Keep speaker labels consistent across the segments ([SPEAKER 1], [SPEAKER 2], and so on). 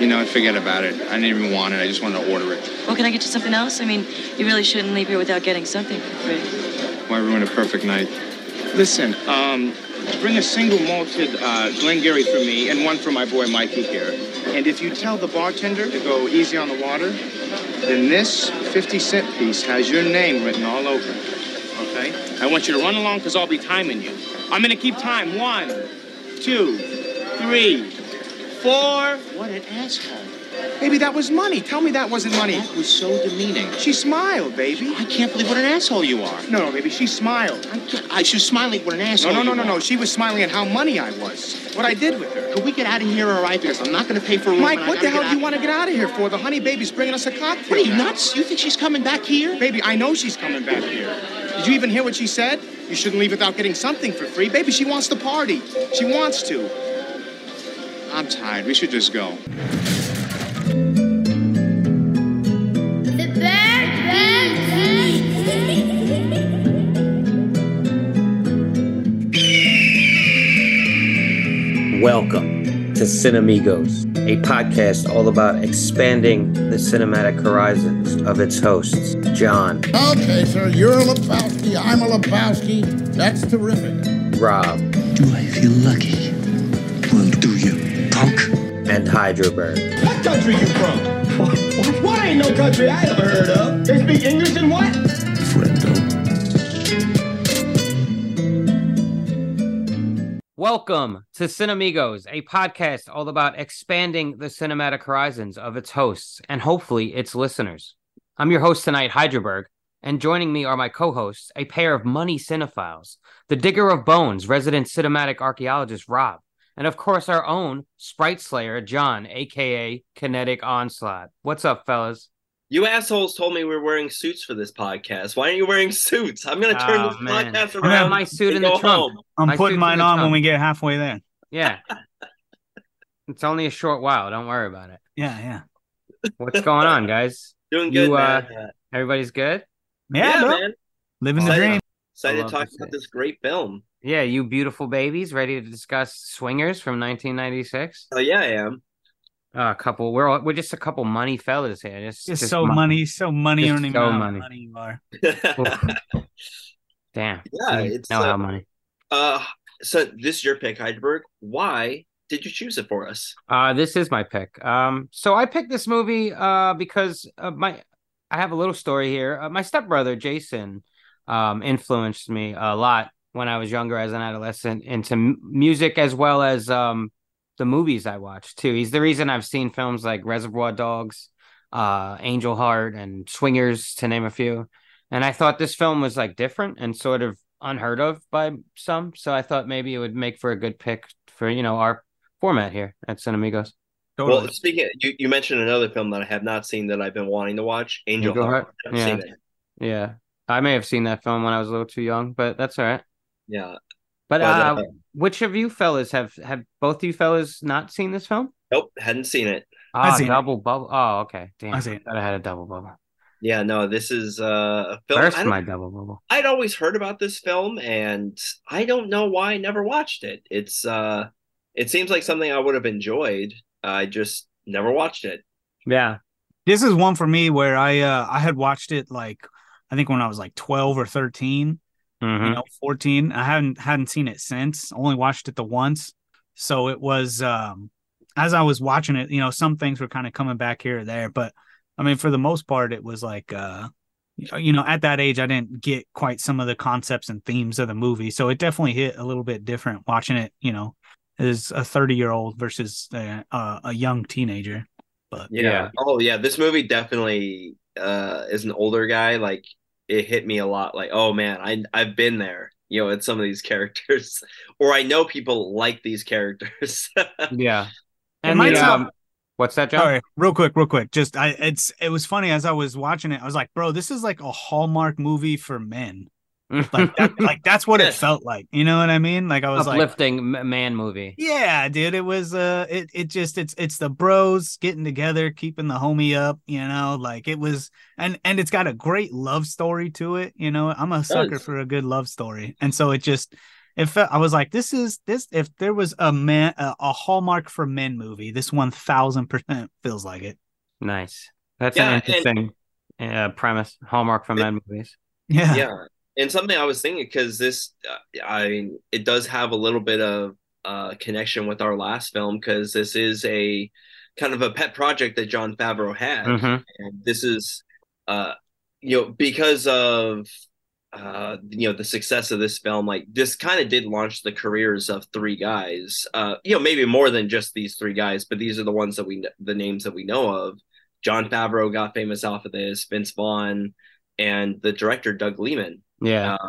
[SPEAKER 1] you know, forget about it. I didn't even want it. I just wanted to order it.
[SPEAKER 2] Well, can I get you something else? I mean, you really shouldn't leave here without getting something for free.
[SPEAKER 1] Why ruin a perfect night?
[SPEAKER 3] Listen, um, bring a single malted uh, Glengarry for me and one for my boy Mikey here. And if you tell the bartender to go easy on the water, then this 50 cent piece has your name written all over it. Okay? I want you to run along because I'll be timing you. I'm going to keep time. One, two, three, four. What an asshole. Baby, that was money. Tell me that wasn't money.
[SPEAKER 4] That was so demeaning.
[SPEAKER 3] She smiled, baby.
[SPEAKER 4] I can't believe what an asshole you are.
[SPEAKER 3] No, no, baby, she smiled.
[SPEAKER 4] I can't. I, she was smiling. What an asshole.
[SPEAKER 3] No, no, no,
[SPEAKER 4] you
[SPEAKER 3] no, no.
[SPEAKER 4] are.
[SPEAKER 3] She was smiling at how money I was. What I did with her.
[SPEAKER 4] Could we get out of here, all right? Because I'm not going to pay for a room.
[SPEAKER 3] Mike,
[SPEAKER 4] and I
[SPEAKER 3] what the
[SPEAKER 4] gotta
[SPEAKER 3] hell
[SPEAKER 4] get
[SPEAKER 3] do you
[SPEAKER 4] out-
[SPEAKER 3] want to get out of here for? The honey baby's bringing us a cocktail.
[SPEAKER 4] What are you
[SPEAKER 3] now.
[SPEAKER 4] nuts? You think she's coming back here?
[SPEAKER 3] Baby, I know she's coming back here. Did you even hear what she said? You shouldn't leave without getting something for free. Baby, she wants to party. She wants to. I'm tired. We should just go.
[SPEAKER 5] The bird
[SPEAKER 6] Welcome to Cinemigos, a podcast all about expanding the cinematic horizons of its hosts, John,
[SPEAKER 7] Okay, sir, you're a Lebowski, I'm a Lebowski. That's terrific.
[SPEAKER 6] Rob,
[SPEAKER 8] Do I feel lucky? Well, do you, punk?
[SPEAKER 6] and Hydraberg.
[SPEAKER 9] What country you from? What, what? ain't no country I ever heard of? They speak English and what?
[SPEAKER 8] Friendo.
[SPEAKER 6] Welcome to Cinemigos, a podcast all about expanding the cinematic horizons of its hosts and hopefully its listeners. I'm your host tonight, Hydraberg, and joining me are my co hosts, a pair of money cinephiles, the digger of bones, resident cinematic archaeologist Rob, and of course our own sprite slayer, John, aka Kinetic Onslaught. What's up, fellas?
[SPEAKER 10] You assholes told me we were wearing suits for this podcast. Why aren't you wearing suits? I'm gonna turn
[SPEAKER 6] Oh,
[SPEAKER 10] this
[SPEAKER 6] man.
[SPEAKER 10] podcast
[SPEAKER 6] I got
[SPEAKER 10] around.
[SPEAKER 6] my suit
[SPEAKER 10] and
[SPEAKER 6] in the
[SPEAKER 10] go
[SPEAKER 6] trunk.
[SPEAKER 10] home.
[SPEAKER 11] Ah, I'm
[SPEAKER 6] My suit's
[SPEAKER 11] putting
[SPEAKER 6] in
[SPEAKER 11] mine
[SPEAKER 6] the
[SPEAKER 11] on
[SPEAKER 6] tub.
[SPEAKER 11] when we get halfway there.
[SPEAKER 6] Yeah. it's only a short while. Don't worry about it.
[SPEAKER 11] Yeah, yeah.
[SPEAKER 6] What's going on, guys?
[SPEAKER 10] Doing
[SPEAKER 6] You,
[SPEAKER 10] good, man.
[SPEAKER 6] uh, Everybody's good?
[SPEAKER 11] Yeah, bro.
[SPEAKER 10] man.
[SPEAKER 11] Living the
[SPEAKER 10] Excited-
[SPEAKER 11] dream.
[SPEAKER 10] Excited
[SPEAKER 6] love
[SPEAKER 10] to talk
[SPEAKER 6] this
[SPEAKER 10] about
[SPEAKER 6] guy.
[SPEAKER 10] this great film.
[SPEAKER 6] Yeah, you beautiful babies, ready to discuss Swingers from 1996.
[SPEAKER 10] Oh yeah, I am.
[SPEAKER 6] Uh, a couple, we're all, we're just a couple money fellas here. Just,
[SPEAKER 11] Just,
[SPEAKER 6] just
[SPEAKER 11] so
[SPEAKER 6] mon-
[SPEAKER 11] money, so money. I
[SPEAKER 6] Just
[SPEAKER 11] don't even
[SPEAKER 6] so
[SPEAKER 11] know how
[SPEAKER 6] money.
[SPEAKER 11] money you are.
[SPEAKER 6] Damn.
[SPEAKER 10] Yeah,
[SPEAKER 6] You
[SPEAKER 10] it's,
[SPEAKER 6] know how
[SPEAKER 10] uh,
[SPEAKER 6] money.
[SPEAKER 10] uh, so this is your pick, Heidelberg. Why did you choose it for us?
[SPEAKER 6] Uh, this is my pick. Um, so I picked this movie uh because uh, my I have a little story here. Uh, my stepbrother Jason um influenced me a lot when I was younger as an adolescent into m- music as well as um the movies I watched too. He's the reason I've seen films like Reservoir Dogs, uh, Angel Heart, and Swingers to name a few. And I thought this film was like different and sort of unheard of by some. So I thought maybe it would make for a good pick for you know our format here at Cinemigos.
[SPEAKER 11] Totally.
[SPEAKER 10] Well, speaking, of, you you mentioned another film that I have not seen that I've been wanting to watch, Angel
[SPEAKER 6] Angel
[SPEAKER 10] Heart.
[SPEAKER 6] Heart?
[SPEAKER 10] I haven't
[SPEAKER 6] Yeah.
[SPEAKER 10] seen it.
[SPEAKER 6] Yeah, I may have seen that film when I was a little too young, but that's all right.
[SPEAKER 10] Yeah.
[SPEAKER 6] But
[SPEAKER 10] Well,
[SPEAKER 6] uh,
[SPEAKER 10] uh,
[SPEAKER 6] which of you fellas have have both you fellas not seen this film?
[SPEAKER 10] Nope, hadn't seen it.
[SPEAKER 6] Ah,
[SPEAKER 11] seen it.
[SPEAKER 6] double bubble. Oh, okay. Damn,
[SPEAKER 11] I seen it.
[SPEAKER 6] thought I had a double bubble.
[SPEAKER 10] Yeah, no, this is uh, a film. I
[SPEAKER 6] First,
[SPEAKER 10] don't-
[SPEAKER 6] my double bubble.
[SPEAKER 10] I'd always heard about this film and I don't know why I never watched it. It's uh it seems like something I would have enjoyed. I just never watched it.
[SPEAKER 6] Yeah,
[SPEAKER 11] This is one for me where I uh I had watched it like I think when I was like 12 or 13,
[SPEAKER 6] Mm-hmm.
[SPEAKER 11] you know, 14. I haven't hadn't seen it since. Only watched it the once. So it was um as I was watching it, you know, some things were kind of coming back here or there, but I mean for the most part it was like uh you know, at that age I didn't get quite some of the concepts and themes of the movie. So it definitely hit a little bit different watching it, you know, as a 30-year-old versus a, a, a young teenager.
[SPEAKER 6] Yeah.
[SPEAKER 10] Oh yeah, this movie definitely uh as an older guy like it hit me a lot like oh man, I I've been there. You know, at some of these characters or I know people like these characters.
[SPEAKER 6] yeah.
[SPEAKER 11] It
[SPEAKER 6] And
[SPEAKER 11] might
[SPEAKER 6] the,
[SPEAKER 11] sound-
[SPEAKER 6] um, what's that, John?
[SPEAKER 11] All right, real quick, real quick. Just I it's it was funny as I was watching it, I was like, bro, this is like a Hallmark movie for men. Like that, like that's what it
[SPEAKER 10] Yes.
[SPEAKER 11] felt like. You know what I mean? Like I was like
[SPEAKER 6] uplifting m- man movie.
[SPEAKER 11] Yeah, dude. It was uh it it just it's it's the bros getting together, keeping the homie up, you know, like it was and and it's got a great love story to it, you know. I'm a sucker
[SPEAKER 10] does.
[SPEAKER 11] for a good love story. And so it just It felt I was like, this is this. If there was a man a, a hallmark for men movie, this one thousand percent feels like it.
[SPEAKER 6] Nice. That's
[SPEAKER 10] Yeah,
[SPEAKER 6] an
[SPEAKER 10] and-
[SPEAKER 6] interesting uh, premise. Hallmark for men movies.
[SPEAKER 11] Yeah.
[SPEAKER 10] yeah and something i was thinking because this uh, i mean it does have a little bit of uh connection with our last film because this is a kind of a pet project that john favreau had
[SPEAKER 6] Mhm.
[SPEAKER 10] and this is uh you know because of uh you know the success of this film like this kind of did launch the careers of three guys uh you know maybe more than just these three guys but these are the ones that we kn- the names that we know of john favreau got famous off of this vince vaughn and the director doug lehman
[SPEAKER 6] Yeah.
[SPEAKER 10] Uh,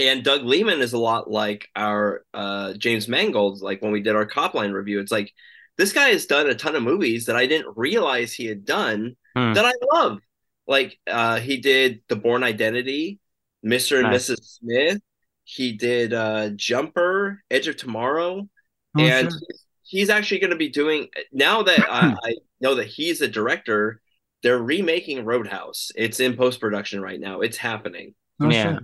[SPEAKER 10] and Doug Lehman is a lot like our uh, James Mangold. Like when we did our Copline review, it's like this guy has done a ton of movies that I didn't realize he had done
[SPEAKER 6] Hmm.
[SPEAKER 10] that I love. Like uh, he did The Born Identity, Mister and
[SPEAKER 6] Nice.
[SPEAKER 10] Mrs. Smith. He did uh, Jumper, Edge of Tomorrow,
[SPEAKER 11] Oh,
[SPEAKER 10] and
[SPEAKER 11] sure.
[SPEAKER 10] he's actually going to be doing now that I, I know that he's a director. They're remaking Roadhouse. It's in post production right now. It's happening.
[SPEAKER 11] Oh,
[SPEAKER 6] yeah.
[SPEAKER 11] sure.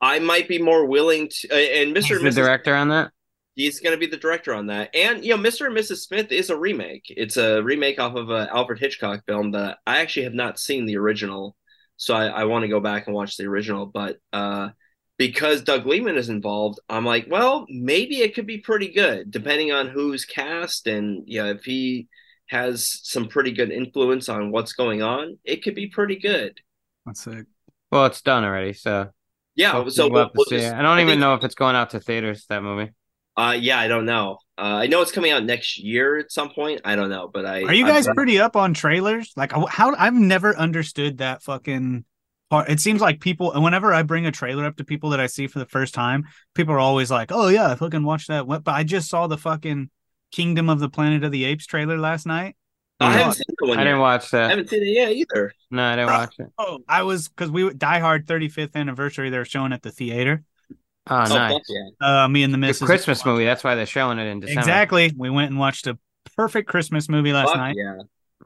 [SPEAKER 10] I might be more willing to, uh, and Mr.
[SPEAKER 6] He's
[SPEAKER 10] and
[SPEAKER 6] the
[SPEAKER 10] Mrs.
[SPEAKER 6] director on that.
[SPEAKER 10] He's going to be the director on that, and you know, Mr. and Mrs. Smith is a remake. It's a remake off of an Alfred Hitchcock film that I actually have not seen the original, so I, I want to go back and watch the original. But uh, because Doug Lehman is involved, I'm like, well, maybe it could be pretty good, depending on who's cast and you know if he has some pretty good influence on what's going on, it could be pretty good.
[SPEAKER 11] That's it.
[SPEAKER 6] Well, it's done already, so
[SPEAKER 10] Yeah,
[SPEAKER 6] hopefully
[SPEAKER 10] so
[SPEAKER 6] we'll
[SPEAKER 10] we'll,
[SPEAKER 6] have to
[SPEAKER 10] we'll
[SPEAKER 6] see
[SPEAKER 10] just,
[SPEAKER 6] it. I don't even
[SPEAKER 10] think-
[SPEAKER 6] know if it's going out to theaters. That movie.
[SPEAKER 10] Uh, yeah, I don't know. Uh, I know it's coming out next year at some point. I don't know, but I
[SPEAKER 11] Are you
[SPEAKER 10] I'm-
[SPEAKER 11] guys pretty up on trailers? Like I- how I've never understood that fucking part. It seems like people and whenever I bring a trailer up to people that I see for the first time, people are always like, "Oh yeah, I fucking watched that." What- But I just saw the fucking Kingdom of the Planet of the Apes trailer last night.
[SPEAKER 10] I
[SPEAKER 11] Yeah.
[SPEAKER 10] haven't seen the one
[SPEAKER 6] I didn't
[SPEAKER 10] yet.
[SPEAKER 6] watch
[SPEAKER 10] I
[SPEAKER 6] that.
[SPEAKER 10] haven't seen it yet either.
[SPEAKER 6] No, I didn't
[SPEAKER 11] Bruh.
[SPEAKER 6] watch it.
[SPEAKER 11] Oh, I was because we Die Hard 35th anniversary. They were showing at the theater.
[SPEAKER 6] Oh,
[SPEAKER 10] Oh,
[SPEAKER 6] nice.
[SPEAKER 10] fuck yeah.
[SPEAKER 11] Uh, me and the
[SPEAKER 6] It's
[SPEAKER 11] missus
[SPEAKER 6] a Christmas movie. That's why they're showing it in December.
[SPEAKER 11] Exactly. We went and watched a perfect Christmas movie last
[SPEAKER 10] Fuck
[SPEAKER 11] night.
[SPEAKER 10] yeah.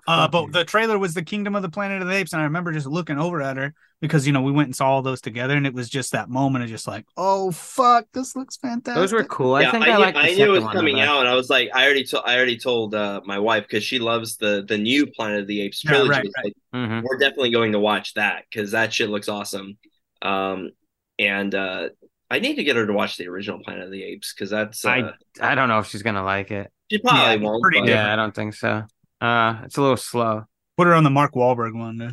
[SPEAKER 11] Uh,
[SPEAKER 6] Fuck
[SPEAKER 11] but
[SPEAKER 6] yeah.
[SPEAKER 11] the trailer was the Kingdom of the Planet of the Apes, and I remember just looking over at her because you know we went and saw all those together, and it was just that moment of just like, oh fuck, this looks fantastic.
[SPEAKER 6] Those were cool. I
[SPEAKER 10] yeah,
[SPEAKER 6] think
[SPEAKER 10] I,
[SPEAKER 6] I,
[SPEAKER 10] knew,
[SPEAKER 6] like.
[SPEAKER 10] I knew it was coming out, and I was like, I already told, I already told uh, my wife because she loves the the new Planet of the Apes
[SPEAKER 11] Yeah, right,
[SPEAKER 10] trilogy.
[SPEAKER 11] right.
[SPEAKER 10] Like,
[SPEAKER 6] hmm
[SPEAKER 10] we're definitely going to watch that because that shit looks awesome. Um, and uh, I need to get her to watch the original Planet of the Apes because that's uh,
[SPEAKER 6] I- I don't know if she's gonna like it.
[SPEAKER 10] she probably
[SPEAKER 11] Yeah,
[SPEAKER 10] won't.
[SPEAKER 11] pretty
[SPEAKER 10] but-
[SPEAKER 11] different.
[SPEAKER 6] Yeah, I don't think so. Uh, it's a little slow.
[SPEAKER 11] Put her on the Mark Wahlberg one. Dude.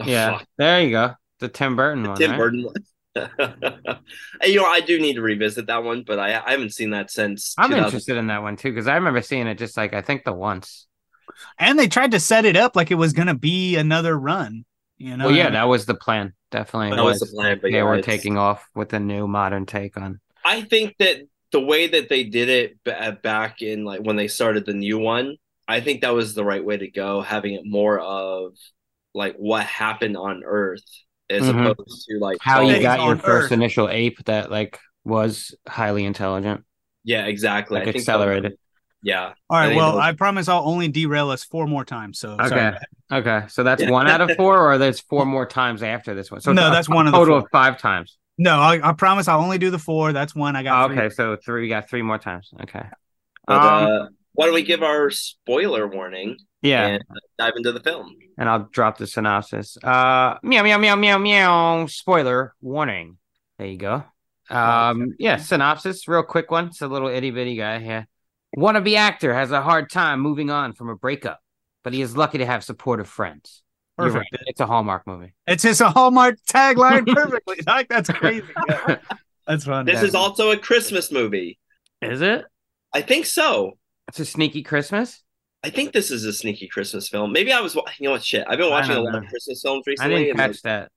[SPEAKER 10] Oh,
[SPEAKER 6] yeah,
[SPEAKER 10] fuck,
[SPEAKER 6] there you go. The Tim Burton
[SPEAKER 10] the
[SPEAKER 6] one.
[SPEAKER 10] Tim
[SPEAKER 6] right?
[SPEAKER 10] Burton. one. And, you know, I do need to revisit that one, but I, I haven't seen that since.
[SPEAKER 6] I'm
[SPEAKER 10] 2000
[SPEAKER 6] interested in that one too because I remember seeing it just like I think the once.
[SPEAKER 11] And they tried to set it up like it was gonna be another run. You know?
[SPEAKER 6] well, yeah, that was the plan. Definitely,
[SPEAKER 10] That was the plan, but
[SPEAKER 6] They
[SPEAKER 10] yeah,
[SPEAKER 6] were
[SPEAKER 10] it's-
[SPEAKER 6] taking off with a new modern take on.
[SPEAKER 10] I think that the way that they did it ba- back in like when they started the new one, I think that was the right way to go, having it more of like what happened on Earth as
[SPEAKER 6] Mhm.
[SPEAKER 10] opposed to like oh,
[SPEAKER 6] how you
[SPEAKER 11] Things
[SPEAKER 10] following-
[SPEAKER 6] got your
[SPEAKER 11] on
[SPEAKER 6] first
[SPEAKER 11] Earth.
[SPEAKER 6] initial ape that like was highly intelligent,
[SPEAKER 10] Yeah, exactly.
[SPEAKER 6] like
[SPEAKER 10] I think so.
[SPEAKER 6] accelerated.
[SPEAKER 10] Yeah.
[SPEAKER 11] All
[SPEAKER 10] I
[SPEAKER 11] right.
[SPEAKER 10] think
[SPEAKER 11] Well,
[SPEAKER 10] those-
[SPEAKER 11] I promise I'll only derail us four more times. So
[SPEAKER 6] Okay,
[SPEAKER 11] sorry.
[SPEAKER 6] okay. So that's
[SPEAKER 10] Yeah.
[SPEAKER 6] one out of four, or there's four more times after this one. So
[SPEAKER 11] No,
[SPEAKER 6] a
[SPEAKER 11] that's one of the
[SPEAKER 6] total
[SPEAKER 11] four.
[SPEAKER 6] of five times.
[SPEAKER 11] No, I, I promise I'll only do the four. That's one. I got.
[SPEAKER 6] Oh,
[SPEAKER 11] three.
[SPEAKER 6] okay, so three. We got three more times. Okay.
[SPEAKER 10] But,
[SPEAKER 6] um,
[SPEAKER 10] uh, why don't we give our spoiler warning
[SPEAKER 6] yeah.
[SPEAKER 10] and dive into the film?
[SPEAKER 6] and I'll drop the synopsis. Uh, meow, meow, meow, meow, meow. Spoiler warning. There you go. Um, yeah, synopsis, real quick one. It's a little itty bitty guy here. Wannabe actor has a hard time moving on from a breakup, but he is lucky to have supportive friends. You're
[SPEAKER 11] Perfect.
[SPEAKER 6] right. It's a Hallmark movie.
[SPEAKER 11] It's just a Hallmark tagline perfectly. like that's crazy. Yeah. That's fun.
[SPEAKER 10] This is also a Christmas movie.
[SPEAKER 6] Is it?
[SPEAKER 10] I think so.
[SPEAKER 6] It's a sneaky Christmas.
[SPEAKER 10] I think this is a sneaky Christmas film. Maybe I was, wa- you know what, shit. I've been watching a
[SPEAKER 6] don't
[SPEAKER 10] lot
[SPEAKER 6] know.
[SPEAKER 10] of Christmas films
[SPEAKER 6] I
[SPEAKER 10] recently.
[SPEAKER 6] didn't
[SPEAKER 10] and, like,
[SPEAKER 6] catch that.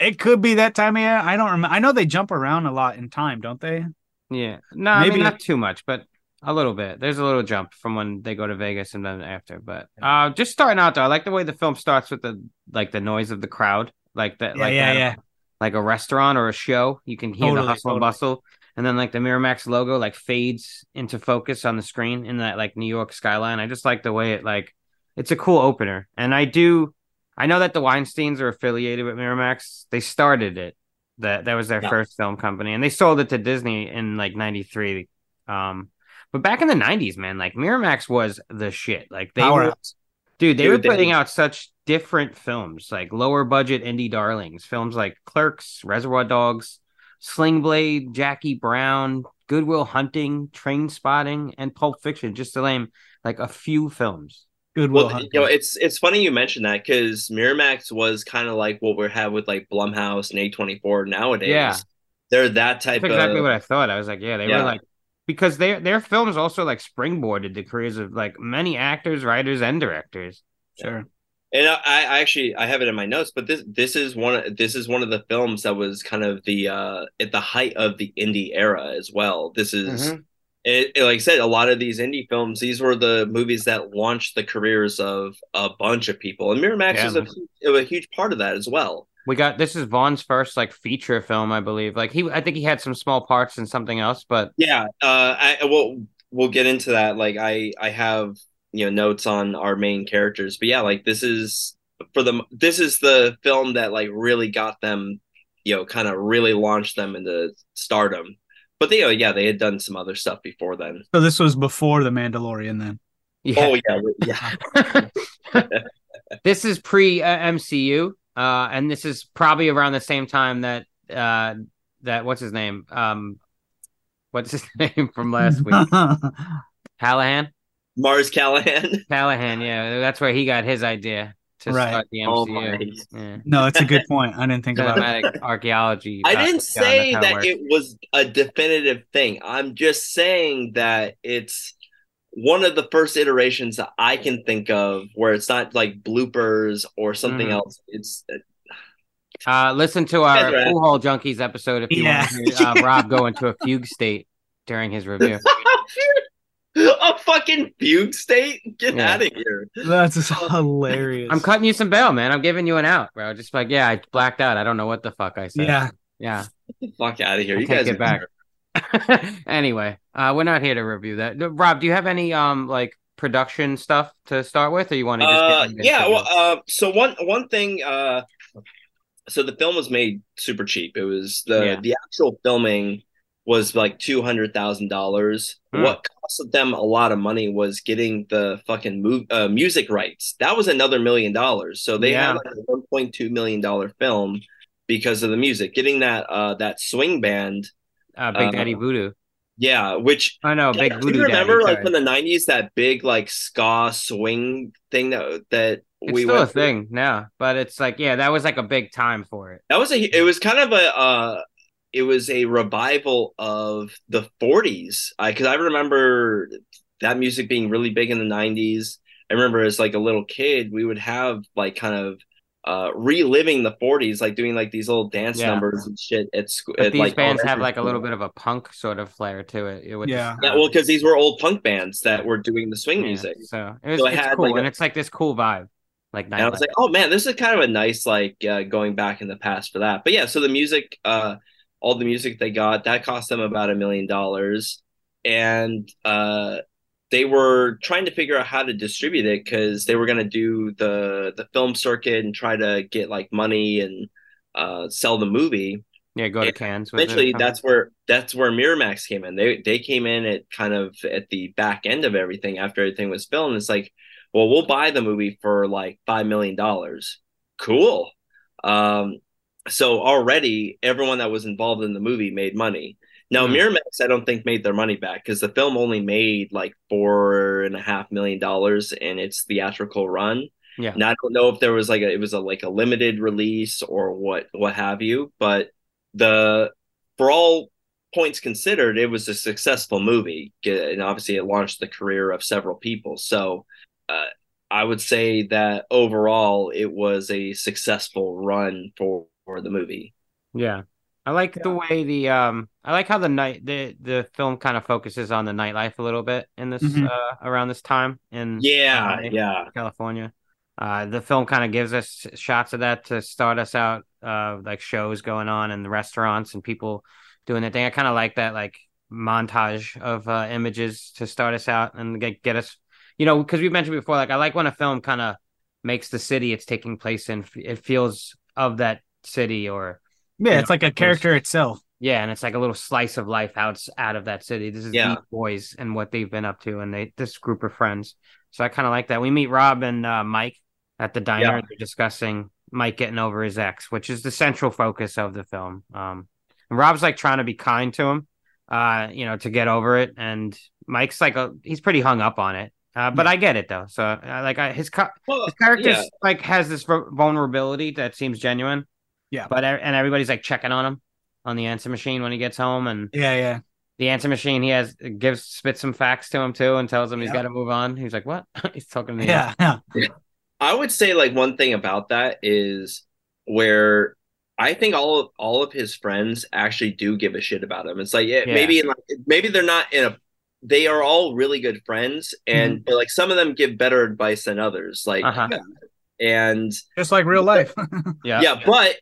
[SPEAKER 11] It could be that time of year. I don't remember. I know they jump around a lot in time, don't they?
[SPEAKER 6] Yeah. No, I mean,
[SPEAKER 11] Maybe-
[SPEAKER 6] not too much, but a little bit. There's a little jump from when they go to Vegas and then after. But uh just starting out though, I like the way the film starts with the like the noise of the crowd. Like that like that, like a restaurant or a show. You can hear
[SPEAKER 11] Totally,
[SPEAKER 6] the hustle and
[SPEAKER 11] totally.
[SPEAKER 6] bustle. And then like the Miramax logo like fades into focus on the screen in that like New York skyline. I just like the way it like it's a cool opener. And I do I know that the Weinsteins are affiliated with Miramax. They started it. That that was their yeah. first film company, and they sold it to Disney in like '93. Um, but back in the '90s, man, like Miramax was the shit. Like they Power were, ups. dude, they dude, were putting they... out such different films, like lower budget indie darlings, films like Clerks, Reservoir Dogs, Sling Blade, Jackie Brown, Goodwill Hunting, Train Spotting, and Pulp Fiction, just to name like a few films.
[SPEAKER 10] Goodwill well, Hunting. You know, it's it's funny you mentioned that because Miramax was kind of like what we have with like Blumhouse and A24 nowadays.
[SPEAKER 6] Yeah.
[SPEAKER 10] They're that type
[SPEAKER 6] That's exactly
[SPEAKER 10] of...
[SPEAKER 6] what I thought. I was like, yeah, they uh, yeah. were like because their their films also like springboarded the careers of like many actors, writers, and directors.
[SPEAKER 11] Sure.
[SPEAKER 10] And I, I actually I have it in my notes, but this this is one of, this is one of the films that was kind of the uh at the height of the indie era as well. This is mm-hmm. It, it, like I said, a lot of these indie films, these were the movies that launched the careers of a bunch of people, and Miramax yeah. is a, a, huge part of that as well.
[SPEAKER 6] We got this is Vaughn's first like feature film, I believe. Like he, I think he had some small parts in something else, but
[SPEAKER 10] yeah, uh, I will we'll get into that. Like I, I have you know notes on our main characters, but yeah, like this is for the this is the film that like really got them, you know, kind of really launched them into stardom but they yeah they had done some other stuff before then
[SPEAKER 11] so this was before the mandalorian then
[SPEAKER 10] yeah. oh yeah yeah
[SPEAKER 6] this is pre mcu uh, and this is probably around the same time that uh, that what's his name um what's his name from last week callahan
[SPEAKER 10] mars callahan
[SPEAKER 6] callahan yeah that's where he got his idea right. Oh yeah.
[SPEAKER 11] No, it's a good point. I didn't think about
[SPEAKER 6] it. archaeology. uh,
[SPEAKER 10] I didn't say that works. it was a definitive thing. I'm just saying that it's one of the first iterations that I can think of where it's not like bloopers or something mm. else. It's
[SPEAKER 6] uh, listen to our right. Pool Hall Junkies episode if you yeah. want to hear uh, yeah. Rob go into a fugue state during his review.
[SPEAKER 10] a fucking fugue state? Get yeah. out of here.
[SPEAKER 11] That's hilarious.
[SPEAKER 6] I'm cutting you some bail, man. I'm giving you an out, bro. Just like, yeah, I blacked out. I don't know what the fuck I said.
[SPEAKER 11] Yeah.
[SPEAKER 6] Yeah.
[SPEAKER 10] Fuck out of here. I you guys
[SPEAKER 6] get back. anyway, uh, we're not here to review that. Rob, do you have any um like production stuff to start with or you want to
[SPEAKER 10] uh, yeah, well, uh, so one one thing uh so the film was made super cheap. It was the yeah. the actual filming was like two hundred thousand dollars. Mm. What cost them a lot of money was getting the fucking move, uh, music rights. That was another million dollars. So they yeah. had like a one point two million dollar film because of the music. Getting that uh, that swing band,
[SPEAKER 6] uh, Big Daddy Voodoo.
[SPEAKER 10] um, Yeah, which
[SPEAKER 6] I know. Big Voodoo.
[SPEAKER 10] Do you remember
[SPEAKER 6] Daddy,
[SPEAKER 10] like in the nineties that big like ska swing thing that that
[SPEAKER 6] it's we still a through? thing now, but it's like yeah, that was like a big time for it.
[SPEAKER 10] That was a. It was kind of a uh, it was a revival of the 40s because I, I, remember that music being really big in the 90s i remember as like a little kid we would have like kind of uh, reliving the 40s like doing like these little dance yeah. numbers and shit at school
[SPEAKER 6] these like, bands have like a little bit of a punk sort of flair to it, it
[SPEAKER 11] yeah.
[SPEAKER 10] yeah well because these were old punk bands that were doing the swing yeah, music
[SPEAKER 6] so it was so it's cool like a, and it's like this cool vibe like
[SPEAKER 10] and i was like oh man this is kind of a nice like uh, going back in the past for that but yeah so the music uh, all the music they got that cost them about a million dollars and uh, they were trying to figure out how to distribute it because they were going to do the the film circuit and try to get like money and uh, sell the movie
[SPEAKER 6] yeah go to and Cannes
[SPEAKER 10] eventually that's where that's where miramax came in they they came in at kind of at the back end of everything after everything was filmed it's like well we'll buy the movie for like five million dollars cool um, so already everyone that was involved in the movie made money now mm. miramax i don't think made their money back because the film only made like four and a half million dollars in its theatrical run
[SPEAKER 6] yeah
[SPEAKER 10] and i don't know if there was like a, it was a like a limited release or what what have you but the for all points considered it was a successful movie and obviously it launched the career of several people so uh, i would say that overall it was a successful run for for the movie.
[SPEAKER 6] Yeah. I like yeah. the way the um I like how the night the the film kind of focuses on the nightlife a little bit in this mm-hmm. uh around this time in
[SPEAKER 10] Yeah, LA, yeah.
[SPEAKER 6] California. Uh the film kind of gives us shots of that to start us out uh like shows going on in the restaurants and people doing their thing. I kind of like that like montage of uh images to start us out and get, get us you know because we mentioned before like I like when a film kind of makes the city it's taking place in it feels of that city or
[SPEAKER 11] Yeah, it's like a character itself.
[SPEAKER 6] Yeah, and it's like a little slice of life out out of that city. This is
[SPEAKER 10] Yeah.
[SPEAKER 6] these boys and what they've been up to, and they this group of friends. So I kind of like that. We meet Rob and uh, Mike at the diner.
[SPEAKER 10] Yeah.
[SPEAKER 6] and They're discussing Mike getting over his ex, which is the central focus of the film. Um, and Rob's like trying to be kind to him, uh, you know, to get over it, and Mike's like a, he's pretty hung up on it. Uh,
[SPEAKER 10] Mm.
[SPEAKER 6] but I get it though. So uh, like I, his co-
[SPEAKER 10] Well,
[SPEAKER 6] his character
[SPEAKER 10] yeah.
[SPEAKER 6] like has this vu- vulnerability that seems genuine.
[SPEAKER 11] Yeah.
[SPEAKER 6] But e- and everybody's like checking on him on the answer machine when he gets home, and
[SPEAKER 11] Yeah, yeah.
[SPEAKER 6] the answer machine he has gives spits some facts to him too, and tells him he's
[SPEAKER 11] Yeah.
[SPEAKER 6] got to move on. He's like, "What?" he's talking to the
[SPEAKER 11] Yeah. yeah.
[SPEAKER 10] I would say like one thing about that is where I think all of all of his friends actually do give a shit about him. It's like yeah,
[SPEAKER 6] Yeah.
[SPEAKER 10] maybe in like maybe they're not in a they are all really good friends and but like some of them give better advice than others. Like
[SPEAKER 6] Mm-hmm. Uh-huh.
[SPEAKER 10] and
[SPEAKER 11] Just like real life.
[SPEAKER 6] yeah,
[SPEAKER 10] yeah, but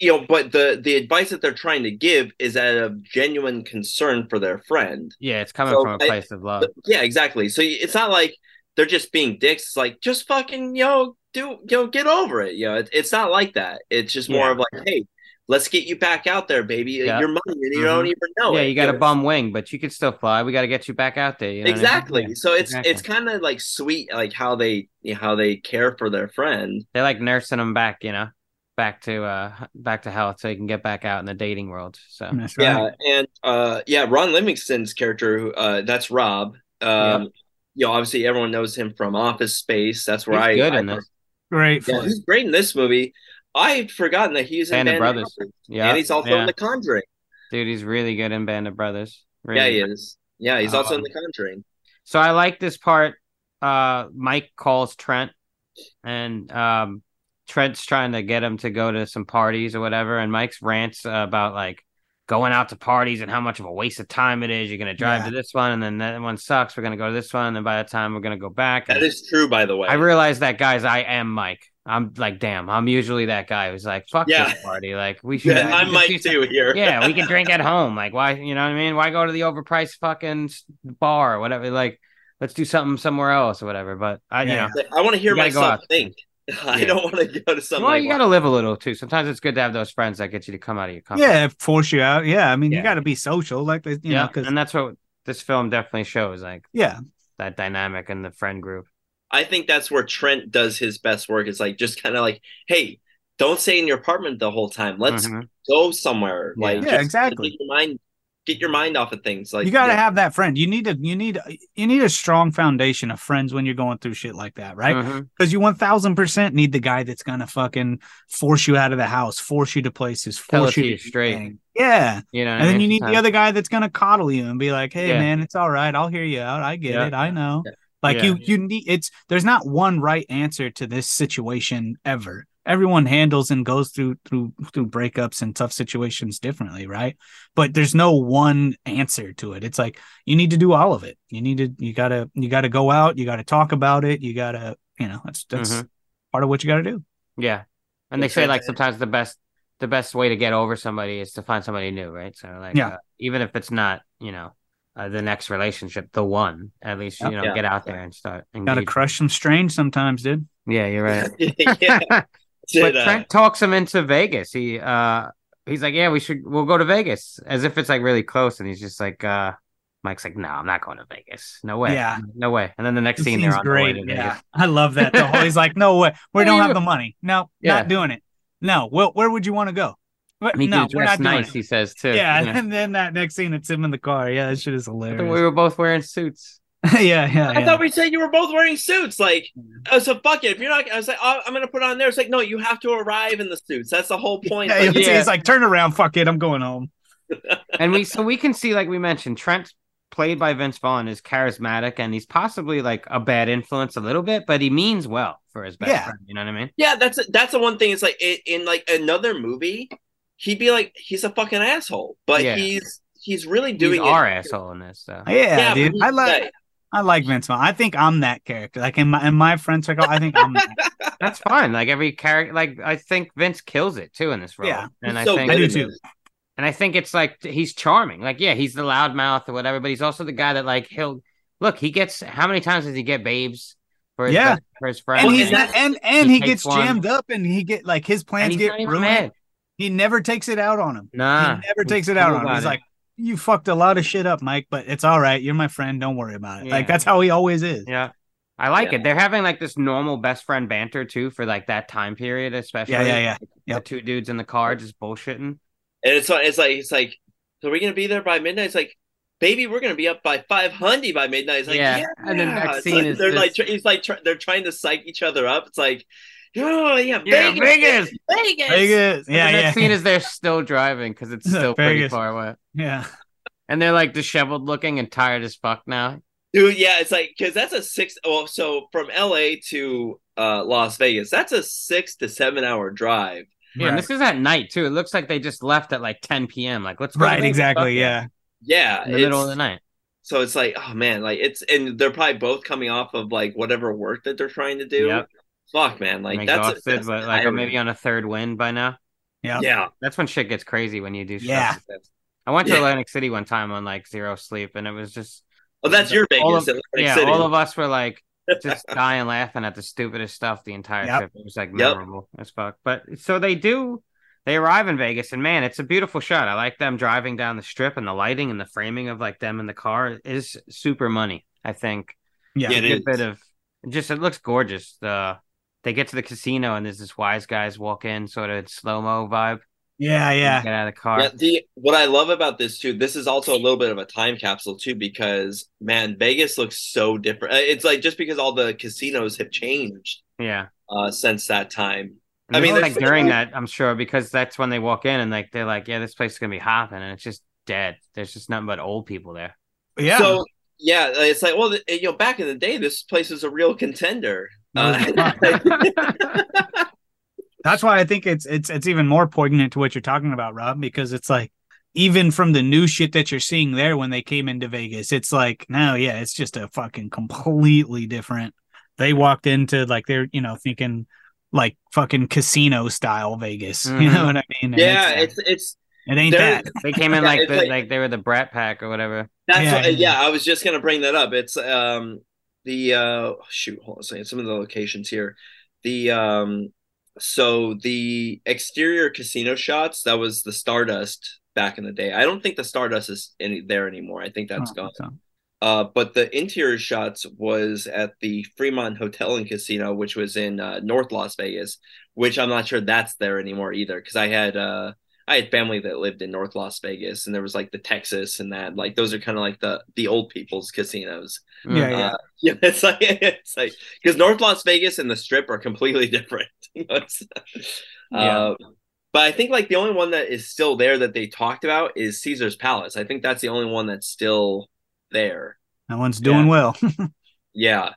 [SPEAKER 10] you know, but the the advice that they're trying to give is out of genuine concern for their friend.
[SPEAKER 6] Yeah, It's coming
[SPEAKER 10] So
[SPEAKER 6] from a
[SPEAKER 10] I-
[SPEAKER 6] place of love.
[SPEAKER 10] Yeah, exactly. So it's not like they're just being dicks. It's like just fucking yo, do yo, get over it. You know, it, it's not like that. It's just more
[SPEAKER 6] Yeah.
[SPEAKER 10] of like, hey, let's get you back out there, baby.
[SPEAKER 6] Yeah.
[SPEAKER 10] You're mine, and you
[SPEAKER 6] Mhm.
[SPEAKER 10] don't even know
[SPEAKER 6] yeah,
[SPEAKER 10] it.
[SPEAKER 6] you got a
[SPEAKER 10] know?
[SPEAKER 6] bum wing, but you can still fly. We got to get you back out there. you know what I mean?
[SPEAKER 10] Exactly.
[SPEAKER 6] Yeah,
[SPEAKER 10] So it's
[SPEAKER 6] exactly.
[SPEAKER 10] it's kind of like sweet, like how they you know, how they care for their friend.
[SPEAKER 6] They're like nursing him back, you know, back to uh back to health, so he can get back out in the dating world. So
[SPEAKER 11] That's right.
[SPEAKER 10] Yeah, and uh, yeah, Ron Livingston's character, who, uh, that's Rob. Um, You know, obviously everyone knows him from Office Space. That's where
[SPEAKER 6] He's
[SPEAKER 10] I
[SPEAKER 6] good
[SPEAKER 10] I,
[SPEAKER 6] in this.
[SPEAKER 11] Great.
[SPEAKER 10] Yeah, he's great in this movie. I had forgotten that he's in
[SPEAKER 6] Band of
[SPEAKER 10] Band
[SPEAKER 6] Brothers. Yeah,
[SPEAKER 10] and he's also
[SPEAKER 6] yeah.
[SPEAKER 10] in The Conjuring.
[SPEAKER 6] dude, he's really good in Band of Brothers. Really
[SPEAKER 10] Yeah, he is. Yeah, he's also in
[SPEAKER 6] Um,
[SPEAKER 10] The Conjuring.
[SPEAKER 6] So I like this part. Uh, Mike calls Trent, and um, Trent's trying to get him to go to some parties or whatever. And Mike's rants about like going out to parties and how much of a waste of time it is. You're gonna drive to this one, and then that one sucks. We're gonna go to this one, and then by the time we're gonna go back,
[SPEAKER 10] That
[SPEAKER 6] And
[SPEAKER 10] is true, by the way.
[SPEAKER 6] I realize that, guys. I am Mike. I'm like, damn. I'm usually that guy who's like, fuck
[SPEAKER 10] Yeah.
[SPEAKER 6] this party. Like, we should.
[SPEAKER 10] yeah,
[SPEAKER 6] we
[SPEAKER 10] I'm
[SPEAKER 6] should do
[SPEAKER 10] Mike
[SPEAKER 6] something
[SPEAKER 10] too here.
[SPEAKER 6] yeah, we can drink at home. Like, why, you know what I mean? Why go to the overpriced fucking s- bar or whatever? Like, let's do something somewhere else or whatever. But I,
[SPEAKER 11] Yeah.
[SPEAKER 6] you know,
[SPEAKER 10] Like, I want to hear
[SPEAKER 6] You gotta go
[SPEAKER 10] myself
[SPEAKER 6] out.
[SPEAKER 10] think. I
[SPEAKER 6] Yeah.
[SPEAKER 10] don't want to go to something.
[SPEAKER 6] well, you got to live a little too. Sometimes it's good to have those friends that get you to come out of your comfort.
[SPEAKER 11] Yeah, it force you out. Yeah, I mean,
[SPEAKER 6] Yeah.
[SPEAKER 11] you got to be social, like you know,
[SPEAKER 6] yeah.
[SPEAKER 11] 'cause-
[SPEAKER 6] and that's what this film definitely shows, like
[SPEAKER 11] yeah,
[SPEAKER 6] that dynamic in the friend group.
[SPEAKER 10] I think that's where Trent does his best work. It's like just kind of like, hey, don't stay in your apartment the whole time. Let's
[SPEAKER 6] Mhm.
[SPEAKER 10] go somewhere.
[SPEAKER 6] Yeah.
[SPEAKER 10] Like
[SPEAKER 11] Yeah,
[SPEAKER 10] just- just
[SPEAKER 11] exactly.
[SPEAKER 10] Get your mind, get your mind off of things. Like
[SPEAKER 11] you got to
[SPEAKER 10] yeah.
[SPEAKER 11] have that friend. You need to, you need, you need a strong foundation of friends when you're going through shit like that, right?
[SPEAKER 6] Mhm.
[SPEAKER 11] Because you one thousand percent need the guy that's gonna fucking force you out of the house, force you to places,
[SPEAKER 6] Tell
[SPEAKER 11] force
[SPEAKER 6] it
[SPEAKER 11] you
[SPEAKER 6] to
[SPEAKER 11] to
[SPEAKER 6] you straight.
[SPEAKER 11] anything. Yeah,
[SPEAKER 6] You know, what I
[SPEAKER 11] and then
[SPEAKER 6] mean?
[SPEAKER 11] you need the
[SPEAKER 6] Sometimes-
[SPEAKER 11] other guy that's gonna coddle you and be like, "Hey,
[SPEAKER 6] Yeah.
[SPEAKER 11] man, it's all right. I'll hear you out. I get
[SPEAKER 6] Yeah.
[SPEAKER 11] it. I know." Like
[SPEAKER 6] Yeah.
[SPEAKER 11] you, you need. It's there's not one right answer to this situation ever. Everyone handles and goes through through through breakups and tough situations differently, right? But there's no one answer to it. It's like you need to do all of it. You need to you gotta you gotta go out. You gotta talk about it. You gotta you know that's that's
[SPEAKER 6] Mhm.
[SPEAKER 11] part of what you gotta do.
[SPEAKER 6] Yeah. And they say like sometimes the best the best way to get over somebody is to find somebody new, right? So like
[SPEAKER 11] Yeah.
[SPEAKER 6] uh, even if it's not, you know, uh, the next relationship, the one, at least you
[SPEAKER 11] Yeah.
[SPEAKER 6] know,
[SPEAKER 10] Yeah.
[SPEAKER 6] get out there and start and
[SPEAKER 11] Gotta crush some strange sometimes, dude.
[SPEAKER 6] Yeah, you're right.
[SPEAKER 10] yeah,
[SPEAKER 6] but
[SPEAKER 10] Did, uh,
[SPEAKER 6] Trent talks him into Vegas. He uh he's like, "Yeah, we should we'll go to Vegas." As if it's like really close and he's just like uh Mike's like, "No, I'm not going to Vegas. No way.
[SPEAKER 11] Yeah.
[SPEAKER 6] No way." And then the next
[SPEAKER 11] It
[SPEAKER 6] scene they're
[SPEAKER 11] seems
[SPEAKER 6] on
[SPEAKER 11] great.
[SPEAKER 6] the way to
[SPEAKER 11] yeah,
[SPEAKER 6] Vegas.
[SPEAKER 11] I love that. The whole, he's like, no way, we
[SPEAKER 6] What do
[SPEAKER 11] don't
[SPEAKER 6] you
[SPEAKER 11] have
[SPEAKER 6] do?
[SPEAKER 11] the money. No,
[SPEAKER 6] Yeah.
[SPEAKER 11] not doing it. No, well, where would you want to go? But
[SPEAKER 6] And he
[SPEAKER 11] no,
[SPEAKER 6] did
[SPEAKER 11] we're
[SPEAKER 6] dress
[SPEAKER 11] not
[SPEAKER 6] nice,
[SPEAKER 11] doing
[SPEAKER 6] he
[SPEAKER 11] it.
[SPEAKER 6] says too.
[SPEAKER 11] Yeah, and then that next scene, it's him in the car. Yeah, that shit is
[SPEAKER 6] But
[SPEAKER 11] hilarious.
[SPEAKER 6] then we were both wearing suits.
[SPEAKER 11] yeah, yeah,
[SPEAKER 10] I
[SPEAKER 11] yeah.
[SPEAKER 10] thought we said you were both wearing suits. Like, I was like, fuck it. If you're not, I was like, oh, I'm gonna put on there. It's like, no, you have to arrive in the suits. That's the whole point.
[SPEAKER 11] yeah,
[SPEAKER 10] Like,
[SPEAKER 11] he's-
[SPEAKER 6] Yeah.
[SPEAKER 11] He's like, turn around, fuck it, I'm going home.
[SPEAKER 6] and we so we can see like we mentioned trent played by vince vaughn is charismatic and he's possibly like a bad influence a little bit but he means well for his best
[SPEAKER 11] Yeah.
[SPEAKER 6] friend you know what i mean
[SPEAKER 10] yeah, that's that's the one thing. It's like in, in like another movie, he'd be like, he's a fucking asshole, but
[SPEAKER 6] Yeah.
[SPEAKER 10] he's he's really
[SPEAKER 6] doing
[SPEAKER 10] doing
[SPEAKER 6] he's
[SPEAKER 10] it.
[SPEAKER 6] our asshole in this though
[SPEAKER 11] Yeah,
[SPEAKER 10] Yeah,
[SPEAKER 11] dude,
[SPEAKER 10] but
[SPEAKER 11] I
[SPEAKER 10] he's
[SPEAKER 11] like.
[SPEAKER 10] gay.
[SPEAKER 11] I like Vince Vaughn. I think I'm that character. Like in my in my friend circle, I think I'm. That.
[SPEAKER 6] that's fine like every character like i think vince kills it too in this role
[SPEAKER 11] Yeah.
[SPEAKER 6] and
[SPEAKER 10] He's
[SPEAKER 6] i
[SPEAKER 10] so
[SPEAKER 6] think
[SPEAKER 11] I
[SPEAKER 10] good
[SPEAKER 11] do
[SPEAKER 10] in
[SPEAKER 11] too.
[SPEAKER 10] this.
[SPEAKER 6] and i think it's like he's charming like yeah he's the loudmouth or whatever but he's also the guy that like he'll look he gets how many times does he get babes for his,
[SPEAKER 11] Yeah.
[SPEAKER 6] best- for his
[SPEAKER 11] And
[SPEAKER 6] friend
[SPEAKER 11] he's
[SPEAKER 10] Well,
[SPEAKER 11] not, and and
[SPEAKER 6] he
[SPEAKER 11] he
[SPEAKER 6] takes
[SPEAKER 11] gets
[SPEAKER 6] one.
[SPEAKER 11] jammed up, and he get like his
[SPEAKER 6] and
[SPEAKER 11] plans
[SPEAKER 6] he's
[SPEAKER 11] get
[SPEAKER 6] not even
[SPEAKER 11] ruined.
[SPEAKER 6] mad.
[SPEAKER 11] He never takes it out on him.
[SPEAKER 6] Nah.
[SPEAKER 11] He never
[SPEAKER 6] he's
[SPEAKER 11] takes it out
[SPEAKER 6] cool
[SPEAKER 11] on him.
[SPEAKER 6] about
[SPEAKER 11] He's
[SPEAKER 6] it.
[SPEAKER 11] like, you fucked a lot of shit up, Mike, but it's all right. You're my friend. Don't worry about it.
[SPEAKER 6] Yeah.
[SPEAKER 11] Like that's how he always is.
[SPEAKER 6] Yeah. I like
[SPEAKER 11] Yeah.
[SPEAKER 6] it. They're having like this normal best friend banter too for like that time period, especially.
[SPEAKER 11] yeah, yeah.
[SPEAKER 6] Like, The two dudes in the car just bullshitting.
[SPEAKER 10] And it's like it's like it's like, so we're gonna be there by midnight. It's like, baby, we're gonna be up by five hundred by midnight. It's like,
[SPEAKER 6] Yeah,
[SPEAKER 10] yeah.
[SPEAKER 6] and then
[SPEAKER 10] It's
[SPEAKER 6] vaccine
[SPEAKER 10] like,
[SPEAKER 6] is
[SPEAKER 10] they're
[SPEAKER 6] just-
[SPEAKER 10] like tr- it's like tr- they're trying to psych each other up. It's like, oh yeah,
[SPEAKER 6] Yeah,
[SPEAKER 10] Vegas,
[SPEAKER 6] And
[SPEAKER 10] Vegas,
[SPEAKER 6] the next scene is they're still driving because it's still pretty
[SPEAKER 11] Vegas.
[SPEAKER 6] far away.
[SPEAKER 11] Yeah.
[SPEAKER 6] And they're like disheveled looking and tired as fuck now.
[SPEAKER 10] dude. Yeah, it's like because that's a six. Well, so from L.A. to uh, Las Vegas, that's a six to seven hour drive.
[SPEAKER 6] Yeah, and this is at night too. It looks like they just left at like 10 p.m. Like, let's go to
[SPEAKER 11] Right,
[SPEAKER 6] Vegas, fuck
[SPEAKER 11] exactly.
[SPEAKER 6] it.
[SPEAKER 11] Yeah.
[SPEAKER 10] Yeah,
[SPEAKER 6] in the middle of the
[SPEAKER 10] it's-
[SPEAKER 6] night.
[SPEAKER 10] So it's like, oh man, like it's and they're probably both coming off of like whatever work that they're trying to do.
[SPEAKER 6] Yep.
[SPEAKER 10] Fuck, man, like
[SPEAKER 6] I'm
[SPEAKER 10] that's,
[SPEAKER 6] exhausted,
[SPEAKER 10] that's
[SPEAKER 6] but like I'm
[SPEAKER 10] tiring.
[SPEAKER 6] maybe on a third win by now.
[SPEAKER 11] Yeah.
[SPEAKER 10] Yeah.
[SPEAKER 6] That's when shit gets crazy when you do stuff.
[SPEAKER 11] Yeah.
[SPEAKER 6] like this. I went to
[SPEAKER 10] Yeah.
[SPEAKER 6] Atlantic City one time on like zero sleep and it was just
[SPEAKER 10] Oh, that's your
[SPEAKER 6] all
[SPEAKER 10] Vegas,
[SPEAKER 6] of-
[SPEAKER 10] Atlantic
[SPEAKER 6] yeah,
[SPEAKER 10] City.
[SPEAKER 6] all of us were like just dying laughing at the stupidest stuff the entire
[SPEAKER 10] Yep.
[SPEAKER 6] trip. It was like
[SPEAKER 10] Yep.
[SPEAKER 6] memorable as fuck. But so they do they arrive in Vegas and man, it's a beautiful shot. I like them driving down the strip and the lighting and the framing of like them in the car is super money, I think.
[SPEAKER 11] Yeah.
[SPEAKER 10] Yeah, it
[SPEAKER 6] Good
[SPEAKER 10] is.
[SPEAKER 6] bit of just it looks gorgeous. The they get to the casino and there's this wise guys walk in, sort of slow mo vibe.
[SPEAKER 11] Yeah, yeah.
[SPEAKER 6] Get out of the car.
[SPEAKER 10] Yeah, the what I love about this too, this is also a little bit of a time capsule too, because man, Vegas looks so different. Uh, It's like just because all the casinos have changed
[SPEAKER 6] Yeah.
[SPEAKER 10] uh, since that time.
[SPEAKER 6] And this
[SPEAKER 10] I mean,
[SPEAKER 6] is,
[SPEAKER 10] there's-
[SPEAKER 6] like during that, I'm sure, because that's when they walk in and like they're like, yeah, this place is gonna be hopping, and it's just dead. There's just nothing but old people there.
[SPEAKER 11] Yeah.
[SPEAKER 10] So yeah, uh, it's like well, th- you know, back in the day, this place was a real contender. Uh,
[SPEAKER 11] That's why I think it's it's it's even more poignant to what you're talking about, Rob, because it's like even from the new shit that you're seeing there when they came into Vegas, it's like no, yeah, it's just a fucking completely different. They walked into like they're you know thinking like fucking casino style Vegas, you
[SPEAKER 6] Mhm.
[SPEAKER 11] know what I mean? And
[SPEAKER 10] Mm-hmm. yeah,
[SPEAKER 11] it's,
[SPEAKER 10] it's it's
[SPEAKER 11] it ain't
[SPEAKER 10] there-
[SPEAKER 11] that.
[SPEAKER 6] They came in
[SPEAKER 10] Yeah,
[SPEAKER 6] like
[SPEAKER 10] it's
[SPEAKER 6] the, like,
[SPEAKER 10] like-
[SPEAKER 6] they were the Brat Pack or whatever.
[SPEAKER 10] That's
[SPEAKER 11] Yeah.
[SPEAKER 10] yeah. What, yeah, I was just gonna bring that up. It's um the uh shoot, hold on a second. Some of the locations here. The um so the exterior casino shots, that was the Stardust back in the day. I don't think the Stardust is any there anymore. I think that's
[SPEAKER 11] Oh,
[SPEAKER 10] gone.
[SPEAKER 11] so-
[SPEAKER 10] Uh but the interior shots was at the Fremont Hotel and Casino, which was in uh, North Las Vegas, which I'm not sure that's there anymore either. Cause I had uh I had family that lived in North Las Vegas, and there was like the Texas and that. Like those are kind of like the the old people's casinos.
[SPEAKER 6] Mm. Oh,
[SPEAKER 11] Yeah, yeah.
[SPEAKER 10] Uh, yeah, it's like it's like because North Las Vegas and the Strip are completely different. You know, it's-
[SPEAKER 6] Yeah.
[SPEAKER 10] Uh, but I think like the only one that is still there that they talked about is Caesar's Palace. I think that's the only one that's still there.
[SPEAKER 11] that one's doing well.
[SPEAKER 10] Yeah,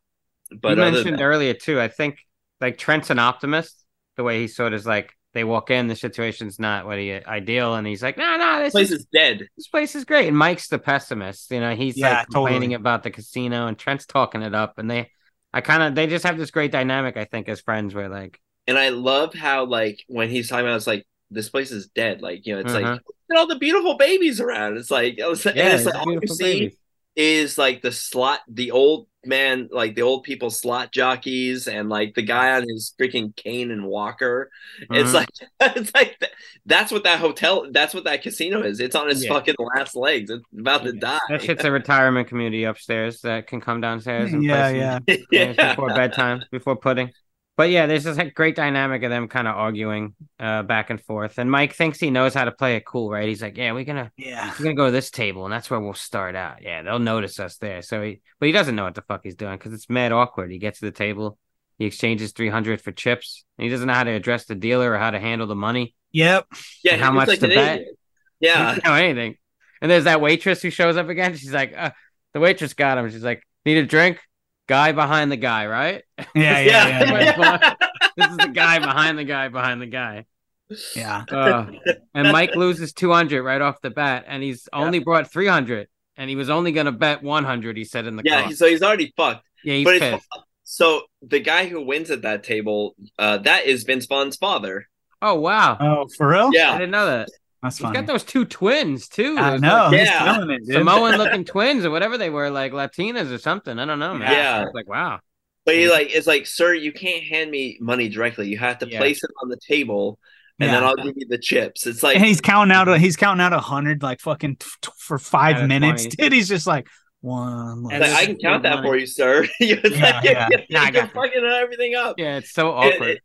[SPEAKER 6] you
[SPEAKER 10] but other
[SPEAKER 6] mentioned
[SPEAKER 10] than-
[SPEAKER 6] earlier too. I think like Trent's an optimist. The way he sort of is like they walk in, the situation's not what he ideal, and he's like, no, no, this
[SPEAKER 10] this place
[SPEAKER 6] is
[SPEAKER 10] is dead.
[SPEAKER 6] this place is great. And Mike's the pessimist. You know, he's
[SPEAKER 11] Yeah,
[SPEAKER 6] like complaining
[SPEAKER 11] totally.
[SPEAKER 6] about the casino and Trent's talking it up. And they, I kind of, they just have this great dynamic, I think, as friends where like,
[SPEAKER 10] And I love how like when he's talking about it's like this place is dead. Like you know, it's
[SPEAKER 6] Uh-huh.
[SPEAKER 10] like look at all the beautiful babies around. It's like I was, and
[SPEAKER 6] yeah,
[SPEAKER 10] it's like all you
[SPEAKER 6] beautiful
[SPEAKER 10] see
[SPEAKER 6] babies.
[SPEAKER 10] is like the slot, the old man, like the old people slot jockeys, and like the guy on his freaking cane and walker. It's
[SPEAKER 6] Mhm.
[SPEAKER 10] like it's like th- that's what that hotel, that's what that casino is. It's on its
[SPEAKER 6] Yeah.
[SPEAKER 10] fucking last legs. It's about to die.
[SPEAKER 6] that shit's a retirement community upstairs that can come downstairs and
[SPEAKER 11] Yeah,
[SPEAKER 6] play some
[SPEAKER 11] yeah.
[SPEAKER 6] games
[SPEAKER 10] Yeah.
[SPEAKER 6] before bedtime, before pudding. But yeah, there's this like, great dynamic of them kind of arguing uh, back and forth. And Mike thinks he knows how to play it cool, right? He's like, yeah, we're gonna
[SPEAKER 11] Yeah.
[SPEAKER 6] we're gonna go to this table, and that's where we'll start out. Yeah, they'll notice us there. So he, but he doesn't know what the fuck he's doing because it's mad awkward. He gets to the table, he exchanges three hundred for chips, and he doesn't know how to address the dealer or how to handle the money.
[SPEAKER 11] Yep.
[SPEAKER 10] Yeah,
[SPEAKER 6] How
[SPEAKER 10] it's
[SPEAKER 6] much to
[SPEAKER 10] an
[SPEAKER 6] bet?
[SPEAKER 10] idiot.
[SPEAKER 6] He
[SPEAKER 10] Yeah,
[SPEAKER 6] doesn't know anything. And there's that waitress who shows up again. She's like, uh, the waitress got him. She's like, need a drink. Guy behind the guy, right?
[SPEAKER 11] Yeah, yeah, yeah. yeah.
[SPEAKER 6] this is the guy behind the guy behind the guy.
[SPEAKER 11] yeah.
[SPEAKER 6] Uh, and Mike loses 200 right off the bat, and he's only brought 300, and he was only going to bet 100. He said in the
[SPEAKER 10] yeah.
[SPEAKER 6] car.
[SPEAKER 10] he- So he's already fucked.
[SPEAKER 6] yeah, he's
[SPEAKER 10] but it's-
[SPEAKER 6] pissed.
[SPEAKER 10] So the guy who wins at that table, uh, that is Vince Vaughn's father.
[SPEAKER 6] Oh wow,
[SPEAKER 11] Oh, for real?
[SPEAKER 6] I
[SPEAKER 10] Yeah,
[SPEAKER 6] didn't know that.
[SPEAKER 11] That's
[SPEAKER 6] He's
[SPEAKER 11] funny.
[SPEAKER 6] got those two twins too.
[SPEAKER 11] I
[SPEAKER 6] Those,
[SPEAKER 11] know.
[SPEAKER 6] like,
[SPEAKER 11] he's
[SPEAKER 10] Yeah.
[SPEAKER 11] killing it, dude.
[SPEAKER 6] Samoan-looking twins or whatever they were, like Latinas or something. I don't know, man.
[SPEAKER 10] Yeah.
[SPEAKER 6] It's like wow.
[SPEAKER 10] but he like it's like, sir, you can't hand me money directly. You have to
[SPEAKER 6] Yeah.
[SPEAKER 10] place it on the table. and then I'll give you the chips. It's like
[SPEAKER 11] and he's counting out. A, he's counting out a hundred, like fucking t- t- for five
[SPEAKER 10] Out of
[SPEAKER 11] minutes.
[SPEAKER 10] 20.
[SPEAKER 11] Dude, he's just like one.
[SPEAKER 10] It's like, I can count that for you, sir. it's
[SPEAKER 11] Yeah,
[SPEAKER 10] like,
[SPEAKER 11] yeah.
[SPEAKER 10] you
[SPEAKER 11] Nah, I
[SPEAKER 10] can
[SPEAKER 11] got
[SPEAKER 10] fucking everything up.
[SPEAKER 6] Yeah, it's so
[SPEAKER 10] awkward.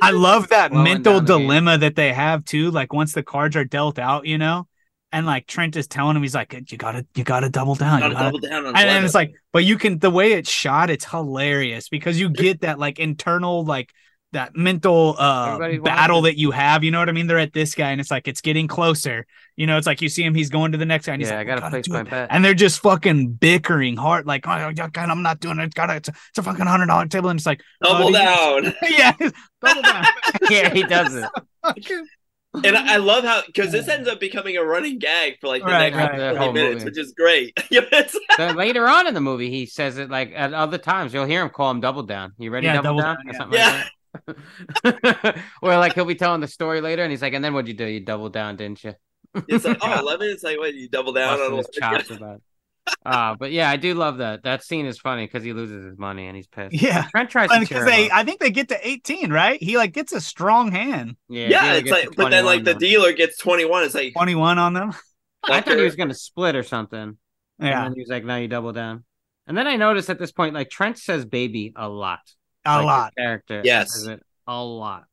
[SPEAKER 11] I love that
[SPEAKER 10] Slowing
[SPEAKER 11] mental
[SPEAKER 10] down the game.
[SPEAKER 11] dilemma that they have too. Like once the cards are dealt out, you know, and like Trent is telling him, he's like, "You gotta, you gotta double down, you
[SPEAKER 10] Gotta
[SPEAKER 11] gotta-"
[SPEAKER 10] double down on
[SPEAKER 11] And then it's
[SPEAKER 10] Clever.
[SPEAKER 11] like, but you can the way it's shot, it's hilarious because you get that like internal like that mental uh
[SPEAKER 6] Everybody wants
[SPEAKER 11] battle that you have. You know what I mean? They're at this guy, and it's like it's getting closer. You know, it's like you see him, he's going to the next guy, and he's
[SPEAKER 6] Yeah,
[SPEAKER 11] like,
[SPEAKER 6] I
[SPEAKER 11] "We
[SPEAKER 6] gotta
[SPEAKER 11] gotta
[SPEAKER 6] place
[SPEAKER 11] do
[SPEAKER 6] my
[SPEAKER 11] it."
[SPEAKER 6] bet.
[SPEAKER 11] And they're just fucking bickering hard, like, oh, God, I'm not doing it. It's Gotta, it's, a- it's a fucking hundred dollar table, and it's like
[SPEAKER 10] Double
[SPEAKER 11] "Oh,
[SPEAKER 10] down.
[SPEAKER 11] yeah, double down.
[SPEAKER 6] yeah, he does it.
[SPEAKER 10] And I I love how because this ends up becoming a running gag for like the
[SPEAKER 6] Right,
[SPEAKER 10] next
[SPEAKER 6] right, the
[SPEAKER 10] 20
[SPEAKER 6] whole movie.
[SPEAKER 10] minutes, which is great.
[SPEAKER 6] But later on in the movie, he says it like at other times. You'll hear him call him double down. You ready,
[SPEAKER 11] Yeah,
[SPEAKER 6] double,
[SPEAKER 11] double
[SPEAKER 6] down?
[SPEAKER 11] down,
[SPEAKER 6] Or
[SPEAKER 11] yeah.
[SPEAKER 6] something like that. or like he'll be telling the story later, and he's like, "And then what'd you do? You double down, didn't you?"
[SPEAKER 10] It's like, oh, 11. It's like, what, you double down
[SPEAKER 6] Busting
[SPEAKER 10] on
[SPEAKER 6] his
[SPEAKER 10] 11?
[SPEAKER 6] chops about. it. Uh, but yeah, I do love that. That scene is funny because he loses his money and he's pissed.
[SPEAKER 11] Yeah.
[SPEAKER 6] Trent tries to cheer
[SPEAKER 11] because they,
[SPEAKER 6] him up.
[SPEAKER 11] I think they get to 18, right? He like gets a strong hand.
[SPEAKER 6] Yeah,
[SPEAKER 10] Yeah,
[SPEAKER 6] Dealer
[SPEAKER 10] it's
[SPEAKER 6] gets
[SPEAKER 10] like,
[SPEAKER 6] to
[SPEAKER 10] but then like the
[SPEAKER 6] 21
[SPEAKER 10] dealer gets 21. It's like,
[SPEAKER 11] 21 on them.
[SPEAKER 6] I thought he
[SPEAKER 10] fucker.
[SPEAKER 6] was gonna split or something.
[SPEAKER 11] Yeah.
[SPEAKER 6] and then he was like, "No, you double down." And then I noticed at this point, like Trent says "baby" a lot,
[SPEAKER 11] A
[SPEAKER 6] Like, his
[SPEAKER 11] lot.
[SPEAKER 6] character,
[SPEAKER 10] Yes.
[SPEAKER 6] says it a lot.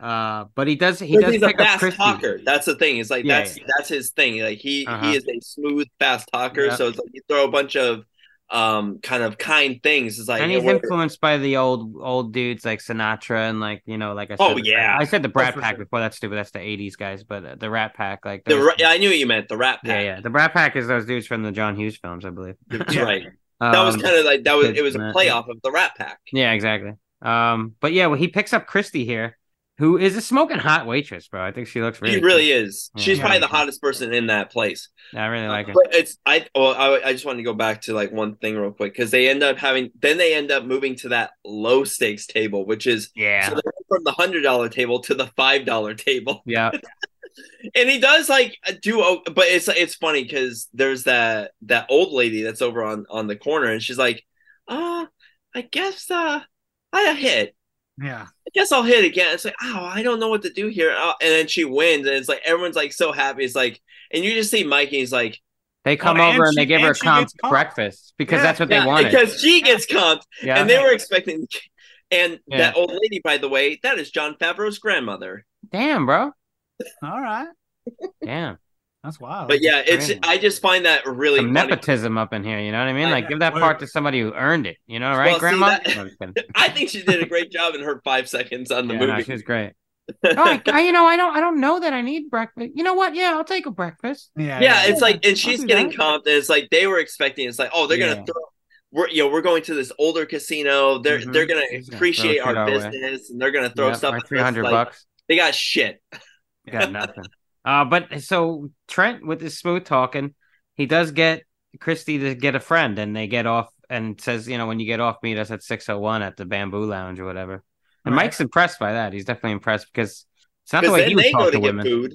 [SPEAKER 6] Uh, but he does. He
[SPEAKER 10] Because
[SPEAKER 6] does
[SPEAKER 10] he's a
[SPEAKER 6] pick up
[SPEAKER 10] fast
[SPEAKER 6] Christie.
[SPEAKER 10] talker. That's the thing. It's like
[SPEAKER 6] Yeah,
[SPEAKER 10] that's that's his thing. Like he
[SPEAKER 6] Uh-huh.
[SPEAKER 10] he is a smooth, fast talker.
[SPEAKER 6] Yeah.
[SPEAKER 10] So it's like you throw a bunch of um kind of kind things. It's like
[SPEAKER 6] and
[SPEAKER 10] it
[SPEAKER 6] he's
[SPEAKER 10] works.
[SPEAKER 6] influenced by the old old dudes like Sinatra and like you know like I said
[SPEAKER 10] Oh,
[SPEAKER 6] the-
[SPEAKER 10] yeah.
[SPEAKER 6] I said the
[SPEAKER 10] Oh,
[SPEAKER 6] Brat
[SPEAKER 10] for
[SPEAKER 6] Pack
[SPEAKER 10] sure.
[SPEAKER 6] before that's stupid that's the '80s guys but uh, the Rat Pack like
[SPEAKER 10] the,
[SPEAKER 6] those-
[SPEAKER 10] ra- I knew what you meant the rap
[SPEAKER 6] yeah
[SPEAKER 10] pack.
[SPEAKER 6] yeah the Brat Pack is those dudes from the John Hughes films I believe
[SPEAKER 10] That's right. That was
[SPEAKER 6] Um,
[SPEAKER 10] kind of like that was
[SPEAKER 6] kids
[SPEAKER 10] it was a
[SPEAKER 6] and that, yeah.
[SPEAKER 10] playoff of the Rat Pack.
[SPEAKER 6] Yeah, exactly. Um, but yeah, well, he picks up Christy here, who is a smoking hot waitress, bro. I think she looks really.
[SPEAKER 10] He really
[SPEAKER 6] cool.
[SPEAKER 10] is.
[SPEAKER 6] Yeah.
[SPEAKER 10] She's probably the hottest person in that place.
[SPEAKER 6] Yeah, I really like her.
[SPEAKER 10] But it's I well I, I just wanted to go back to like one thing real quick because they end up having then they end up moving to that low stakes table which is
[SPEAKER 6] Yeah.
[SPEAKER 10] so they went from the hundred dollar table to the five dollar table
[SPEAKER 6] Yeah,
[SPEAKER 10] and he does like do oh, but it's it's funny because there's that that old lady that's over on on the corner and she's like uh I guess uh I hit
[SPEAKER 11] Yeah.
[SPEAKER 10] I guess I'll hit again. It's like, oh, I don't know what to do here. Uh, and then she wins, and it's like everyone's like so happy. It's like, and you just see Mikey. He's like,
[SPEAKER 6] they come
[SPEAKER 11] and
[SPEAKER 6] over and
[SPEAKER 11] she-
[SPEAKER 6] they give her a
[SPEAKER 11] and she
[SPEAKER 6] comp
[SPEAKER 11] gets comped.
[SPEAKER 6] breakfast because
[SPEAKER 11] Yeah,
[SPEAKER 6] that's what
[SPEAKER 10] yeah,
[SPEAKER 6] they wanted.
[SPEAKER 10] because she gets comped,
[SPEAKER 6] yeah,
[SPEAKER 10] and they were expecting. And
[SPEAKER 6] Yeah.
[SPEAKER 10] that old lady, by the way, that is John Favreau's grandmother.
[SPEAKER 6] damn, bro,
[SPEAKER 11] All right.
[SPEAKER 6] damn,
[SPEAKER 11] That's wild.
[SPEAKER 10] But yeah, it's
[SPEAKER 6] Grandmother.
[SPEAKER 10] I just find that really
[SPEAKER 6] Oh, some
[SPEAKER 10] funny.
[SPEAKER 6] nepotism up in here. You know what I mean?
[SPEAKER 10] I
[SPEAKER 6] Like,
[SPEAKER 10] know,
[SPEAKER 6] give that
[SPEAKER 11] word.
[SPEAKER 6] part to somebody who earned it. You know,
[SPEAKER 10] Well,
[SPEAKER 6] right,
[SPEAKER 10] see,
[SPEAKER 6] Grandma?
[SPEAKER 10] that-
[SPEAKER 6] No, I'm just kidding.
[SPEAKER 10] I think she did a great job in her five seconds on the
[SPEAKER 6] yeah, no,
[SPEAKER 10] movie.
[SPEAKER 6] she was great. Oh, I, I, you know, I don't, I don't know that I need breakfast. You know what? Yeah, I'll take a breakfast.
[SPEAKER 11] yeah.
[SPEAKER 10] yeah, it's like, and
[SPEAKER 6] I'll
[SPEAKER 10] she's
[SPEAKER 6] do
[SPEAKER 10] getting
[SPEAKER 6] that.
[SPEAKER 10] comped, and it's like they were expecting. It's like, oh, they're
[SPEAKER 6] Yeah.
[SPEAKER 10] gonna throw. We're you know we're going to this older casino. They're
[SPEAKER 6] Mhm.
[SPEAKER 10] they're gonna
[SPEAKER 6] She's gonna throw
[SPEAKER 10] appreciate
[SPEAKER 6] shit
[SPEAKER 10] our
[SPEAKER 6] our way.
[SPEAKER 10] business, and they're gonna throw
[SPEAKER 6] Yeah,
[SPEAKER 10] stuff.
[SPEAKER 6] my
[SPEAKER 10] at us,
[SPEAKER 6] three hundred
[SPEAKER 10] like,
[SPEAKER 6] bucks.
[SPEAKER 10] They got shit.
[SPEAKER 6] got nothing. Uh, but so Trent with his smooth talking, he does get Christy to get a friend, and they get off and says, you know, when you get off, meet us at six oh one at the Bamboo Lounge or whatever. And
[SPEAKER 11] Right.
[SPEAKER 6] Mike's impressed by that. He's definitely impressed because it's not the
[SPEAKER 10] Because
[SPEAKER 6] way he
[SPEAKER 10] then
[SPEAKER 6] would
[SPEAKER 10] they
[SPEAKER 6] talk
[SPEAKER 10] go
[SPEAKER 6] to
[SPEAKER 10] to get
[SPEAKER 6] women.
[SPEAKER 10] food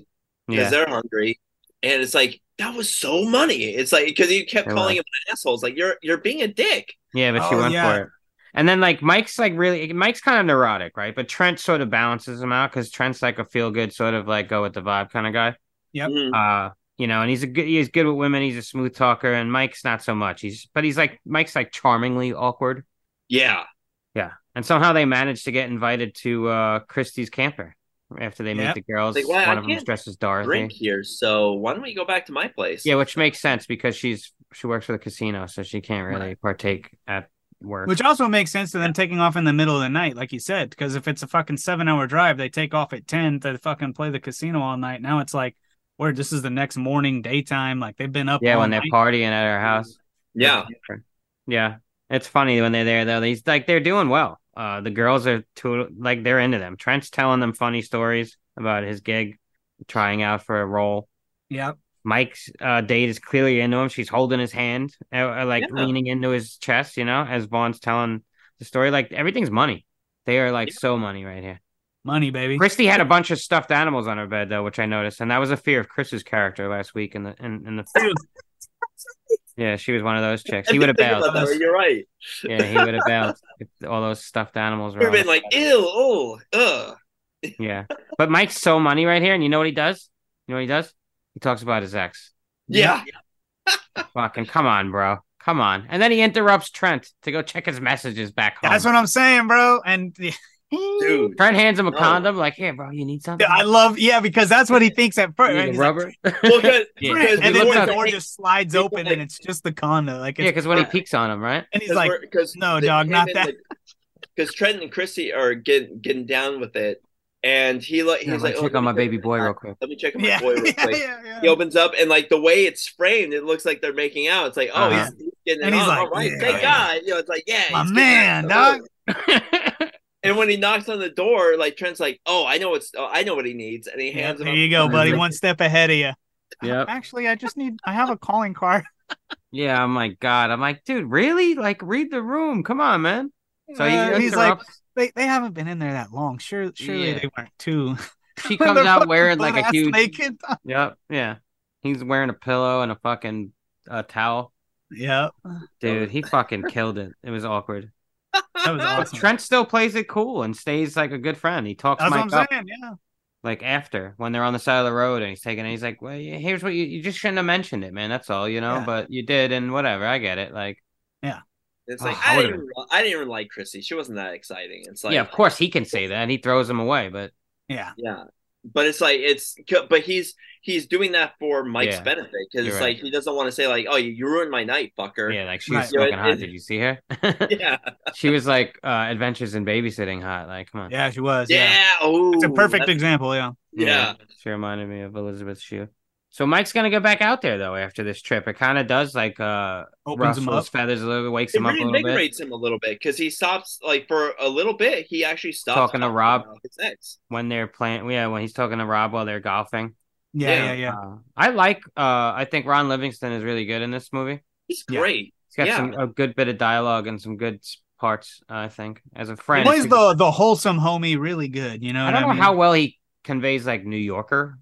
[SPEAKER 10] because
[SPEAKER 6] yeah,
[SPEAKER 10] they're hungry, and it's like that was so money. It's like because you kept
[SPEAKER 6] They
[SPEAKER 10] calling
[SPEAKER 6] were.
[SPEAKER 10] him an asshole. It's like you're you're being a dick.
[SPEAKER 6] yeah, but she
[SPEAKER 11] Oh,
[SPEAKER 6] went
[SPEAKER 11] yeah.
[SPEAKER 6] for it. And then like Mike's like really Mike's kind of neurotic, right? But Trent sort of balances him out because Trent's like a feel good sort of like go with the vibe kind of guy.
[SPEAKER 11] Yep.
[SPEAKER 10] Mhm.
[SPEAKER 6] uh you know and he's a good he's good with women he's a smooth talker and mike's not so much he's but he's like mike's like charmingly awkward
[SPEAKER 10] Yeah,
[SPEAKER 6] yeah and somehow they managed to get invited to uh christie's camper after they meet
[SPEAKER 11] Yep.
[SPEAKER 6] the girls
[SPEAKER 10] Like, why- I
[SPEAKER 6] one of them
[SPEAKER 10] can't
[SPEAKER 6] dresses dorothy
[SPEAKER 10] drink here. So why don't we go back to my place?
[SPEAKER 6] yeah which makes sense because she's she works for the casino so she can't really partake at work
[SPEAKER 11] Which also makes sense to them taking off in the middle of the night, like you said, because if it's a fucking seven hour drive, they take off at 10 to fucking play the casino all night. Now it's like, where this is the next morning, daytime. Like they've been up.
[SPEAKER 6] yeah
[SPEAKER 11] all
[SPEAKER 6] when they're
[SPEAKER 11] night.
[SPEAKER 6] partying at her house
[SPEAKER 10] yeah.
[SPEAKER 6] yeah it's funny when they're there though these like they're doing well uh the girls are too like they're into them trent's telling them funny stories about his gig trying out for a role
[SPEAKER 11] Yep.
[SPEAKER 6] Mike's uh, date is clearly into him. She's holding his hand, uh, uh, like
[SPEAKER 10] Yeah.
[SPEAKER 6] leaning into his chest, you know, as Vaughn's telling the story. Like everything's money. They are like so money right here.
[SPEAKER 11] Money, baby.
[SPEAKER 6] Christy had a bunch of stuffed animals on her bed though, which I noticed, and that was a fear of Chris's character last week in the in, in the. yeah, she was one of those chicks.
[SPEAKER 10] I
[SPEAKER 6] He would have
[SPEAKER 10] didn't think
[SPEAKER 6] bailed.
[SPEAKER 10] about that, but You're right.
[SPEAKER 6] Yeah, he would have bailed if all those stuffed animals
[SPEAKER 10] We've
[SPEAKER 6] were.
[SPEAKER 10] been like, ew, oh, ugh.
[SPEAKER 6] yeah. But Mike's so money right here, and you know what he does? You know what he does? He talks about his ex.
[SPEAKER 10] Yeah.
[SPEAKER 6] Fucking come on, bro. Come on. And then he interrupts Trent to go check his messages back home.
[SPEAKER 11] That's what I'm saying, bro. And
[SPEAKER 10] Dude.
[SPEAKER 6] Trent hands him a condom, like, "Here, bro, you need something."
[SPEAKER 11] I love, Oh. yeah, because that's what he thinks at first.
[SPEAKER 6] You need
[SPEAKER 11] right? He's like,
[SPEAKER 6] rubber.
[SPEAKER 10] Well, 'cause-
[SPEAKER 6] Yeah.
[SPEAKER 10] because
[SPEAKER 11] and
[SPEAKER 10] we
[SPEAKER 11] then
[SPEAKER 10] looked
[SPEAKER 11] the
[SPEAKER 10] up-
[SPEAKER 11] door just slides open and it's just the condom. Like,
[SPEAKER 6] yeah,
[SPEAKER 11] it's,
[SPEAKER 6] because when he peeks on him, right?
[SPEAKER 11] and he's like, "No, dog, not that."
[SPEAKER 10] Because Trent and Chrissy are getting getting down with it, and he like
[SPEAKER 6] Yeah,
[SPEAKER 10] he's
[SPEAKER 6] let me
[SPEAKER 10] like, oh,
[SPEAKER 6] check
[SPEAKER 10] let
[SPEAKER 6] on
[SPEAKER 10] me
[SPEAKER 6] my
[SPEAKER 10] check-
[SPEAKER 6] baby boy real quick.
[SPEAKER 10] Let me check on my
[SPEAKER 11] yeah,
[SPEAKER 10] boy real
[SPEAKER 11] yeah,
[SPEAKER 10] quick.
[SPEAKER 11] yeah, yeah.
[SPEAKER 10] He opens up and like the way it's framed, it looks like they're making out. It's like, oh,
[SPEAKER 6] Uh-huh.
[SPEAKER 10] he's, he's getting
[SPEAKER 11] And
[SPEAKER 10] it
[SPEAKER 11] he's
[SPEAKER 10] on.
[SPEAKER 11] like,
[SPEAKER 10] All right,
[SPEAKER 11] yeah.
[SPEAKER 10] thank God. You know, it's like, yeah,
[SPEAKER 11] My
[SPEAKER 10] he's getting
[SPEAKER 11] man,
[SPEAKER 10] it.
[SPEAKER 11] dog.
[SPEAKER 10] And when he knocks on the door, like Trent's like, oh, I know what's, oh, I know what he needs, and he
[SPEAKER 11] Yeah,
[SPEAKER 10] hands him.
[SPEAKER 11] there
[SPEAKER 10] a-
[SPEAKER 11] you go, buddy. One step ahead of you.
[SPEAKER 6] yep.
[SPEAKER 11] Actually, I just need. I have a calling card.
[SPEAKER 6] Yeah, I'm like, God, I'm like, dude, really? Like, read the room. Come on, man. So he
[SPEAKER 11] Uh, he's like,
[SPEAKER 6] interrupts.
[SPEAKER 11] they, they haven't been in there that long. Sure, surely
[SPEAKER 6] Yeah.
[SPEAKER 11] they weren't too.
[SPEAKER 6] she comes out wearing like a huge.
[SPEAKER 11] Naked.
[SPEAKER 6] Yep. Yeah. He's wearing a pillow and a fucking uh, towel.
[SPEAKER 11] Yeah,
[SPEAKER 6] Dude, he fucking killed it. It was awkward.
[SPEAKER 11] that was
[SPEAKER 6] But
[SPEAKER 11] awesome.
[SPEAKER 6] Trent still plays it cool and stays like a good friend. He talks
[SPEAKER 11] That's what
[SPEAKER 6] Mike
[SPEAKER 11] I'm
[SPEAKER 6] up
[SPEAKER 11] saying. Yeah,
[SPEAKER 6] like after when they're on the side of the road and he's taking it. He's like, well, yeah, here's what you, you just shouldn't have mentioned it, man. That's all, you know.
[SPEAKER 11] Yeah.
[SPEAKER 6] But you did, and whatever. I get it. Like,
[SPEAKER 10] It's
[SPEAKER 6] Oh,
[SPEAKER 10] like
[SPEAKER 6] I
[SPEAKER 10] I,
[SPEAKER 6] would've
[SPEAKER 10] didn't even, I didn't even like Chrissy. She wasn't that exciting. It's like
[SPEAKER 6] yeah, of course he can say that. And he throws him away, but
[SPEAKER 11] yeah.
[SPEAKER 10] Yeah, but it's like it's but he's he's doing that for Mike's
[SPEAKER 6] Yeah,
[SPEAKER 10] benefit because
[SPEAKER 6] you're
[SPEAKER 10] it's
[SPEAKER 6] right.
[SPEAKER 10] like he doesn't want to say like, "Oh, you, you ruined my night, fucker."
[SPEAKER 6] yeah, like she's
[SPEAKER 11] Right.
[SPEAKER 6] fucking
[SPEAKER 10] Yeah, it-
[SPEAKER 6] hot.
[SPEAKER 10] it-
[SPEAKER 6] Did you see her?
[SPEAKER 10] yeah,
[SPEAKER 6] she was like uh, Adventures in Babysitting hot. Like, come on.
[SPEAKER 11] Yeah, she was. Yeah.
[SPEAKER 10] yeah. Oh,
[SPEAKER 11] It's a perfect
[SPEAKER 10] that's-
[SPEAKER 11] example. Yeah.
[SPEAKER 10] Yeah,
[SPEAKER 6] She reminded me of Elizabeth Shue. So Mike's gonna go back out there though after this trip. It kind of does like uh
[SPEAKER 11] Opens them up.
[SPEAKER 6] ruffles feathers a little bit, wakes
[SPEAKER 10] it
[SPEAKER 6] him up a little bit.
[SPEAKER 10] reinvigorates him a little bit because he stops like for a little bit. He actually stops
[SPEAKER 6] Talking to Rob.
[SPEAKER 10] about his ex.
[SPEAKER 6] when they're playing yeah when he's talking to rob while they're golfing
[SPEAKER 11] Yeah,
[SPEAKER 10] Yeah.
[SPEAKER 11] yeah, yeah.
[SPEAKER 6] uh, i like uh i think ron livingston is really good in this movie
[SPEAKER 10] He's
[SPEAKER 11] Yeah.
[SPEAKER 10] great.
[SPEAKER 6] he's got
[SPEAKER 10] Yeah.
[SPEAKER 6] some a good bit of dialogue and some good s- parts i think as a
[SPEAKER 11] He
[SPEAKER 6] friend
[SPEAKER 11] plays the the wholesome homie really good. You know.
[SPEAKER 6] i
[SPEAKER 11] what
[SPEAKER 6] don't know
[SPEAKER 11] mean?
[SPEAKER 6] how well he conveys like new yorker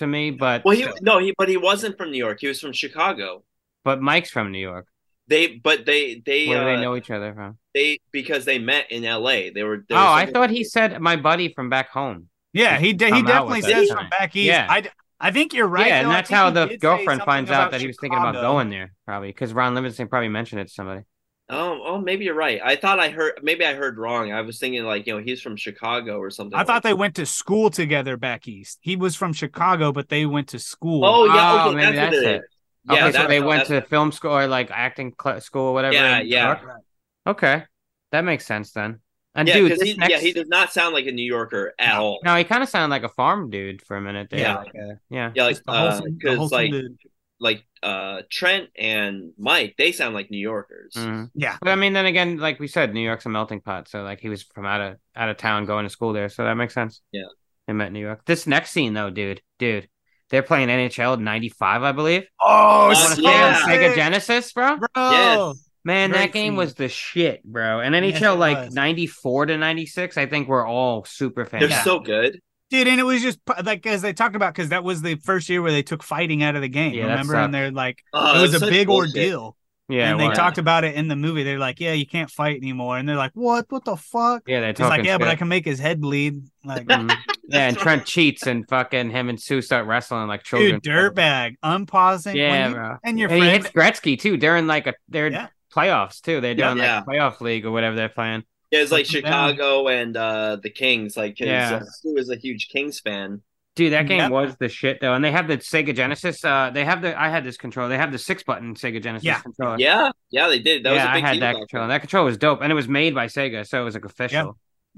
[SPEAKER 6] to me but
[SPEAKER 10] Well, he no, he but he wasn't from New York. He was from Chicago.
[SPEAKER 6] but mike's from new york
[SPEAKER 10] They but they they
[SPEAKER 6] where do
[SPEAKER 10] uh,
[SPEAKER 6] they know each other from
[SPEAKER 10] they because they met in L.A. They were.
[SPEAKER 6] oh i thought he said my buddy from back home
[SPEAKER 11] Yeah, he de- he
[SPEAKER 6] come out
[SPEAKER 11] definitely
[SPEAKER 6] with that
[SPEAKER 11] says
[SPEAKER 6] tonight.
[SPEAKER 11] from back east.
[SPEAKER 6] Yeah.
[SPEAKER 11] I, d- I think you're right.
[SPEAKER 6] yeah and
[SPEAKER 11] though. I
[SPEAKER 6] that's
[SPEAKER 11] think
[SPEAKER 6] how
[SPEAKER 11] he
[SPEAKER 6] the
[SPEAKER 11] did say
[SPEAKER 6] girlfriend
[SPEAKER 11] something
[SPEAKER 6] finds out
[SPEAKER 11] about
[SPEAKER 6] that he was thinking about
[SPEAKER 11] Chicago.
[SPEAKER 6] going there probably because ron livingston probably mentioned it to somebody
[SPEAKER 10] Oh, oh, maybe you're right. I thought I heard. Maybe I heard wrong. I was thinking like you know he's from Chicago or something.
[SPEAKER 11] I
[SPEAKER 10] like
[SPEAKER 11] thought they
[SPEAKER 10] that.
[SPEAKER 11] went to school together back east. He was from Chicago, but they went to school.
[SPEAKER 10] Oh yeah,
[SPEAKER 6] Oh,
[SPEAKER 10] okay,
[SPEAKER 6] maybe
[SPEAKER 10] that's,
[SPEAKER 6] that's
[SPEAKER 10] what
[SPEAKER 6] it.
[SPEAKER 10] it. is. Yeah,
[SPEAKER 6] okay, so
[SPEAKER 10] that's-
[SPEAKER 6] they went
[SPEAKER 10] that's-
[SPEAKER 6] to film school or like acting cl- school, whatever.
[SPEAKER 10] Yeah,
[SPEAKER 6] in New
[SPEAKER 10] yeah.
[SPEAKER 6] York? Okay, that makes sense then. And
[SPEAKER 10] yeah,
[SPEAKER 6] dude,
[SPEAKER 10] 'cause
[SPEAKER 6] this
[SPEAKER 10] he,
[SPEAKER 6] next,
[SPEAKER 10] yeah, he does not sound like a New Yorker at all.
[SPEAKER 6] no, he kind of sounded like a farm dude for a minute there.
[SPEAKER 10] Yeah.
[SPEAKER 6] like, uh, yeah,
[SPEAKER 10] Yeah, like
[SPEAKER 11] Just the
[SPEAKER 10] because
[SPEAKER 11] wholesome- the wholesome
[SPEAKER 10] like
[SPEAKER 11] dude.
[SPEAKER 10] like uh Trent and Mike, they sound like New Yorkers.
[SPEAKER 6] Mhm.
[SPEAKER 11] Yeah.
[SPEAKER 6] But I mean, then again, like we said, New York's a melting pot, so like he was from out of out of town, going to school there, so that makes sense.
[SPEAKER 10] Yeah.
[SPEAKER 6] they met in New York. This next scene though, dude, dude, they're playing NHL '95, I believe.
[SPEAKER 11] Oh,
[SPEAKER 10] Oh,
[SPEAKER 11] so
[SPEAKER 10] yeah.
[SPEAKER 11] sick,
[SPEAKER 6] Sega Genesis, bro.
[SPEAKER 11] bro.
[SPEAKER 10] Yes.
[SPEAKER 6] Man,
[SPEAKER 11] Great
[SPEAKER 6] that game
[SPEAKER 11] scene.
[SPEAKER 6] was the shit, bro. And NHL
[SPEAKER 11] Yes, it
[SPEAKER 6] like
[SPEAKER 11] was.
[SPEAKER 6] 94 to 96, I think we're all super fans.
[SPEAKER 10] They're so good.
[SPEAKER 11] Dude, and it was just p- like as they talked about because that was the first year where they took fighting out of the game.
[SPEAKER 6] Yeah, that
[SPEAKER 11] remember?
[SPEAKER 6] sucked.
[SPEAKER 11] And they're like,
[SPEAKER 10] Oh,
[SPEAKER 11] it was a
[SPEAKER 10] such
[SPEAKER 11] big
[SPEAKER 10] bullshit.
[SPEAKER 11] ordeal.
[SPEAKER 6] yeah,
[SPEAKER 11] and
[SPEAKER 6] it
[SPEAKER 11] they
[SPEAKER 6] was.
[SPEAKER 11] talked about it in the movie. They're like, yeah, you can't fight anymore. And they're like, what? What the fuck?
[SPEAKER 6] Yeah, they're
[SPEAKER 11] He's
[SPEAKER 6] talking.
[SPEAKER 11] like, yeah, but I
[SPEAKER 6] shit.
[SPEAKER 11] can make his head bleed. Like,
[SPEAKER 6] Mhm. yeah, and Trent cheats and fucking him and Sue start wrestling like children.
[SPEAKER 11] dude, dirtbag, unpausing.
[SPEAKER 6] Yeah,
[SPEAKER 11] when you-
[SPEAKER 6] bro.
[SPEAKER 11] And your
[SPEAKER 6] And he
[SPEAKER 11] friend,
[SPEAKER 6] hits Gretzky too during like a their
[SPEAKER 11] Yeah.
[SPEAKER 6] playoffs too. They're
[SPEAKER 11] Yeah.
[SPEAKER 6] doing
[SPEAKER 10] Yeah.
[SPEAKER 6] like playoff league or whatever they're playing.
[SPEAKER 10] Yeah, it's like
[SPEAKER 11] Put them down.
[SPEAKER 10] Chicago and uh the Kings. Like, 'cause,
[SPEAKER 6] Yeah.
[SPEAKER 10] uh, Sue is a huge Kings fan.
[SPEAKER 6] Dude, that game
[SPEAKER 11] Yep.
[SPEAKER 6] was the shit though. And they have the Sega Genesis. Uh, they have the I had this controller. They have the six button Sega Genesis
[SPEAKER 11] Yeah.
[SPEAKER 6] controller.
[SPEAKER 10] Yeah, yeah, they did. That was
[SPEAKER 6] yeah,
[SPEAKER 10] a
[SPEAKER 6] I
[SPEAKER 10] big
[SPEAKER 6] had
[SPEAKER 10] deal
[SPEAKER 6] that
[SPEAKER 10] back
[SPEAKER 6] controller.
[SPEAKER 10] then.
[SPEAKER 6] That controller was dope, and it was made by Sega, so it was like official.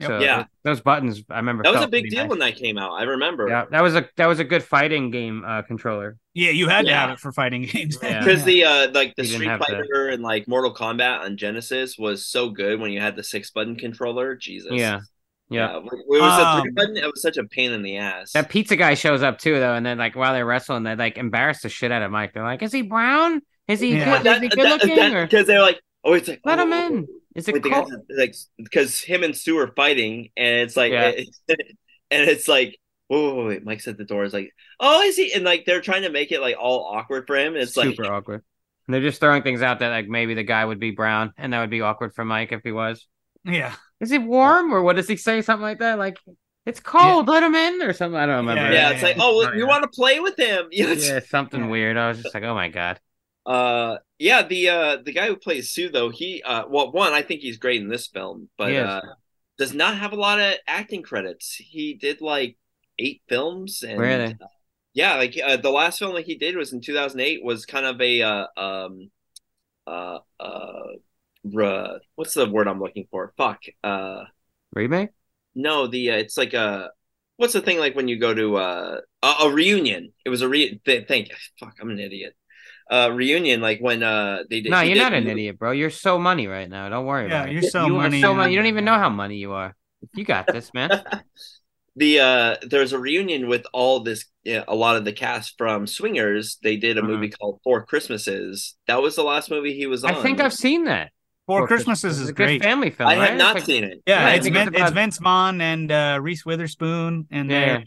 [SPEAKER 11] Yep.
[SPEAKER 6] So
[SPEAKER 10] Yeah.
[SPEAKER 6] th- those buttons I remember.
[SPEAKER 10] That was a
[SPEAKER 6] felt
[SPEAKER 10] big
[SPEAKER 6] pretty
[SPEAKER 10] deal
[SPEAKER 6] nice.
[SPEAKER 10] when that came out. I remember.
[SPEAKER 6] Yeah, that was a that was a good fighting game uh, controller.
[SPEAKER 11] yeah, you had to
[SPEAKER 10] Yeah.
[SPEAKER 11] have it for fighting games.
[SPEAKER 6] Yeah.
[SPEAKER 10] because the uh like the
[SPEAKER 6] You didn't
[SPEAKER 10] Street
[SPEAKER 6] have that.
[SPEAKER 10] Fighter and like Mortal Kombat on Genesis was so good when you had the six button controller. Jesus.
[SPEAKER 6] Yeah. Yeah.
[SPEAKER 10] It was a three
[SPEAKER 11] Um,
[SPEAKER 10] button. It was such a pain in the ass.
[SPEAKER 6] That pizza guy shows up too, though, and then like while they're wrestling, they like embarrass the shit out of Mike. They're like, "Is he brown? Is he
[SPEAKER 11] Yeah.
[SPEAKER 6] good? Is he good looking? or
[SPEAKER 10] because they're like, oh, it's like
[SPEAKER 6] let
[SPEAKER 10] oh,
[SPEAKER 6] him in? Is
[SPEAKER 10] wait,
[SPEAKER 6] it
[SPEAKER 10] they got
[SPEAKER 6] cold?
[SPEAKER 10] that- like because him and Sue are fighting, and it's like,
[SPEAKER 6] Yeah.
[SPEAKER 10] and it's like. Whoa, wait, wait, Mike's at the door. Is like, oh, is he? And like, they're trying to make it like all awkward for him. It's
[SPEAKER 6] super
[SPEAKER 10] like,
[SPEAKER 6] awkward." And they're just throwing things out that like maybe the guy would be brown, and that would be awkward for Mike if he was.
[SPEAKER 11] Yeah.
[SPEAKER 6] Is it warm or what does he say? Something like that. Like It's cold. Let him in or something. I don't remember.
[SPEAKER 10] yeah, it's like, oh, well, we want to play with him. You know, it's-
[SPEAKER 6] yeah, something weird. I was just like, oh my god.
[SPEAKER 10] Uh, yeah, the uh the guy who plays Sue though, he uh well one, I think he's great in this film, but
[SPEAKER 6] Yes.
[SPEAKER 10] uh does not have a lot of acting credits. He did like eight films and
[SPEAKER 6] Really?
[SPEAKER 10] uh, yeah, like uh, the last film that he did was in 2008 was kind of a uh um uh uh ra- what's the word I'm looking for? Fuck. Uh
[SPEAKER 6] Remake?
[SPEAKER 10] no, the uh, it's like a what's the thing like when you go to uh, a, a reunion? It was a re. Th- thank fuck, I'm an idiot. Uh, reunion like when uh they did.
[SPEAKER 6] No,
[SPEAKER 10] he
[SPEAKER 6] you're
[SPEAKER 10] did-
[SPEAKER 6] not an idiot, bro. You're so money right now. Don't worry
[SPEAKER 11] Yeah,
[SPEAKER 6] about it.
[SPEAKER 11] you're so
[SPEAKER 6] you are
[SPEAKER 11] money.
[SPEAKER 6] so money. You don't even know how money you are. You got this, man.
[SPEAKER 10] The uh, there's a reunion with all this yeah, a lot of the cast from Swingers. They did a
[SPEAKER 6] Mm-hmm.
[SPEAKER 10] movie called Four Christmases. That was the last movie he was on.
[SPEAKER 6] I think I've seen that.
[SPEAKER 11] Four Christmases
[SPEAKER 6] It's
[SPEAKER 11] is
[SPEAKER 6] a good
[SPEAKER 11] great.
[SPEAKER 6] family film.
[SPEAKER 10] I have
[SPEAKER 6] right? It's
[SPEAKER 10] not
[SPEAKER 6] like-
[SPEAKER 10] seen it.
[SPEAKER 11] Yeah,
[SPEAKER 6] I
[SPEAKER 11] it's,
[SPEAKER 6] think
[SPEAKER 11] Vin- it's
[SPEAKER 6] about-
[SPEAKER 11] Vince Vaughn and uh, Reese Witherspoon, and
[SPEAKER 6] Yeah.
[SPEAKER 11] yeah,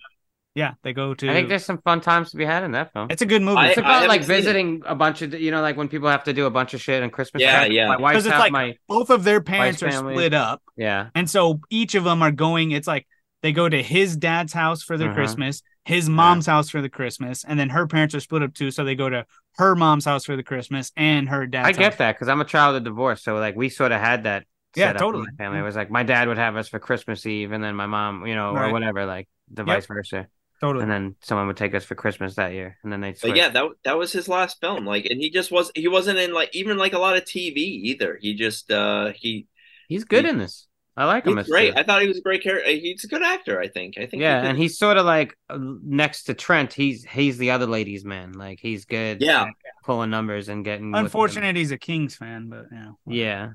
[SPEAKER 11] yeah, they go to.
[SPEAKER 6] I think there's some fun times to be had in that film.
[SPEAKER 11] it's a good movie.
[SPEAKER 10] I-
[SPEAKER 6] It's
[SPEAKER 11] It's a-
[SPEAKER 6] about
[SPEAKER 10] haven't
[SPEAKER 6] like
[SPEAKER 10] seen it.
[SPEAKER 6] visiting a bunch of you know like when people have to do a bunch of shit on Christmas.
[SPEAKER 10] Yeah,
[SPEAKER 6] time.
[SPEAKER 10] yeah.
[SPEAKER 6] My wife's
[SPEAKER 11] 'Cause it's
[SPEAKER 6] house,
[SPEAKER 11] like-
[SPEAKER 6] my
[SPEAKER 11] both of their parents are
[SPEAKER 6] family.
[SPEAKER 11] split up,
[SPEAKER 6] yeah.
[SPEAKER 11] and so each of them are going. It's like they go to his dad's house for their
[SPEAKER 6] Uh-huh.
[SPEAKER 11] Christmas, his mom's house for the Christmas, and then her parents are split up too. So they go to her mom's house for the Christmas and her dad's.
[SPEAKER 6] I get
[SPEAKER 11] house.
[SPEAKER 6] that because I'm a child of divorce, so like we sort of had that.
[SPEAKER 11] Yeah,
[SPEAKER 6] set up in
[SPEAKER 11] totally. Mm.
[SPEAKER 6] my family it was like my dad would have us for Christmas Eve, and then my mom, you know, or
[SPEAKER 11] Right.
[SPEAKER 6] whatever, like the
[SPEAKER 11] Yep.
[SPEAKER 6] vice versa,
[SPEAKER 11] totally.
[SPEAKER 6] and then someone would take us for Christmas that year, and then they'd
[SPEAKER 10] But
[SPEAKER 6] switch.
[SPEAKER 10] yeah, that that was his last film. Like, and he just was he wasn't in like even like a lot of TV either. He just uh he
[SPEAKER 6] he's good in this. I like him.
[SPEAKER 10] he's
[SPEAKER 6] as
[SPEAKER 10] great.
[SPEAKER 6] Sid.
[SPEAKER 10] I thought he was a great character. He's a good actor. I think. I think.
[SPEAKER 6] yeah,
[SPEAKER 10] he
[SPEAKER 6] and
[SPEAKER 10] could-
[SPEAKER 6] he's sort of like uh, next to Trent. He's he's the other lady's man. Like he's good.
[SPEAKER 10] Yeah.
[SPEAKER 6] at pulling numbers and getting. with them.
[SPEAKER 11] Unfortunate, he's a Kings fan, but yeah,
[SPEAKER 6] Yeah.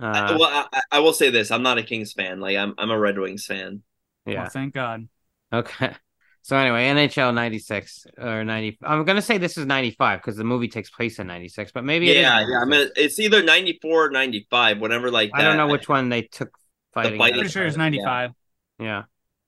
[SPEAKER 10] I-
[SPEAKER 6] Uh,
[SPEAKER 10] well, I- I, I will say this: I'm not a Kings fan. Like I'm, I'm a Red Wings fan.
[SPEAKER 6] yeah.
[SPEAKER 11] Well, thank God.
[SPEAKER 6] Okay. So anyway, NHL 96 or 90 I'm going to say this is 95 cuz the movie takes place in 96, but maybe it is
[SPEAKER 10] yeah, yeah. I'm
[SPEAKER 6] 96.
[SPEAKER 10] gonna, it's either 94 or 95, whenever. Like
[SPEAKER 6] I don't
[SPEAKER 10] that.
[SPEAKER 6] know which one they took fighting.
[SPEAKER 10] fighting.
[SPEAKER 6] out
[SPEAKER 11] Pretty
[SPEAKER 6] of
[SPEAKER 11] sure it's
[SPEAKER 6] it.
[SPEAKER 11] ninety five.
[SPEAKER 6] Yeah.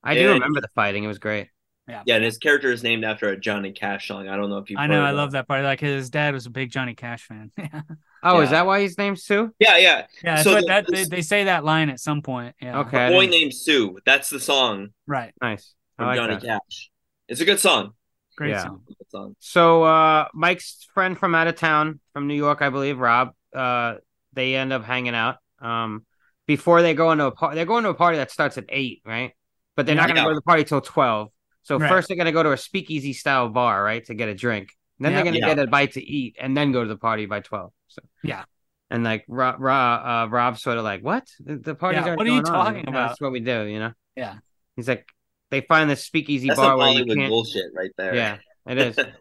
[SPEAKER 6] I
[SPEAKER 10] Yeah.
[SPEAKER 6] do remember the fighting. It was great.
[SPEAKER 10] Yeah, and his character is named after a Johnny Cash song. I don't know if you.
[SPEAKER 11] I know, I love that part. Like his dad was a big Johnny Cash fan. yeah,
[SPEAKER 6] Oh, is
[SPEAKER 10] Yeah.
[SPEAKER 6] that why his name's Sue?
[SPEAKER 10] Yeah, yeah.
[SPEAKER 11] that's
[SPEAKER 10] So
[SPEAKER 11] what
[SPEAKER 10] the-
[SPEAKER 11] that they,
[SPEAKER 10] this-
[SPEAKER 11] they say that line at some point. Yeah.
[SPEAKER 6] Okay. I
[SPEAKER 10] Boy
[SPEAKER 6] didn't-
[SPEAKER 10] named Sue. That's the song
[SPEAKER 11] Right.
[SPEAKER 6] Nice. I
[SPEAKER 10] from
[SPEAKER 6] like
[SPEAKER 10] Johnny
[SPEAKER 6] that.
[SPEAKER 10] Cash. It's a good song.
[SPEAKER 11] Great
[SPEAKER 6] Yeah.
[SPEAKER 11] song.
[SPEAKER 10] Good song.
[SPEAKER 6] So uh Mike's friend from out of town from New York, I believe, Rob, uh they end up hanging out. Um before they go into a party they're going to a party that starts at eight, right? But they're not gonna
[SPEAKER 10] Yeah.
[SPEAKER 6] go to the party till twelve. So
[SPEAKER 11] Right.
[SPEAKER 6] first they're gonna go to a speakeasy style bar, right? To get a drink. And then
[SPEAKER 11] Yeah.
[SPEAKER 6] they're gonna
[SPEAKER 10] Yeah.
[SPEAKER 6] get a bite to eat and then go to the party by twelve. So
[SPEAKER 11] Yeah.
[SPEAKER 6] And like Rob, Rob, uh, Rob sort of like, what? The, the party's
[SPEAKER 11] Yeah,
[SPEAKER 6] already
[SPEAKER 11] what are you
[SPEAKER 6] going on."
[SPEAKER 11] talking
[SPEAKER 6] Yeah,
[SPEAKER 11] about?
[SPEAKER 6] That's what we do, you know?
[SPEAKER 11] Yeah.
[SPEAKER 6] He's like, they find this speakeasy
[SPEAKER 10] That's
[SPEAKER 6] bar
[SPEAKER 10] some
[SPEAKER 6] where you
[SPEAKER 10] Hollywood
[SPEAKER 6] can't.
[SPEAKER 10] bullshit right there.
[SPEAKER 6] Yeah, it is. And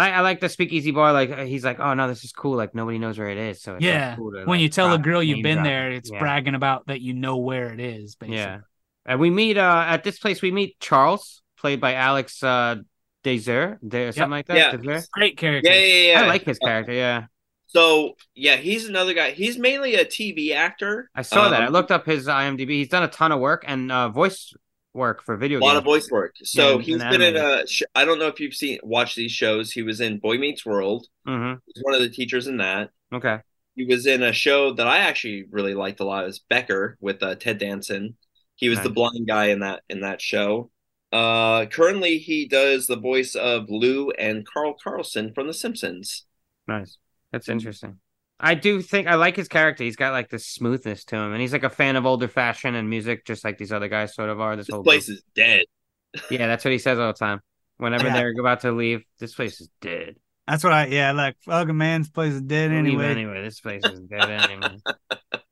[SPEAKER 6] I, I like the speakeasy bar. Like uh, he's like, oh no, this is cool. Like nobody knows where it is, so it's like,
[SPEAKER 11] Yeah.
[SPEAKER 6] cool to,
[SPEAKER 11] when
[SPEAKER 6] like,
[SPEAKER 11] you tell a
[SPEAKER 6] drop-
[SPEAKER 11] girl you've
[SPEAKER 6] name
[SPEAKER 11] been
[SPEAKER 6] drop
[SPEAKER 11] there,
[SPEAKER 6] it.
[SPEAKER 11] it's
[SPEAKER 6] yeah.
[SPEAKER 11] bragging about that you know where it is. Basically.
[SPEAKER 6] Yeah, and we meet uh at this place. We meet Charles, played by Alex uh Desir, De- something like that.
[SPEAKER 10] Yeah.
[SPEAKER 6] Desir?
[SPEAKER 11] Great character.
[SPEAKER 10] Yeah, yeah, yeah.
[SPEAKER 6] I like his character. Yeah,
[SPEAKER 10] So yeah, he's another guy. He's mainly a TV actor.
[SPEAKER 6] I saw that. I
[SPEAKER 10] Um,
[SPEAKER 6] looked up his IMDb. He's done a ton of work and uh voice work for video
[SPEAKER 10] a lot
[SPEAKER 6] games.
[SPEAKER 10] of voice work. So
[SPEAKER 6] Yeah,
[SPEAKER 10] he's
[SPEAKER 6] and
[SPEAKER 10] been in
[SPEAKER 6] animated.
[SPEAKER 10] a. Sh- I don't know if you've seen watched these shows. He was in Boy Meets World.
[SPEAKER 6] Mm-hmm.
[SPEAKER 10] He's one of the teachers in that.
[SPEAKER 6] Okay.
[SPEAKER 10] He was in a show that I actually really liked a lot. Is Becker with uh, Ted Danson. He was the
[SPEAKER 6] Nice.
[SPEAKER 10] blind guy in that in that show. Uh, currently, he does the voice of Lou and Carl Carlson from The Simpsons.
[SPEAKER 6] Nice.
[SPEAKER 10] Mm-hmm.
[SPEAKER 6] That's interesting. I do think I like his character. He's got like this smoothness to him, and he's like a fan of older fashion and music, just like these other guys sort of are. This,
[SPEAKER 10] This
[SPEAKER 11] Oh,
[SPEAKER 6] whole group.
[SPEAKER 10] place is dead.
[SPEAKER 6] yeah, that's what he says all the time. Whenever
[SPEAKER 11] Yeah.
[SPEAKER 6] they're about to leave, this place is dead.
[SPEAKER 11] That's what I. Yeah, like fucking man's place is dead
[SPEAKER 6] Leave
[SPEAKER 11] anyway.
[SPEAKER 6] anyway, this place is dead anyway. Uh,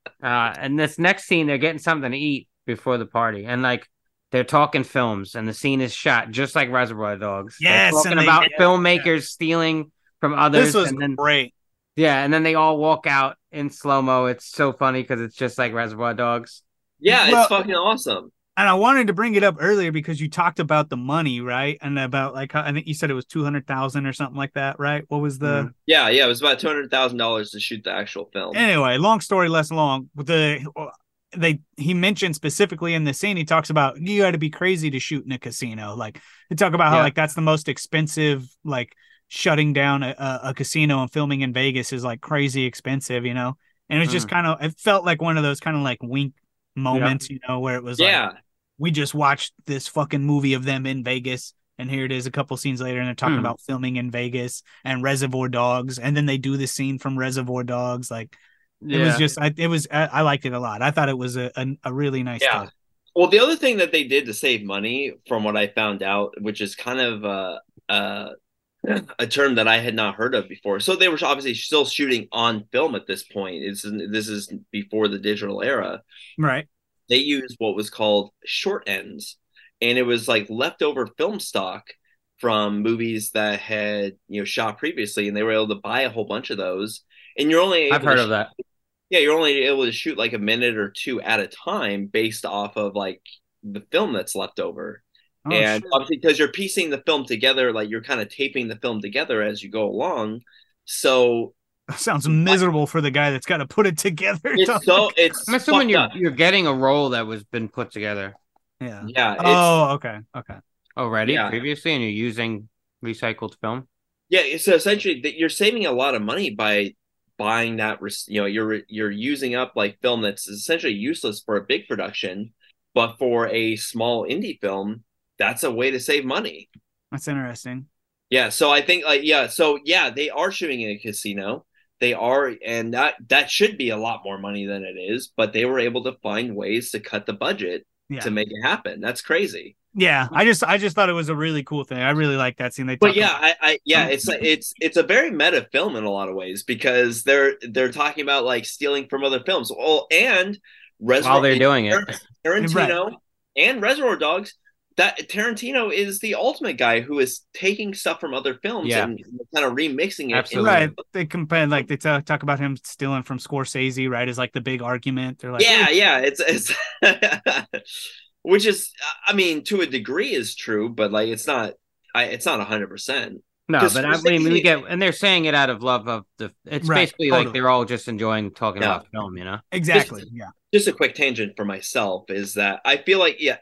[SPEAKER 6] and this next scene, they're getting something to eat before the party, and like they're talking films, and the scene is shot just like Reservoir Dogs. They're
[SPEAKER 11] Yes, and
[SPEAKER 6] talking
[SPEAKER 11] they-
[SPEAKER 6] about
[SPEAKER 11] yeah,
[SPEAKER 6] filmmakers stealing from others.
[SPEAKER 11] This was
[SPEAKER 6] and then
[SPEAKER 11] great.
[SPEAKER 6] Yeah, and then they all walk out in slow mo. It's so funny because it's just like Reservoir Dogs.
[SPEAKER 10] Yeah,
[SPEAKER 11] Well-
[SPEAKER 10] it's fucking awesome.
[SPEAKER 11] And I wanted to bring it up earlier because you talked about the money, right? And about like how, I think you said it was two hundred thousand or something like that, right? What was the?
[SPEAKER 6] Mm-hmm.
[SPEAKER 10] Yeah, yeah. It was about two hundred thousand dollars to shoot the actual film.
[SPEAKER 11] anyway, long story less long. The they he mentioned specifically in the scene. He talks about you got to be crazy to shoot in a casino. Like they talk about how
[SPEAKER 6] Yeah.
[SPEAKER 11] like that's the most expensive. Like shutting down a, a, a casino and filming in Vegas is like crazy expensive. You know, and it's just kind of it felt like one of those kind of like wink moments. You know, where it was like,
[SPEAKER 10] yeah,
[SPEAKER 11] we just watched this fucking movie of them in Vegas. And here it is a couple scenes later, and they're talking
[SPEAKER 6] Hmm.
[SPEAKER 11] about filming in Vegas and Reservoir Dogs. And then they do the scene from Reservoir Dogs. Like, it was
[SPEAKER 10] Yeah.
[SPEAKER 11] just, I, it was, I, I liked it a lot. I thought it was a, a, a really nice
[SPEAKER 10] Yeah.
[SPEAKER 11] touch.
[SPEAKER 10] Well, the other thing that they did to save money, from what I found out, which is kind of uh, uh, a term that I had not heard of before. So they were obviously still shooting on film at this point. It's this is before the digital era.
[SPEAKER 11] Right.
[SPEAKER 10] They used what was called short ends, and it was like leftover film stock from movies that had you know shot previously, and they were able to buy a whole bunch of those. And you're only
[SPEAKER 6] I've
[SPEAKER 10] able to
[SPEAKER 6] heard
[SPEAKER 10] shoot-
[SPEAKER 6] of that.
[SPEAKER 10] yeah, you're only able to shoot like a minute or two at a time based off of like the film that's left over.
[SPEAKER 11] Oh,
[SPEAKER 10] and obviously, because you're piecing the film together, like you're kind of taping the film together as you go along. So
[SPEAKER 11] Sounds miserable for the guy that's got to put it together. dog.
[SPEAKER 10] it's so it's
[SPEAKER 6] I'm assuming
[SPEAKER 10] fucked
[SPEAKER 6] you're
[SPEAKER 10] up.
[SPEAKER 6] you're getting a role that was been put together
[SPEAKER 11] yeah.
[SPEAKER 10] yeah. It's,
[SPEAKER 11] Oh, okay. Okay.
[SPEAKER 6] already
[SPEAKER 10] Yeah.
[SPEAKER 6] previously, and you're using recycled film.
[SPEAKER 10] Yeah, so essentially, that you're saving a lot of money by buying that. res- You know, you're you're using up like film that's essentially useless for a big production, but for a small indie film, that's a way to save money.
[SPEAKER 11] That's interesting.
[SPEAKER 10] Yeah, so I think like yeah, so yeah, they are shooting in a casino. They are, and that that should be a lot more money than it is, but they were able to find ways to cut the budget
[SPEAKER 11] Yeah.
[SPEAKER 10] to make it happen. That's crazy.
[SPEAKER 11] Yeah. I just, I just thought it was a really cool thing. I really like that scene. They
[SPEAKER 10] But
[SPEAKER 11] talk
[SPEAKER 10] yeah, I, I yeah, it's like it's it's a very meta film in a lot of ways because they're they're talking about like stealing from other films. Well, and
[SPEAKER 6] While they're doing it.
[SPEAKER 10] Tarantino and Reservoir Dogs. That Tarantino is the ultimate guy who is taking stuff from other films
[SPEAKER 6] Yeah.
[SPEAKER 10] and kind of remixing it.
[SPEAKER 6] Absolutely.
[SPEAKER 10] into-
[SPEAKER 11] Right. They compare like they ta- talk about him stealing from Scorsese, right? Is like the big argument. They're like,
[SPEAKER 10] yeah, yeah, it's it's which is I mean to a degree is true, but like it's not I it's not 100%.
[SPEAKER 6] No,
[SPEAKER 10] 'Cause
[SPEAKER 6] but I mean, we
[SPEAKER 10] Scorsese-
[SPEAKER 6] get, and they're saying it out of love of the. It's
[SPEAKER 11] Right,
[SPEAKER 6] basically like
[SPEAKER 11] totally.
[SPEAKER 6] they're all just enjoying talking
[SPEAKER 10] Yeah.
[SPEAKER 6] about film, you know.
[SPEAKER 11] exactly. Yeah.
[SPEAKER 10] Just a quick tangent for myself is that I feel like yeah,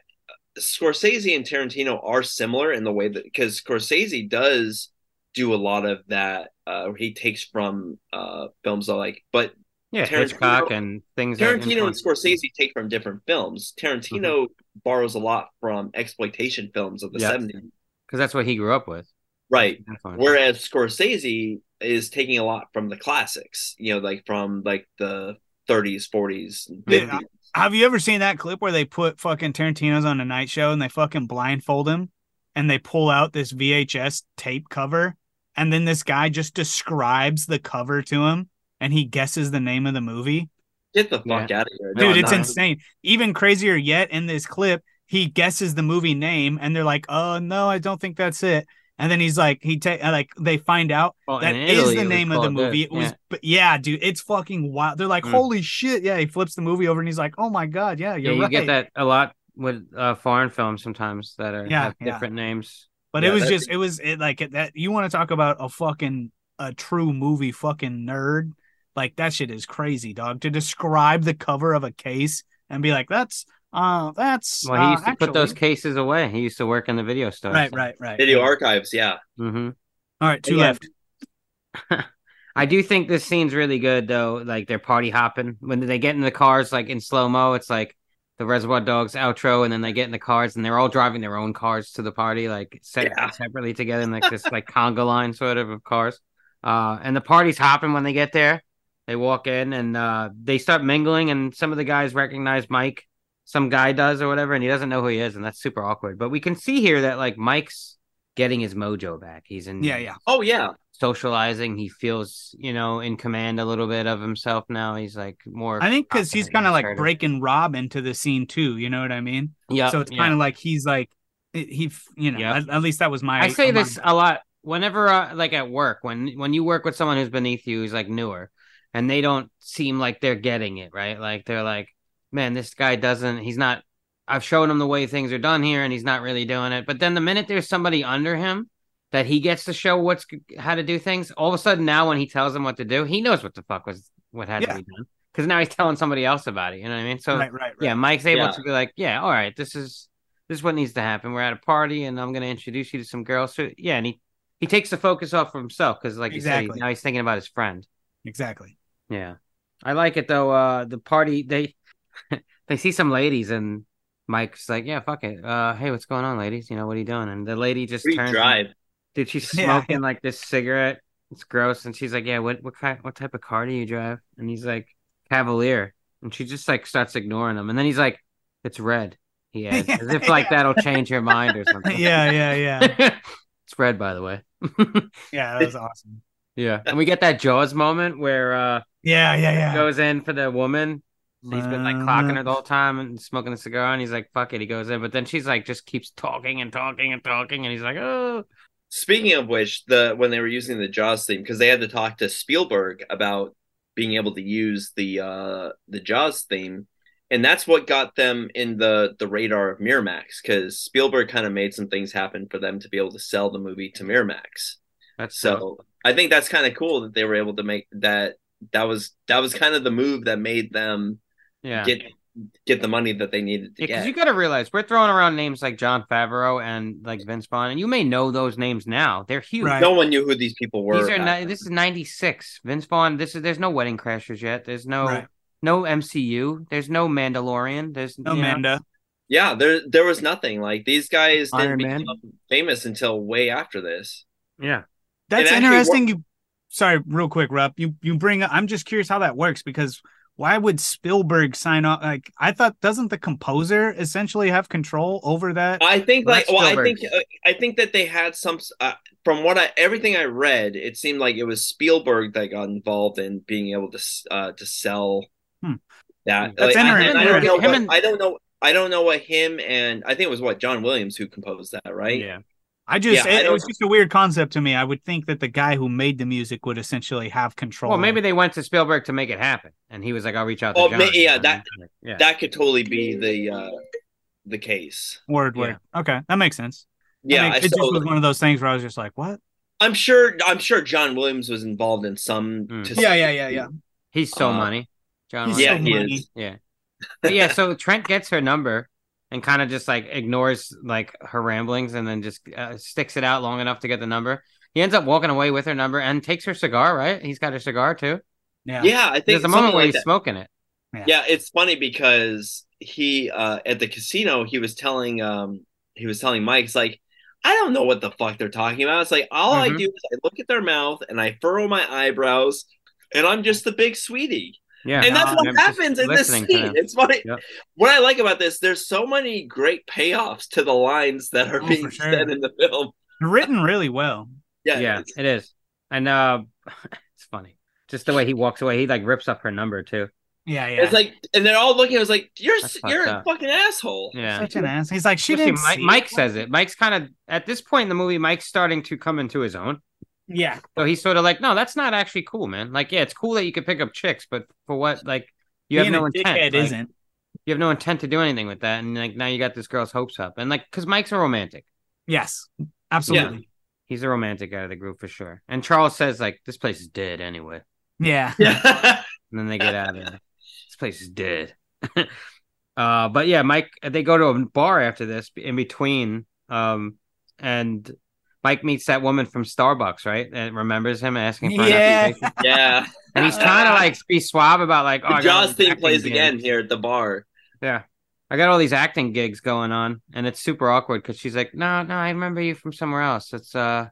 [SPEAKER 10] Scorsese and Tarantino are similar in the way that cuz Scorsese does do a lot of that uh he takes from uh films that I like but
[SPEAKER 6] Yeah,
[SPEAKER 10] Tarantino-
[SPEAKER 6] Hitchcock and things. that
[SPEAKER 10] Tarantino and
[SPEAKER 6] influence-
[SPEAKER 10] Scorsese take from different films. Tarantino borrows a lot from exploitation films of the
[SPEAKER 6] Yeah.
[SPEAKER 10] 70s.
[SPEAKER 6] because that's what he grew up with.
[SPEAKER 10] Right.
[SPEAKER 6] Influence.
[SPEAKER 10] Whereas Scorsese is taking a lot from the classics, you know, like from like the 30s, 40s, and
[SPEAKER 11] Yeah.
[SPEAKER 10] 50s.
[SPEAKER 11] Have you ever seen that clip where they put fucking Tarantino's on a night show and they fucking blindfold him and they pull out this VHS tape cover and then this guy just describes the cover to him and he guesses the name of the movie?
[SPEAKER 10] Get the fuck out of here. No,
[SPEAKER 11] Dude,
[SPEAKER 10] I'm
[SPEAKER 11] it's
[SPEAKER 10] not.
[SPEAKER 11] insane. Even crazier yet, in this clip, he guesses the movie name and they're like, "Oh no, I don't think that's it." And then he's like, he take like they find out
[SPEAKER 6] Well,
[SPEAKER 11] that
[SPEAKER 6] Oh, in
[SPEAKER 11] is
[SPEAKER 6] Italy,
[SPEAKER 11] the
[SPEAKER 6] it was
[SPEAKER 11] name of the
[SPEAKER 6] called this,
[SPEAKER 11] movie. It was,
[SPEAKER 6] yeah.
[SPEAKER 11] but yeah, dude, it's fucking wild. They're like,
[SPEAKER 6] Mm.
[SPEAKER 11] "Holy shit!" Yeah, he flips the movie over and he's like, "Oh my god, yeah,
[SPEAKER 6] Yeah,
[SPEAKER 11] you're
[SPEAKER 6] you
[SPEAKER 11] right."
[SPEAKER 6] get that a lot with uh, foreign films sometimes that are
[SPEAKER 11] Yeah,
[SPEAKER 6] have
[SPEAKER 11] yeah.
[SPEAKER 6] different names.
[SPEAKER 11] But
[SPEAKER 10] Yeah,
[SPEAKER 11] it was
[SPEAKER 10] that-
[SPEAKER 11] just, it was it like it- that. You want to talk about a fucking a true movie fucking nerd? Like that shit is crazy, dog. To describe the cover of a case and be like, "That's." Uh, that's
[SPEAKER 6] Well, he
[SPEAKER 11] uh,
[SPEAKER 6] used to put those
[SPEAKER 11] actually-
[SPEAKER 6] cases away. He used to work in the video store.
[SPEAKER 11] Right, right, right.
[SPEAKER 10] Video archives, yeah.
[SPEAKER 6] Mm-hmm.
[SPEAKER 11] All right, two
[SPEAKER 10] Yeah.
[SPEAKER 11] left.
[SPEAKER 6] I do think this scene's really good though. Like they're party hopping when they get in the cars, like in slow mo. It's like the Reservoir Dogs outro, and then they get in the cars, and they're all driving their own cars to the party, like se-
[SPEAKER 10] Yeah.
[SPEAKER 6] separately together, in like this like conga line sort of of cars. Uh, and the party's hopping when they get there. They walk in and uh, they start mingling, and some of the guys recognize Mike. Some guy does or whatever, and he doesn't know who he is, and that's super awkward. But we can see here that like Mike's getting his mojo back. He's in
[SPEAKER 11] Yeah, yeah.
[SPEAKER 10] Oh, yeah.
[SPEAKER 6] socializing. He feels, you know, in command a little bit of himself now. He's like more.
[SPEAKER 11] I think because he's kind of like
[SPEAKER 6] breaking.
[SPEAKER 11] breaking Rob into the scene too. You know what I mean?
[SPEAKER 6] Yeah.
[SPEAKER 11] So it's
[SPEAKER 6] yeah.
[SPEAKER 11] kind of like he's like it- he, f- you know,
[SPEAKER 6] Yeah.
[SPEAKER 11] at, at least that was my.
[SPEAKER 6] I say
[SPEAKER 11] my-
[SPEAKER 6] this a lot whenever, uh, like at work, when when you work with someone who's beneath you, who's like newer, and they don't seem like they're getting it right. Like they're like, man, this guy doesn't. He's not. I've shown him the way things are done here, and he's not really doing it. But then the minute there's somebody under him that he gets to show what's g- how to do things, all of a sudden now when he tells him what to do, he knows what the fuck was what had
[SPEAKER 11] Yeah.
[SPEAKER 6] to be done because now he's telling somebody else about it. You know what I mean? So
[SPEAKER 11] Right, right, right.
[SPEAKER 6] yeah, Mike's able
[SPEAKER 10] Yeah.
[SPEAKER 6] to be like, yeah, all right, this is this is what needs to happen. We're at a party, and I'm going to introduce you to some girls. So yeah, and he he takes the focus off of himself because, like you said,
[SPEAKER 11] Exactly.
[SPEAKER 6] he- now he's thinking about his friend.
[SPEAKER 11] exactly.
[SPEAKER 6] Yeah, I like it though. Uh, the party they they see some ladies and Mike's like, yeah, fuck it. Uh, hey, what's going on, ladies? You know what are you doing? And the lady just
[SPEAKER 10] Pretty
[SPEAKER 6] turns.
[SPEAKER 10] drive.
[SPEAKER 6] Dude, she's
[SPEAKER 10] Yeah.
[SPEAKER 6] smoking like this cigarette. It's gross. And she's like, yeah, what what kind what type of car do you drive? And he's like, Cavalier. And she just like starts ignoring him. And then he's like, it's red. He adds, as if like that'll change her mind or something.
[SPEAKER 11] Yeah, yeah, yeah.
[SPEAKER 6] it's red, by the way.
[SPEAKER 11] Yeah, that was awesome.
[SPEAKER 6] Yeah, and we get that Jaws moment where uh
[SPEAKER 11] Yeah, yeah, yeah.
[SPEAKER 6] goes in for the woman. He's been like clocking her the whole time and smoking a cigar, and he's like, "Fuck it," he goes in, but then she's like, just keeps talking and talking and talking, and he's like, "Oh,
[SPEAKER 10] Speaking of which, the when they were using the Jaws theme, because they had to talk to Spielberg about being able to use the uh the Jaws theme, and that's what got them in the the radar of Miramax, because Spielberg kind of made some things happen for them to be able to sell the movie to Miramax.
[SPEAKER 6] That's
[SPEAKER 10] so I think that's kind of cool that they were able to make that that was that was kind of the move that made them
[SPEAKER 6] yeah."
[SPEAKER 10] get get the money that they needed to
[SPEAKER 6] because
[SPEAKER 10] get.
[SPEAKER 6] you got to realize we're throwing around names like John Favreau and like Vince Vaughn, and you may know those names now. They're huge.
[SPEAKER 10] No one knew who these people were.
[SPEAKER 6] These are
[SPEAKER 10] back
[SPEAKER 6] ni- this is ninety six. Vince Vaughn. This is there's no Wedding Crashers yet. There's no
[SPEAKER 10] Right.
[SPEAKER 6] no MCU. There's no Mandalorian. There's
[SPEAKER 10] No
[SPEAKER 6] you know,
[SPEAKER 11] Manda.
[SPEAKER 10] Yeah, there there was nothing. Like these guys didn't
[SPEAKER 6] Iron Man.
[SPEAKER 10] become famous until way after this.
[SPEAKER 6] Yeah.
[SPEAKER 11] That's
[SPEAKER 10] It actually
[SPEAKER 11] interesting.
[SPEAKER 10] wor-
[SPEAKER 11] You sorry, real quick, Rup. You you bring up I'm just curious how that works because why would Spielberg sign off? Like I thought, doesn't the composer essentially have control over that?
[SPEAKER 10] I think like well, I
[SPEAKER 11] Spielberg.
[SPEAKER 10] think uh, I think that they had some uh, from what I everything I read, it seemed like it was Spielberg that got involved in being able to s- uh to sell
[SPEAKER 11] Hmm.
[SPEAKER 10] that.
[SPEAKER 11] That's
[SPEAKER 10] Like, I-
[SPEAKER 11] interesting.
[SPEAKER 10] I, don't know.
[SPEAKER 11] Him
[SPEAKER 10] What,
[SPEAKER 11] and-
[SPEAKER 10] I don't know. I don't know what him and I think it was what John Williams who composed that, right?
[SPEAKER 6] Yeah.
[SPEAKER 11] I just
[SPEAKER 10] Yeah, I
[SPEAKER 11] it, it was
[SPEAKER 10] don't-
[SPEAKER 11] just a weird concept to me. I would think that the guy who made the music would essentially have control.
[SPEAKER 6] Well, maybe they went to Spielberg to make it happen, and he was like, "I'll reach out to
[SPEAKER 10] Oh,
[SPEAKER 6] John."
[SPEAKER 10] ma- yeah, that
[SPEAKER 6] Yeah.
[SPEAKER 10] that could totally be the uh the case.
[SPEAKER 11] word word. Okay, that makes sense. That
[SPEAKER 10] Yeah,
[SPEAKER 11] makes-
[SPEAKER 10] I
[SPEAKER 11] it
[SPEAKER 10] saw
[SPEAKER 11] just was
[SPEAKER 10] that.
[SPEAKER 11] one of those things where I was just like, what?
[SPEAKER 10] I'm sure. I'm sure John Williams was involved in some. to
[SPEAKER 11] Yeah,
[SPEAKER 10] some
[SPEAKER 11] yeah, yeah, yeah.
[SPEAKER 6] He's so
[SPEAKER 10] Uh,
[SPEAKER 6] money, John.
[SPEAKER 10] he's
[SPEAKER 6] Williams.
[SPEAKER 10] so Yeah, he money. is.
[SPEAKER 6] Yeah, But yeah. So Trent gets her number and kind of just like ignores like her ramblings, and then just uh, sticks it out long enough to get the number. He ends up walking away with her number and takes her cigar. Right? He's got her cigar too.
[SPEAKER 11] Yeah.
[SPEAKER 10] Yeah, I think
[SPEAKER 6] there's a
[SPEAKER 10] something
[SPEAKER 6] moment where
[SPEAKER 10] like
[SPEAKER 6] he's
[SPEAKER 10] that.
[SPEAKER 6] smoking it.
[SPEAKER 10] Yeah. it's funny because he uh at the casino he was telling um he was telling Mike it's like I don't know what the fuck they're talking about. It's like all I
[SPEAKER 6] Mhm.
[SPEAKER 10] do is I look at their mouth and I furrow my eyebrows and I'm just the big sweetie.
[SPEAKER 6] Yeah,
[SPEAKER 10] and that's
[SPEAKER 6] no,
[SPEAKER 10] what
[SPEAKER 6] I'm just
[SPEAKER 10] happens in this
[SPEAKER 6] listening
[SPEAKER 10] scene.
[SPEAKER 6] to them.
[SPEAKER 10] It's funny.
[SPEAKER 6] Yep.
[SPEAKER 10] What I like about this, there's so many great payoffs to the lines that are
[SPEAKER 11] Oh,
[SPEAKER 10] being
[SPEAKER 11] for sure.
[SPEAKER 10] said in the film.
[SPEAKER 11] Written really well.
[SPEAKER 10] Yeah,
[SPEAKER 6] yeah, it is. And uh, it's funny just the way he walks away. He like rips up her number too.
[SPEAKER 11] Yeah, yeah.
[SPEAKER 10] It's like, and they're all looking. I was like, "You're
[SPEAKER 6] That's
[SPEAKER 10] you're
[SPEAKER 6] fucked
[SPEAKER 10] a
[SPEAKER 6] up.
[SPEAKER 10] fucking asshole."
[SPEAKER 6] Yeah,
[SPEAKER 11] Such an ass. He's like, she
[SPEAKER 6] Especially
[SPEAKER 11] didn't.
[SPEAKER 6] Mike,
[SPEAKER 11] see
[SPEAKER 6] Mike
[SPEAKER 11] it.
[SPEAKER 6] says it. Mike's kind of at this point in the movie, Mike's starting to come into his own.
[SPEAKER 11] Yeah.
[SPEAKER 6] So he's sort of like, no, that's not actually cool, man. Like, yeah, it's cool that you can pick up chicks, but for what? Like, you have
[SPEAKER 11] Being a
[SPEAKER 6] no intent.
[SPEAKER 11] dickhead
[SPEAKER 6] like,
[SPEAKER 11] isn't.
[SPEAKER 6] You have no intent to do anything with that, and like now you got this girl's hopes up, and like because Mike's a romantic.
[SPEAKER 11] Yes, absolutely.
[SPEAKER 6] He's a romantic out of the group for sure. And Charles says like, this place is dead anyway.
[SPEAKER 11] Yeah.
[SPEAKER 6] And then they get out of there. This place is dead. uh, but yeah, Mike, they go to a bar after this in between. Um, and Mike meets that woman from Starbucks, right? And remembers him asking for an
[SPEAKER 11] Yeah.
[SPEAKER 6] application.
[SPEAKER 10] yeah.
[SPEAKER 6] And he's trying to like be suave about like, oh, I
[SPEAKER 10] the
[SPEAKER 6] got all
[SPEAKER 10] Jaws
[SPEAKER 6] these
[SPEAKER 10] thing
[SPEAKER 6] acting
[SPEAKER 10] plays
[SPEAKER 6] gigs.
[SPEAKER 10] again here at the bar.
[SPEAKER 6] Yeah. I got all these acting gigs going on, and it's super awkward because she's like, "No, no, I remember you from somewhere else. It's uh,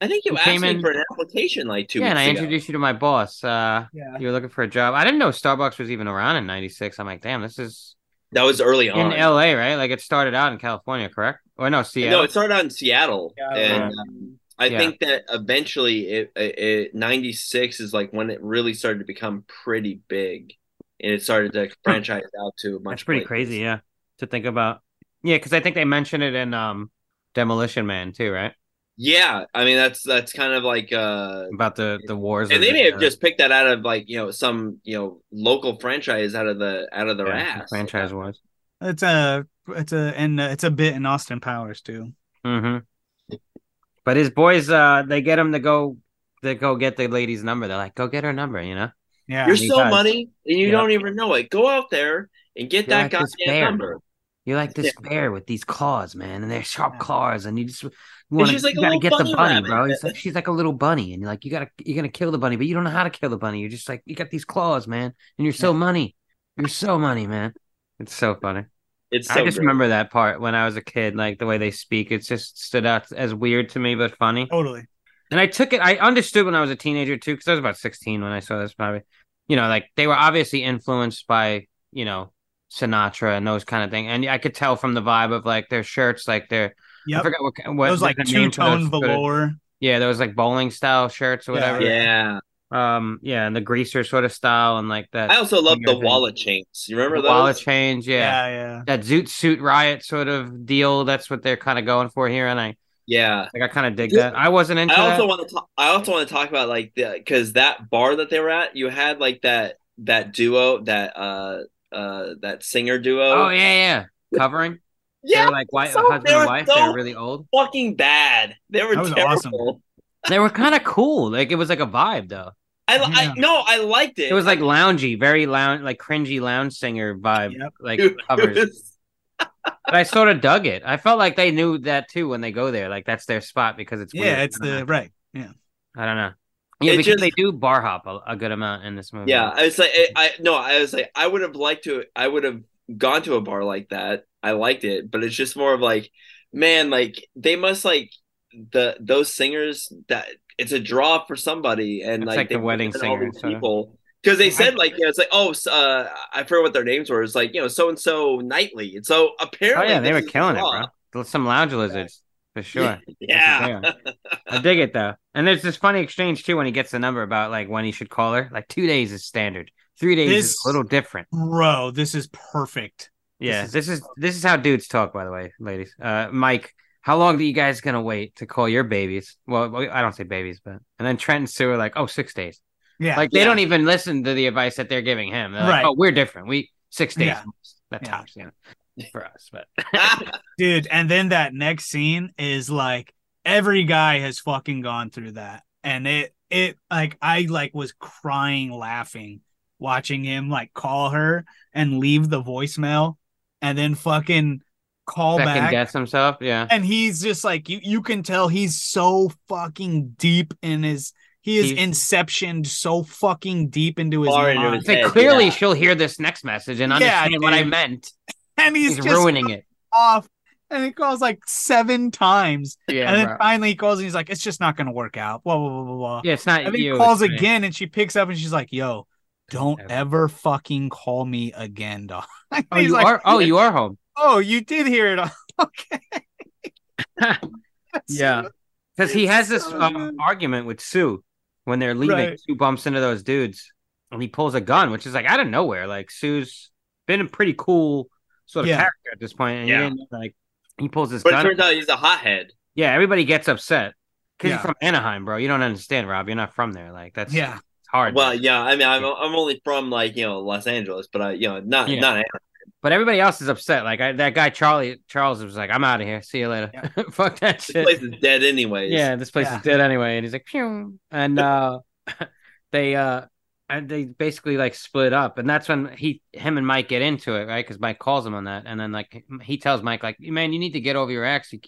[SPEAKER 10] I think you,
[SPEAKER 6] You
[SPEAKER 10] asked
[SPEAKER 6] came
[SPEAKER 10] me
[SPEAKER 6] in-
[SPEAKER 10] for an application like two
[SPEAKER 6] yeah." And I
[SPEAKER 10] weeks ago.
[SPEAKER 6] introduced you to my boss. Uh, you were looking for a job. I didn't know Starbucks was even around in '96. I'm like, damn, this is
[SPEAKER 10] That was early
[SPEAKER 6] in
[SPEAKER 10] on.
[SPEAKER 6] LA, right? Like it started out in California, correct? Or no, Seattle.
[SPEAKER 10] No, it started out in Seattle, and
[SPEAKER 6] Yeah.
[SPEAKER 10] um, I
[SPEAKER 6] Yeah.
[SPEAKER 10] think that eventually, it, it, it '96 is like when it really started to become pretty big, and it started to franchise out to much.
[SPEAKER 6] Hmm. That's pretty crazy, yeah, to think about. Yeah, because I think they mentioned it in um, Demolition Man too, right?
[SPEAKER 10] Yeah, I mean that's that's kind of like uh,
[SPEAKER 6] About the the wars.
[SPEAKER 10] and
[SPEAKER 6] of
[SPEAKER 10] they
[SPEAKER 6] the-
[SPEAKER 10] may have
[SPEAKER 6] uh,
[SPEAKER 10] just picked that out of like you know some you know local franchise out of the out of their
[SPEAKER 6] yeah,
[SPEAKER 10] ass.
[SPEAKER 6] franchise wars.
[SPEAKER 11] It's a it's a and uh, it's a bit in Austin Powers too.
[SPEAKER 6] Mm-hmm. But his boys, uh, they get him to go to go get the lady's number. They're like, go get her number, you know.
[SPEAKER 11] Yeah.
[SPEAKER 10] You're
[SPEAKER 6] And he
[SPEAKER 10] so
[SPEAKER 6] does.
[SPEAKER 10] money, and you
[SPEAKER 6] Yeah.
[SPEAKER 10] don't even know it. Go out there and get
[SPEAKER 6] You're
[SPEAKER 10] that
[SPEAKER 6] like this
[SPEAKER 10] goddamn
[SPEAKER 6] bear.
[SPEAKER 10] number.
[SPEAKER 6] You're like this
[SPEAKER 10] Yeah.
[SPEAKER 6] bear with these claws, man, and they're sharp claws, and you just you
[SPEAKER 10] And
[SPEAKER 6] want
[SPEAKER 10] she's like
[SPEAKER 6] to
[SPEAKER 10] a
[SPEAKER 6] gotta
[SPEAKER 10] little
[SPEAKER 6] get the
[SPEAKER 10] bunny
[SPEAKER 6] bunny,
[SPEAKER 10] rabbit.
[SPEAKER 6] bro. It's like she's like a little bunny, and you're like you gotta you're gonna kill the bunny, but you don't know how to kill the bunny. You're just like you got these claws, man, and you're so money. You're so money, man. It's so funny.
[SPEAKER 10] It's
[SPEAKER 6] I
[SPEAKER 10] so
[SPEAKER 6] just
[SPEAKER 10] great.
[SPEAKER 6] remember that part when I was a kid, like the way they speak. It just stood out as weird to me, but funny.
[SPEAKER 11] Totally.
[SPEAKER 6] And I took it. I understood when I was a teenager too, because I was about sixteen when I saw this. Probably, you know, like they were obviously influenced by you know Sinatra and those kind of thing. And I could tell from the vibe of like their shirts, like their
[SPEAKER 11] Yep.
[SPEAKER 6] I forgot what what
[SPEAKER 11] Those, like,
[SPEAKER 6] there's a name for those
[SPEAKER 11] two-tone
[SPEAKER 6] sort of-
[SPEAKER 11] velour.
[SPEAKER 6] Yeah, those like bowling style shirts or
[SPEAKER 11] Yeah.
[SPEAKER 6] whatever.
[SPEAKER 10] Yeah.
[SPEAKER 6] Um. Yeah, and the greaser sort of style and like that.
[SPEAKER 10] I also love the
[SPEAKER 6] finger thing.
[SPEAKER 10] wallet chains. You remember
[SPEAKER 6] The
[SPEAKER 10] those?
[SPEAKER 6] wallet change, yeah.
[SPEAKER 11] Yeah, yeah.
[SPEAKER 6] That Zoot Suit Riot sort of deal. That's what they're kind of going for here, and I
[SPEAKER 10] Yeah.
[SPEAKER 6] like I kind of dig
[SPEAKER 10] Dude,
[SPEAKER 6] that. I wasn't into.
[SPEAKER 10] I also
[SPEAKER 6] that.
[SPEAKER 10] want to. Talk, I also want to talk about like the because that bar that they were at, you had like that that duo that uh uh that singer duo.
[SPEAKER 6] Oh yeah, yeah. Covering.
[SPEAKER 10] yeah.
[SPEAKER 6] they were like white
[SPEAKER 10] so
[SPEAKER 6] husband
[SPEAKER 10] they were
[SPEAKER 6] and wife. they
[SPEAKER 10] so
[SPEAKER 6] were really old.
[SPEAKER 10] fucking bad. They were
[SPEAKER 11] That was
[SPEAKER 10] terrible.
[SPEAKER 11] awesome.
[SPEAKER 6] They were kind of cool. Like it was like a vibe though.
[SPEAKER 10] I, I no, I liked it.
[SPEAKER 6] It was like loungy, very lounge, like cringy lounge singer vibe,
[SPEAKER 11] Yep.
[SPEAKER 6] like
[SPEAKER 10] It
[SPEAKER 6] covers.
[SPEAKER 10] was-
[SPEAKER 6] But I sort of dug it. I felt like they knew that too when they go there. Like that's their spot because it's weird.
[SPEAKER 11] Yeah, it's
[SPEAKER 6] I don't
[SPEAKER 11] the
[SPEAKER 6] know.
[SPEAKER 11] right. Yeah.
[SPEAKER 6] I don't know. Yeah,
[SPEAKER 10] It
[SPEAKER 6] because
[SPEAKER 10] just-
[SPEAKER 6] they do bar hop a, a good amount in this movie. Oh,
[SPEAKER 10] Yeah, I was like, I, I no, I was like, I would have liked to, I would have gone to a bar like that. I liked it, but it's just more of like, man, like they must like the those singers that it's a draw for somebody, and
[SPEAKER 6] It's
[SPEAKER 10] like,
[SPEAKER 6] like
[SPEAKER 10] they
[SPEAKER 6] the wedding
[SPEAKER 10] bring in all
[SPEAKER 6] singer,
[SPEAKER 10] these
[SPEAKER 6] sorta.
[SPEAKER 10] people because they
[SPEAKER 6] I-
[SPEAKER 10] said like, yeah, it's like, oh, s- uh, I forget what their names were. It's like you know, so and so Knightley. And so
[SPEAKER 6] Oh
[SPEAKER 10] apparently,
[SPEAKER 6] yeah, they
[SPEAKER 10] this
[SPEAKER 6] were
[SPEAKER 10] is the
[SPEAKER 6] killing it,
[SPEAKER 10] draw.
[SPEAKER 6] bro. There's Some lounge lizards for sure.
[SPEAKER 10] Yeah,
[SPEAKER 6] I dig it though. And there's this funny exchange too when he gets the number about like when he should call her. Like two days is standard. Three days is
[SPEAKER 11] This-
[SPEAKER 6] a little different.
[SPEAKER 11] Bro, this is perfect.
[SPEAKER 6] Yeah,
[SPEAKER 11] is-
[SPEAKER 6] this is this is how dudes talk, by the way, ladies. Uh, Mike, how long are you guys gonna wait to call your babies? Well, well, I don't say babies, but and then Trent and Sue are like, oh, six days.
[SPEAKER 11] Yeah.
[SPEAKER 6] Like they
[SPEAKER 10] Yeah.
[SPEAKER 6] don't even listen to the advice that they're giving him. They're like,
[SPEAKER 11] Right.
[SPEAKER 6] oh, we're different. We six days.
[SPEAKER 11] Yeah.
[SPEAKER 6] That
[SPEAKER 11] Yeah.
[SPEAKER 6] tops, you know, for us. But
[SPEAKER 11] Dude, and then that next scene is like every guy has fucking gone through that. And it it like I like was crying laughing watching him like call her and leave the voicemail and then fucking call
[SPEAKER 6] second
[SPEAKER 11] back.
[SPEAKER 6] guess himself. Yeah.
[SPEAKER 11] And he's just like you you can tell he's so fucking deep in his he is
[SPEAKER 6] He's-
[SPEAKER 11] inceptioned so fucking deep into his
[SPEAKER 10] Far
[SPEAKER 11] mind.
[SPEAKER 10] into his
[SPEAKER 6] It's like
[SPEAKER 10] Yeah,
[SPEAKER 6] clearly
[SPEAKER 10] yeah.
[SPEAKER 6] she'll hear this next message and
[SPEAKER 11] Yeah,
[SPEAKER 6] understand what I
[SPEAKER 11] dude.
[SPEAKER 6] meant.
[SPEAKER 11] and he's,
[SPEAKER 6] He's,
[SPEAKER 11] just
[SPEAKER 6] ruining it.
[SPEAKER 11] off. And he calls like seven times.
[SPEAKER 6] Yeah,
[SPEAKER 11] and then
[SPEAKER 6] bro.
[SPEAKER 11] finally he calls and he's like, it's just not going to work out. Blah, blah, blah, blah, blah.
[SPEAKER 6] yeah, it's not
[SPEAKER 11] and then
[SPEAKER 6] you.
[SPEAKER 11] he
[SPEAKER 6] it's
[SPEAKER 11] calls
[SPEAKER 6] me.
[SPEAKER 11] again and she picks up and she's like, yo, don't
[SPEAKER 6] Ever.
[SPEAKER 11] ever fucking call me again, dog. And
[SPEAKER 6] Oh,
[SPEAKER 11] he's
[SPEAKER 6] you
[SPEAKER 11] like,
[SPEAKER 6] are. Oh, you are home.
[SPEAKER 11] oh, you did hear it. okay. That's-
[SPEAKER 6] because he has this
[SPEAKER 11] So
[SPEAKER 6] um,
[SPEAKER 11] good.
[SPEAKER 6] argument with Sue when they're leaving.
[SPEAKER 11] uh, Right.
[SPEAKER 6] Sue bumps into those dudes, and he pulls a gun, which is like out of nowhere. Like Sue's been a pretty cool sort of
[SPEAKER 11] Yeah.
[SPEAKER 6] character at this point, and you
[SPEAKER 10] Yeah.
[SPEAKER 6] didn't know, like he pulls this
[SPEAKER 10] but it
[SPEAKER 6] gun.
[SPEAKER 10] turns out he's a hothead.
[SPEAKER 6] yeah, everybody gets upset because
[SPEAKER 11] Yeah.
[SPEAKER 6] you're from Anaheim, bro. You don't understand, Rob. You're not from there. Like that's
[SPEAKER 11] Yeah.
[SPEAKER 6] it's hard.
[SPEAKER 10] Well,
[SPEAKER 6] man.
[SPEAKER 10] yeah, I mean, I'm I'm only from like you know Los Angeles, but I you know not
[SPEAKER 6] Yeah.
[SPEAKER 10] not
[SPEAKER 6] but everybody else is upset. Like I, that guy Charlie Charles was like, "I'm out of here. See you later. Fuck that
[SPEAKER 10] this
[SPEAKER 6] shit."
[SPEAKER 10] place is dead anyways.
[SPEAKER 6] yeah, this place
[SPEAKER 11] Yeah.
[SPEAKER 6] is dead anyway. And he's like, Pew. and uh, they uh, and they basically like split up, and that's when he, him, and Mike get into it, right? Because Mike calls him on that, and then like he tells Mike, like, man, you need to get over your ex. You,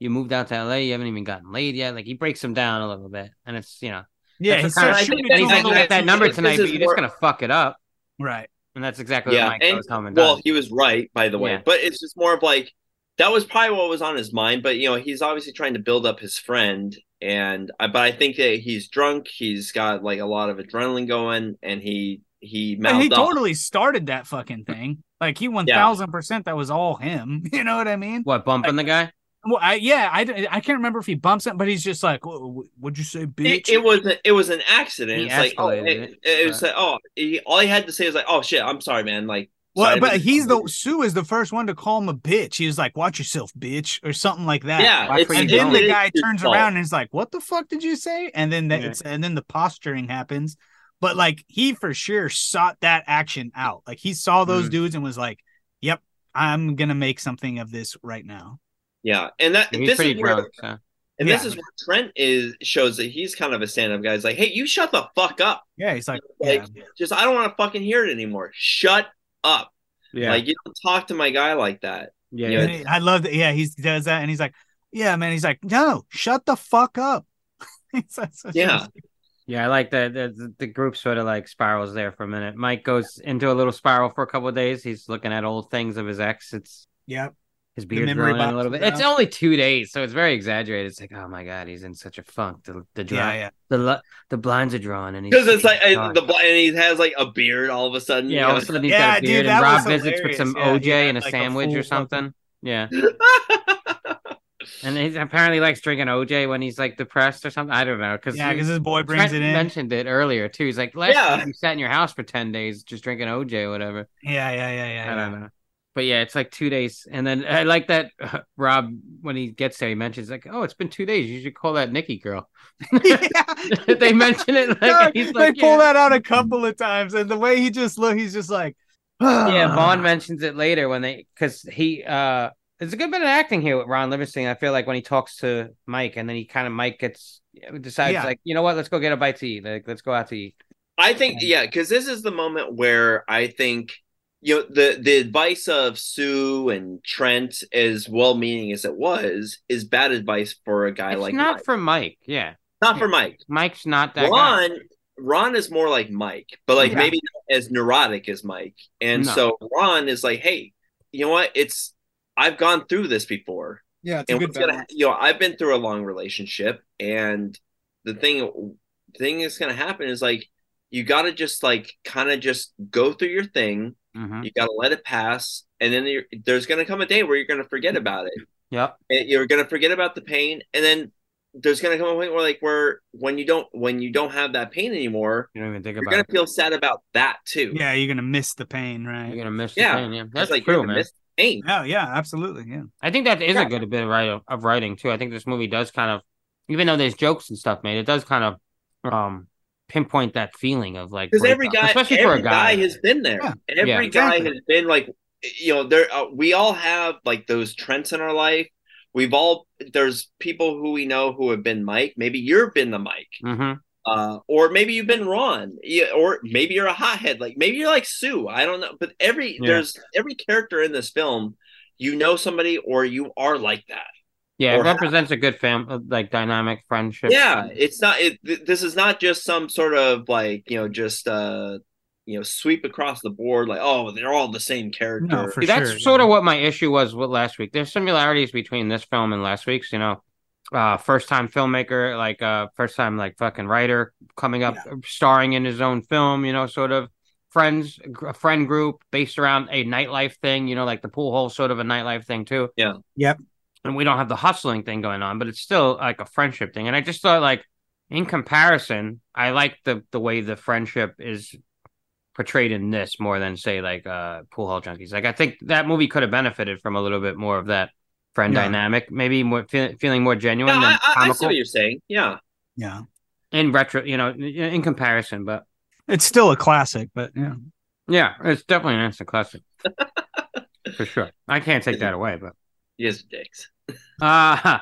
[SPEAKER 6] you moved out to LA. You haven't even gotten laid yet. Like he breaks him down a little bit, and it's you know,
[SPEAKER 11] Yeah. He
[SPEAKER 6] that's the kind
[SPEAKER 11] starts
[SPEAKER 6] of-
[SPEAKER 11] shooting
[SPEAKER 6] and he's
[SPEAKER 11] through
[SPEAKER 6] like,
[SPEAKER 11] the
[SPEAKER 6] you got that
[SPEAKER 11] wall.
[SPEAKER 6] number
[SPEAKER 10] This
[SPEAKER 6] tonight,
[SPEAKER 10] is
[SPEAKER 6] but you're just
[SPEAKER 10] more-
[SPEAKER 6] gonna fuck it up,
[SPEAKER 11] Right.
[SPEAKER 6] and that's exactly
[SPEAKER 10] yeah.
[SPEAKER 6] what Mike
[SPEAKER 10] And
[SPEAKER 6] goes home and does.
[SPEAKER 10] well, he was right by the way,
[SPEAKER 6] Yeah.
[SPEAKER 10] but it's just more of like that was probably what was on his mind. But you know, he's obviously trying to build up his friend, and I but I think that he's drunk. He's got like a lot of adrenaline going, and he he
[SPEAKER 11] And
[SPEAKER 10] mouthed
[SPEAKER 11] he
[SPEAKER 10] off.
[SPEAKER 11] totally started that fucking thing. Like he 1000% that was all him. You know what I mean?
[SPEAKER 6] what bumping the guy?
[SPEAKER 11] Well, I, yeah, I, d- I can't remember if he bumps him, but he's just like, "Wha- wha- what'd you say,
[SPEAKER 10] It,
[SPEAKER 11] bitch?
[SPEAKER 10] it was a, it was an accident.
[SPEAKER 6] He
[SPEAKER 10] It's like oh,
[SPEAKER 6] escalated
[SPEAKER 10] it,
[SPEAKER 6] it,
[SPEAKER 10] it was like oh, he, all he had to say was like oh shit, I'm sorry, man. Like
[SPEAKER 11] Well,
[SPEAKER 10] sorry,
[SPEAKER 11] but
[SPEAKER 10] man.
[SPEAKER 11] he's the Sue is the first one to call him a bitch. He was like, "Watch yourself, bitch," or something like that.
[SPEAKER 10] yeah.
[SPEAKER 6] That's
[SPEAKER 10] it's-
[SPEAKER 6] what
[SPEAKER 11] And
[SPEAKER 6] you
[SPEAKER 11] then
[SPEAKER 6] don't.
[SPEAKER 10] it
[SPEAKER 11] the
[SPEAKER 10] is
[SPEAKER 11] guy
[SPEAKER 10] his
[SPEAKER 11] turns
[SPEAKER 10] fault.
[SPEAKER 11] around and is like, "What the fuck did you say?" And then that
[SPEAKER 6] Yeah.
[SPEAKER 11] it's, and then the posturing happens. But like he for sure sought that action out. Like he saw those
[SPEAKER 6] Mhm.
[SPEAKER 11] dudes and was like, "Yep, I'm gonna make something of this right now."
[SPEAKER 10] Yeah, and that
[SPEAKER 6] He's
[SPEAKER 10] this
[SPEAKER 6] pretty
[SPEAKER 10] is where
[SPEAKER 6] drunk. so.
[SPEAKER 10] And this
[SPEAKER 11] Yeah.
[SPEAKER 10] is where Trent is shows that he's kind of a stand-up guy. He's like, "Hey, you shut the fuck up!
[SPEAKER 11] Yeah, he's like,
[SPEAKER 10] Like,
[SPEAKER 11] "Yeah."
[SPEAKER 10] Just I don't want to fucking hear it anymore. Shut up!
[SPEAKER 6] Yeah,
[SPEAKER 10] Like you don't talk to my guy like that."
[SPEAKER 6] yeah,
[SPEAKER 10] you know,
[SPEAKER 11] And he- I love that. Yeah, he does that, and he's like, "Yeah, man." He's like, "No, shut the fuck up." He's like-
[SPEAKER 10] Yeah.
[SPEAKER 6] Yeah, I like that the, the, the group sort of like spirals there for a minute. Mike goes into a little spiral for a couple of days. He's looking at old things of his ex. It's
[SPEAKER 11] Yep.
[SPEAKER 6] his beard's
[SPEAKER 11] memory
[SPEAKER 6] growing in
[SPEAKER 11] box
[SPEAKER 6] a little bit.
[SPEAKER 11] is
[SPEAKER 6] It's
[SPEAKER 11] out.
[SPEAKER 6] only two days, so it's very exaggerated. It's like, oh my god, he's in such a funk. The the dry,
[SPEAKER 11] Yeah, yeah.
[SPEAKER 6] the li- the blinds are drawn, and he's
[SPEAKER 10] Because it's like
[SPEAKER 6] God.
[SPEAKER 10] and the bl- and he has like a beard all of a sudden.
[SPEAKER 6] yeah,
[SPEAKER 10] you
[SPEAKER 6] all of
[SPEAKER 10] know?
[SPEAKER 6] a sudden he's
[SPEAKER 11] Yeah,
[SPEAKER 6] got a
[SPEAKER 11] dude,
[SPEAKER 6] beard,
[SPEAKER 11] that
[SPEAKER 6] and Rob
[SPEAKER 11] was
[SPEAKER 6] visits with
[SPEAKER 11] hilarious.
[SPEAKER 6] some
[SPEAKER 11] Yeah, he
[SPEAKER 6] OJ
[SPEAKER 11] had,
[SPEAKER 6] and a
[SPEAKER 11] like, a
[SPEAKER 6] sandwich
[SPEAKER 11] full
[SPEAKER 6] or something. Yeah, and he apparently likes drinking OJ when he's like depressed or something. I don't know because
[SPEAKER 11] Yeah, because his boy brings
[SPEAKER 6] Trent
[SPEAKER 11] it in.
[SPEAKER 6] mentioned it earlier too. He's like, last
[SPEAKER 10] Yeah.
[SPEAKER 6] time you sat in your house for ten days just drinking OJ, or whatever.
[SPEAKER 11] yeah, yeah, yeah, yeah.
[SPEAKER 6] I
[SPEAKER 11] yeah.
[SPEAKER 6] don't know. But yeah, it's like two days, and then I like that uh, Rob when he gets there, he mentions like, "Oh, it's been two days. You should call that Nikki girl." they mention it like
[SPEAKER 11] they
[SPEAKER 6] he's like,
[SPEAKER 11] pull
[SPEAKER 6] yeah.
[SPEAKER 11] that out a couple of times, and the way he just look, he's just like,
[SPEAKER 6] yeah, Vaughn mentions it later when they because he uh there's a good bit of acting here with Ron Livingston. I feel like when he talks to Mike, and then he kind of Mike gets decides
[SPEAKER 11] Yeah.
[SPEAKER 6] like, you know what, let's go get a bite to eat. Like, let's go out to eat.
[SPEAKER 10] I think yeah, because this is the moment where I think you know the the advice of Sue and Trent, as well meaning as it was, is bad advice for a guy
[SPEAKER 6] it's
[SPEAKER 10] like
[SPEAKER 6] not
[SPEAKER 10] Mike.
[SPEAKER 6] for Mike. Yeah,
[SPEAKER 10] not for Mike.
[SPEAKER 6] Mike's not that. guy.
[SPEAKER 10] Ron Ron is more like Mike, but like
[SPEAKER 6] Yeah.
[SPEAKER 10] maybe not as neurotic as Mike. And
[SPEAKER 6] No.
[SPEAKER 10] so Ron is like, hey, you know what? It's I've gone through this before.
[SPEAKER 11] Yeah, it's a
[SPEAKER 10] and
[SPEAKER 11] good
[SPEAKER 10] what's gonna, you know, I've been through a long relationship, and the thing, thing that's gonna happen is like you gotta just like kind of just go through your thing.
[SPEAKER 6] Mhm.
[SPEAKER 10] You gotta let it pass, and then you're, there's gonna come a day where you're gonna forget about it.
[SPEAKER 6] Yep.
[SPEAKER 10] And you're gonna forget about the pain, and then there's gonna come a point where like where when you don't when you don't have that pain anymore,
[SPEAKER 6] You don't even think
[SPEAKER 10] you're
[SPEAKER 6] about
[SPEAKER 10] gonna
[SPEAKER 6] it.
[SPEAKER 10] feel sad about that too.
[SPEAKER 11] Yeah, you're gonna miss the pain, right?
[SPEAKER 6] You're gonna miss
[SPEAKER 10] Yeah.
[SPEAKER 6] the thing. Yeah,
[SPEAKER 10] It's
[SPEAKER 6] that's
[SPEAKER 10] like
[SPEAKER 6] true,
[SPEAKER 10] you're gonna
[SPEAKER 6] man.
[SPEAKER 10] miss pain.
[SPEAKER 11] Yeah, yeah, absolutely. Yeah.
[SPEAKER 6] I think that is
[SPEAKER 10] Yeah.
[SPEAKER 6] a good bit of, write- of writing too. I think this movie does kind of, even though there's jokes and stuff made, it does kind of um pinpoint that feeling of like
[SPEAKER 10] because every
[SPEAKER 6] breakup,
[SPEAKER 10] guy,
[SPEAKER 6] especially
[SPEAKER 10] every
[SPEAKER 6] for a guy.
[SPEAKER 10] has been there.
[SPEAKER 11] Yeah.
[SPEAKER 10] Every
[SPEAKER 6] Yeah,
[SPEAKER 10] guy
[SPEAKER 11] exactly.
[SPEAKER 10] has been like, you know, there. Uh, we all have like those Trents in our life. We've all there's people who we know who have been Mike. Maybe you've been the Mike,
[SPEAKER 6] Mhm.
[SPEAKER 10] uh, or maybe you've been Ron, yeah, or maybe you're a hothead. Like maybe you're like Sue. I don't know, but every
[SPEAKER 6] Yeah.
[SPEAKER 10] there's every character in this film, you know somebody or you are like that.
[SPEAKER 6] Yeah,
[SPEAKER 10] or
[SPEAKER 6] it
[SPEAKER 10] have.
[SPEAKER 6] represents a good fam like dynamic friendship.
[SPEAKER 10] Yeah, it's not. It, th- this is not just some sort of like you know just uh you know sweep across the board like oh they're all the same character.
[SPEAKER 11] No, for
[SPEAKER 6] See, that's
[SPEAKER 11] sure,
[SPEAKER 6] sort
[SPEAKER 11] yeah.
[SPEAKER 6] of what my issue was with last week. There's similarities between this film and last week's. You know, uh, first time filmmaker, like uh, first time like fucking writer coming up, starring in his own film. You know, sort of friends, a friend group based around a nightlife thing. You know, like the pool hall, sort of a nightlife thing too.
[SPEAKER 10] Yeah.
[SPEAKER 11] Yep.
[SPEAKER 6] And we don't have the hustling thing going on, but it's still like a friendship thing. And I just thought like in comparison, I like the the way the friendship is portrayed in this more than say like uh pool hall junkies. Like I think that movie could have benefited from a little bit more of that friend
[SPEAKER 11] Yeah.
[SPEAKER 6] dynamic, maybe more feel, feeling more
[SPEAKER 10] Yeah,
[SPEAKER 6] genuine
[SPEAKER 10] I,
[SPEAKER 6] than
[SPEAKER 10] I- I see
[SPEAKER 6] comical
[SPEAKER 10] what you're saying. Yeah,
[SPEAKER 11] Yeah.
[SPEAKER 6] in retro, you know, in, in comparison. But
[SPEAKER 11] It's still a classic, but yeah.
[SPEAKER 6] yeah, it's definitely an instant classic for sure. I can't take that away, but
[SPEAKER 10] you guys are dicks.
[SPEAKER 6] uh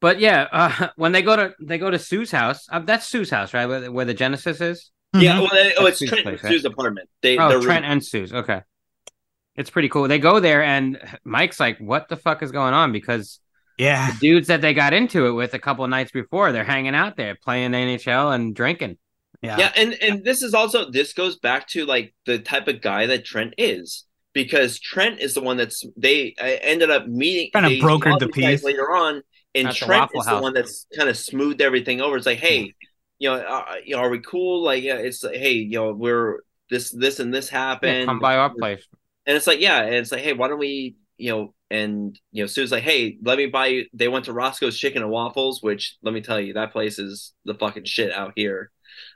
[SPEAKER 6] but yeah, uh, when they go to they go to Sue's house, uh, that's Sue's house, right? Where, the- where the Genesis is.
[SPEAKER 10] Yeah, well, they, oh,
[SPEAKER 6] That's
[SPEAKER 10] it's
[SPEAKER 6] Sue's
[SPEAKER 10] Trent
[SPEAKER 6] Mm-hmm. place,
[SPEAKER 10] and Sue's apartment. They,
[SPEAKER 6] Oh,
[SPEAKER 10] they're
[SPEAKER 6] Trent and Sue's. Okay. It's pretty cool. They go there and Mike's like, what the fuck is going on? Because
[SPEAKER 11] Yeah.
[SPEAKER 6] the dudes that they got into it with a couple of nights before, they're hanging out there playing NHL and drinking.
[SPEAKER 11] Yeah.
[SPEAKER 10] yeah. and and this is also this goes back to like the type of guy that Trent is because Trent is the one that's they uh, ended up meeting
[SPEAKER 11] Kinda
[SPEAKER 10] they
[SPEAKER 11] brokered
[SPEAKER 10] saw
[SPEAKER 11] the
[SPEAKER 10] these guys
[SPEAKER 11] peace.
[SPEAKER 10] later on, and
[SPEAKER 6] At the
[SPEAKER 10] Trent
[SPEAKER 6] Waffle
[SPEAKER 10] is
[SPEAKER 6] House. Mm.
[SPEAKER 10] the one that's kind of smoothed everything over. It's like, hey, you know, uh, you know, are we cool? Like, yeah, it's like, hey, you know, we're this this and this happened.
[SPEAKER 6] Yeah, come by our place.
[SPEAKER 10] And it's like, yeah, and it's like, hey, why don't we, you know, and you know, Sue's like, hey, let me buy you. They went to Roscoe's Chicken and Waffles, which let me tell you, that place is the fucking shit out here.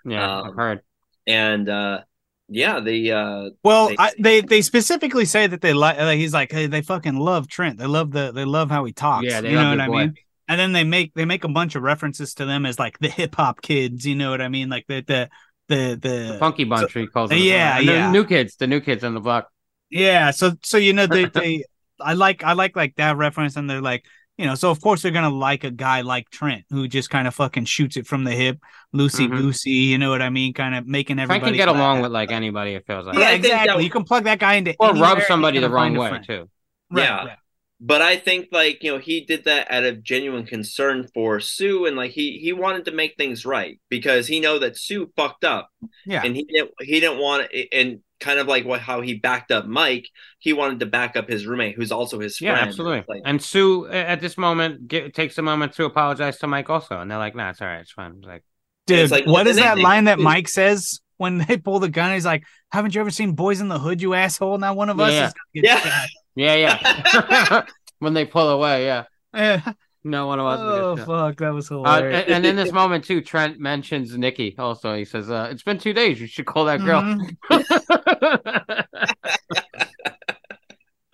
[SPEAKER 6] Yeah, I've
[SPEAKER 10] Um,
[SPEAKER 6] heard.
[SPEAKER 10] And uh yeah, the uh
[SPEAKER 11] Well,
[SPEAKER 10] They-
[SPEAKER 11] I, they they specifically say that they like. Like, he's like, hey, they fucking love Trent. They love the. They love how he talks.
[SPEAKER 6] Yeah, they
[SPEAKER 11] you
[SPEAKER 6] love
[SPEAKER 11] know
[SPEAKER 6] your
[SPEAKER 11] what I
[SPEAKER 6] boy.
[SPEAKER 11] mean. And then they make they make a bunch of references to them as like the hip hop kids. You know what I mean? Like the the the the,
[SPEAKER 6] The Funky Bunch, he calls them.
[SPEAKER 11] uh, Yeah,
[SPEAKER 6] And the
[SPEAKER 11] yeah.
[SPEAKER 6] New kids, the new kids on the block.
[SPEAKER 11] Yeah, so so you know they they I like I like like that reference and they're like you know so of course they're gonna like a guy like Trent who just kind of fucking shoots it from the hip, loosey
[SPEAKER 10] Mm-hmm.
[SPEAKER 6] Mhm.
[SPEAKER 11] goosey, you know what I mean? Kind of making
[SPEAKER 6] Frank
[SPEAKER 11] everybody
[SPEAKER 6] can get
[SPEAKER 11] laugh.
[SPEAKER 6] along with like anybody, it feels like.
[SPEAKER 10] Yeah, I
[SPEAKER 11] Yeah,
[SPEAKER 10] think that
[SPEAKER 11] exactly.
[SPEAKER 10] would-
[SPEAKER 11] You can plug that guy into
[SPEAKER 6] Or
[SPEAKER 11] anywhere,
[SPEAKER 6] rub
[SPEAKER 11] he's
[SPEAKER 6] somebody the
[SPEAKER 11] gonna
[SPEAKER 6] wrong
[SPEAKER 11] find a
[SPEAKER 6] way,
[SPEAKER 11] friend.
[SPEAKER 6] too.
[SPEAKER 11] Right,
[SPEAKER 10] Yeah.
[SPEAKER 11] right.
[SPEAKER 10] but I think like you know he did that out of genuine concern for Sue and like he he wanted to make things right because he know that Sue fucked up.
[SPEAKER 6] Yeah.
[SPEAKER 10] And he didn't he didn't want and kind of like what how he backed up Mike, he wanted to back up his roommate who's also his
[SPEAKER 6] Yeah,
[SPEAKER 10] friend.
[SPEAKER 6] absolutely.
[SPEAKER 10] Like,
[SPEAKER 6] and Sue a- at this moment get, takes a moment to apologize to Mike also, and they're like, "Nah, it's all right, it's fine." It's like,
[SPEAKER 11] Dude,
[SPEAKER 10] It's like-
[SPEAKER 11] what is that
[SPEAKER 10] they-
[SPEAKER 11] line that
[SPEAKER 10] they-
[SPEAKER 11] Mike says when they pull the gun? He's like, "Haven't you ever seen Boys in the Hood, you asshole? Now one of us
[SPEAKER 6] Yeah.
[SPEAKER 11] is gonna get
[SPEAKER 10] yeah.
[SPEAKER 6] yeah, yeah. when they pull away, yeah,
[SPEAKER 11] shot."
[SPEAKER 6] no one of us.
[SPEAKER 11] oh
[SPEAKER 6] will get shot.
[SPEAKER 11] fuck, that was
[SPEAKER 6] Uh,
[SPEAKER 11] hilarious.
[SPEAKER 6] and, and in this moment too, Trent mentions Nikki. Also, he says, uh, "It's been two days. You should call that uh, girl."
[SPEAKER 11] Mhm.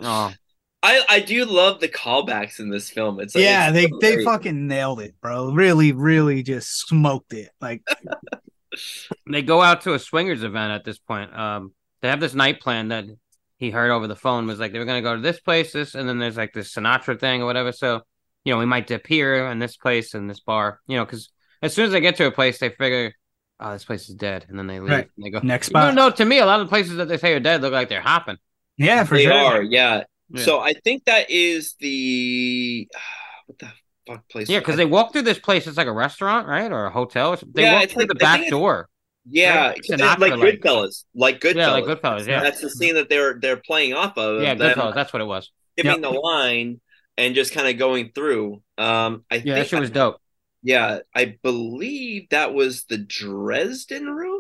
[SPEAKER 6] oh,
[SPEAKER 10] I I do love the callbacks in this film. It's like,
[SPEAKER 11] yeah,
[SPEAKER 10] it's
[SPEAKER 11] they
[SPEAKER 10] so
[SPEAKER 11] they
[SPEAKER 10] great.
[SPEAKER 11] fucking nailed it, bro. Really, really just smoked it. Like,
[SPEAKER 6] they go out to a swingers event at this point. Um, they have this night plan that he heard over the phone was like they were going to go to this place, this, and then there's like this Sinatra thing or whatever. So, you know, we might dip here and this place and this bar, you know, because as soon as they get to a place, they figure, oh, this place is dead, and then they leave.
[SPEAKER 11] Right.
[SPEAKER 6] And they go
[SPEAKER 11] Next
[SPEAKER 6] You know,
[SPEAKER 11] spot.
[SPEAKER 6] no, to me, a lot of the places that they say are dead look like they're hopping.
[SPEAKER 11] yeah, for
[SPEAKER 10] they
[SPEAKER 11] sure.
[SPEAKER 10] are, yeah.
[SPEAKER 6] Yeah.
[SPEAKER 10] So I think that is the what the fuck place?
[SPEAKER 6] Yeah,
[SPEAKER 10] was-
[SPEAKER 6] because they walk through this place. It's like a restaurant, right, or a hotel. Or something. They
[SPEAKER 10] Yeah,
[SPEAKER 6] walk
[SPEAKER 10] it's
[SPEAKER 6] through
[SPEAKER 10] like-
[SPEAKER 6] the
[SPEAKER 10] I think
[SPEAKER 6] back
[SPEAKER 10] it's-
[SPEAKER 6] door.
[SPEAKER 10] yeah,
[SPEAKER 6] Frank
[SPEAKER 10] like, like
[SPEAKER 6] Sinatra, like-
[SPEAKER 10] Goodfellas, like Goodfellas.
[SPEAKER 6] Yeah, like Goodfellas. Yeah,
[SPEAKER 10] That's the scene that they're they're playing off of.
[SPEAKER 6] yeah,
[SPEAKER 10] them
[SPEAKER 6] Goodfellas. That's what it was.
[SPEAKER 10] Skipping the line and just kind of going through. Um, I
[SPEAKER 6] Yeah, that
[SPEAKER 10] think
[SPEAKER 6] shit was dope.
[SPEAKER 10] yeah, I believe that was the Dresden room.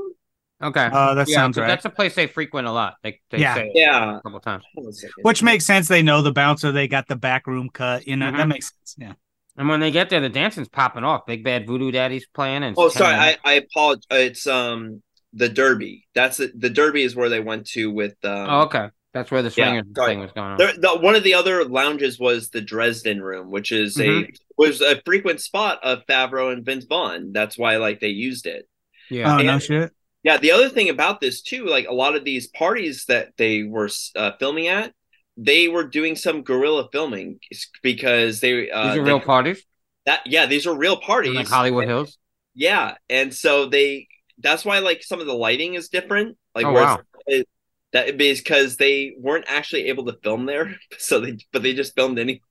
[SPEAKER 6] Okay.
[SPEAKER 11] Uh, that
[SPEAKER 6] Yeah,
[SPEAKER 11] sounds
[SPEAKER 6] but
[SPEAKER 11] right.
[SPEAKER 6] That's a place they frequent a lot. They, they
[SPEAKER 11] Yeah.
[SPEAKER 6] say it
[SPEAKER 10] Yeah,
[SPEAKER 6] a couple times.
[SPEAKER 10] Hold on a second.
[SPEAKER 11] Which makes sense. They know the bouncer. They got the back room cut. You know
[SPEAKER 6] Mhm.
[SPEAKER 11] that makes sense. Yeah.
[SPEAKER 6] And when they get there, the dancing's popping off. Big Bad Voodoo Daddy's playing. And
[SPEAKER 10] Oh, sorry, I I apologize. It's um the Derby. That's it. the Derby is where they went to with um.
[SPEAKER 6] Oh, okay. That's where the
[SPEAKER 10] Yeah,
[SPEAKER 6] swingers
[SPEAKER 10] sorry.
[SPEAKER 6] thing was going on.
[SPEAKER 10] There, the, one of the other lounges was the Dresden room, which is
[SPEAKER 6] Mm-hmm.
[SPEAKER 10] a was a frequent spot of Favreau and Vince Vaughn. That's why like they used it.
[SPEAKER 6] yeah.
[SPEAKER 11] Oh no
[SPEAKER 10] And-
[SPEAKER 11] shit.
[SPEAKER 10] Yeah, the other thing about this too, like a lot of these parties that they were uh, filming at, they were doing some guerrilla filming because they uh,
[SPEAKER 6] These are
[SPEAKER 10] they-
[SPEAKER 6] real parties.
[SPEAKER 10] that yeah these are real
[SPEAKER 6] in,
[SPEAKER 10] parties
[SPEAKER 6] Like Hollywood Hills.
[SPEAKER 10] yeah, and so they that's why like some of the lighting is different. Like
[SPEAKER 6] Oh,
[SPEAKER 10] where
[SPEAKER 6] wow.
[SPEAKER 10] it's- that is because they weren't actually able to film there, so they but they just filmed any.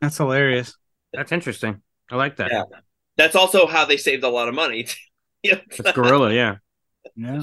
[SPEAKER 11] That's hilarious.
[SPEAKER 6] That's interesting. I like that.
[SPEAKER 10] Yeah. That's also how they saved a lot of money. You know,
[SPEAKER 6] It's gorilla, yeah.
[SPEAKER 11] Yeah.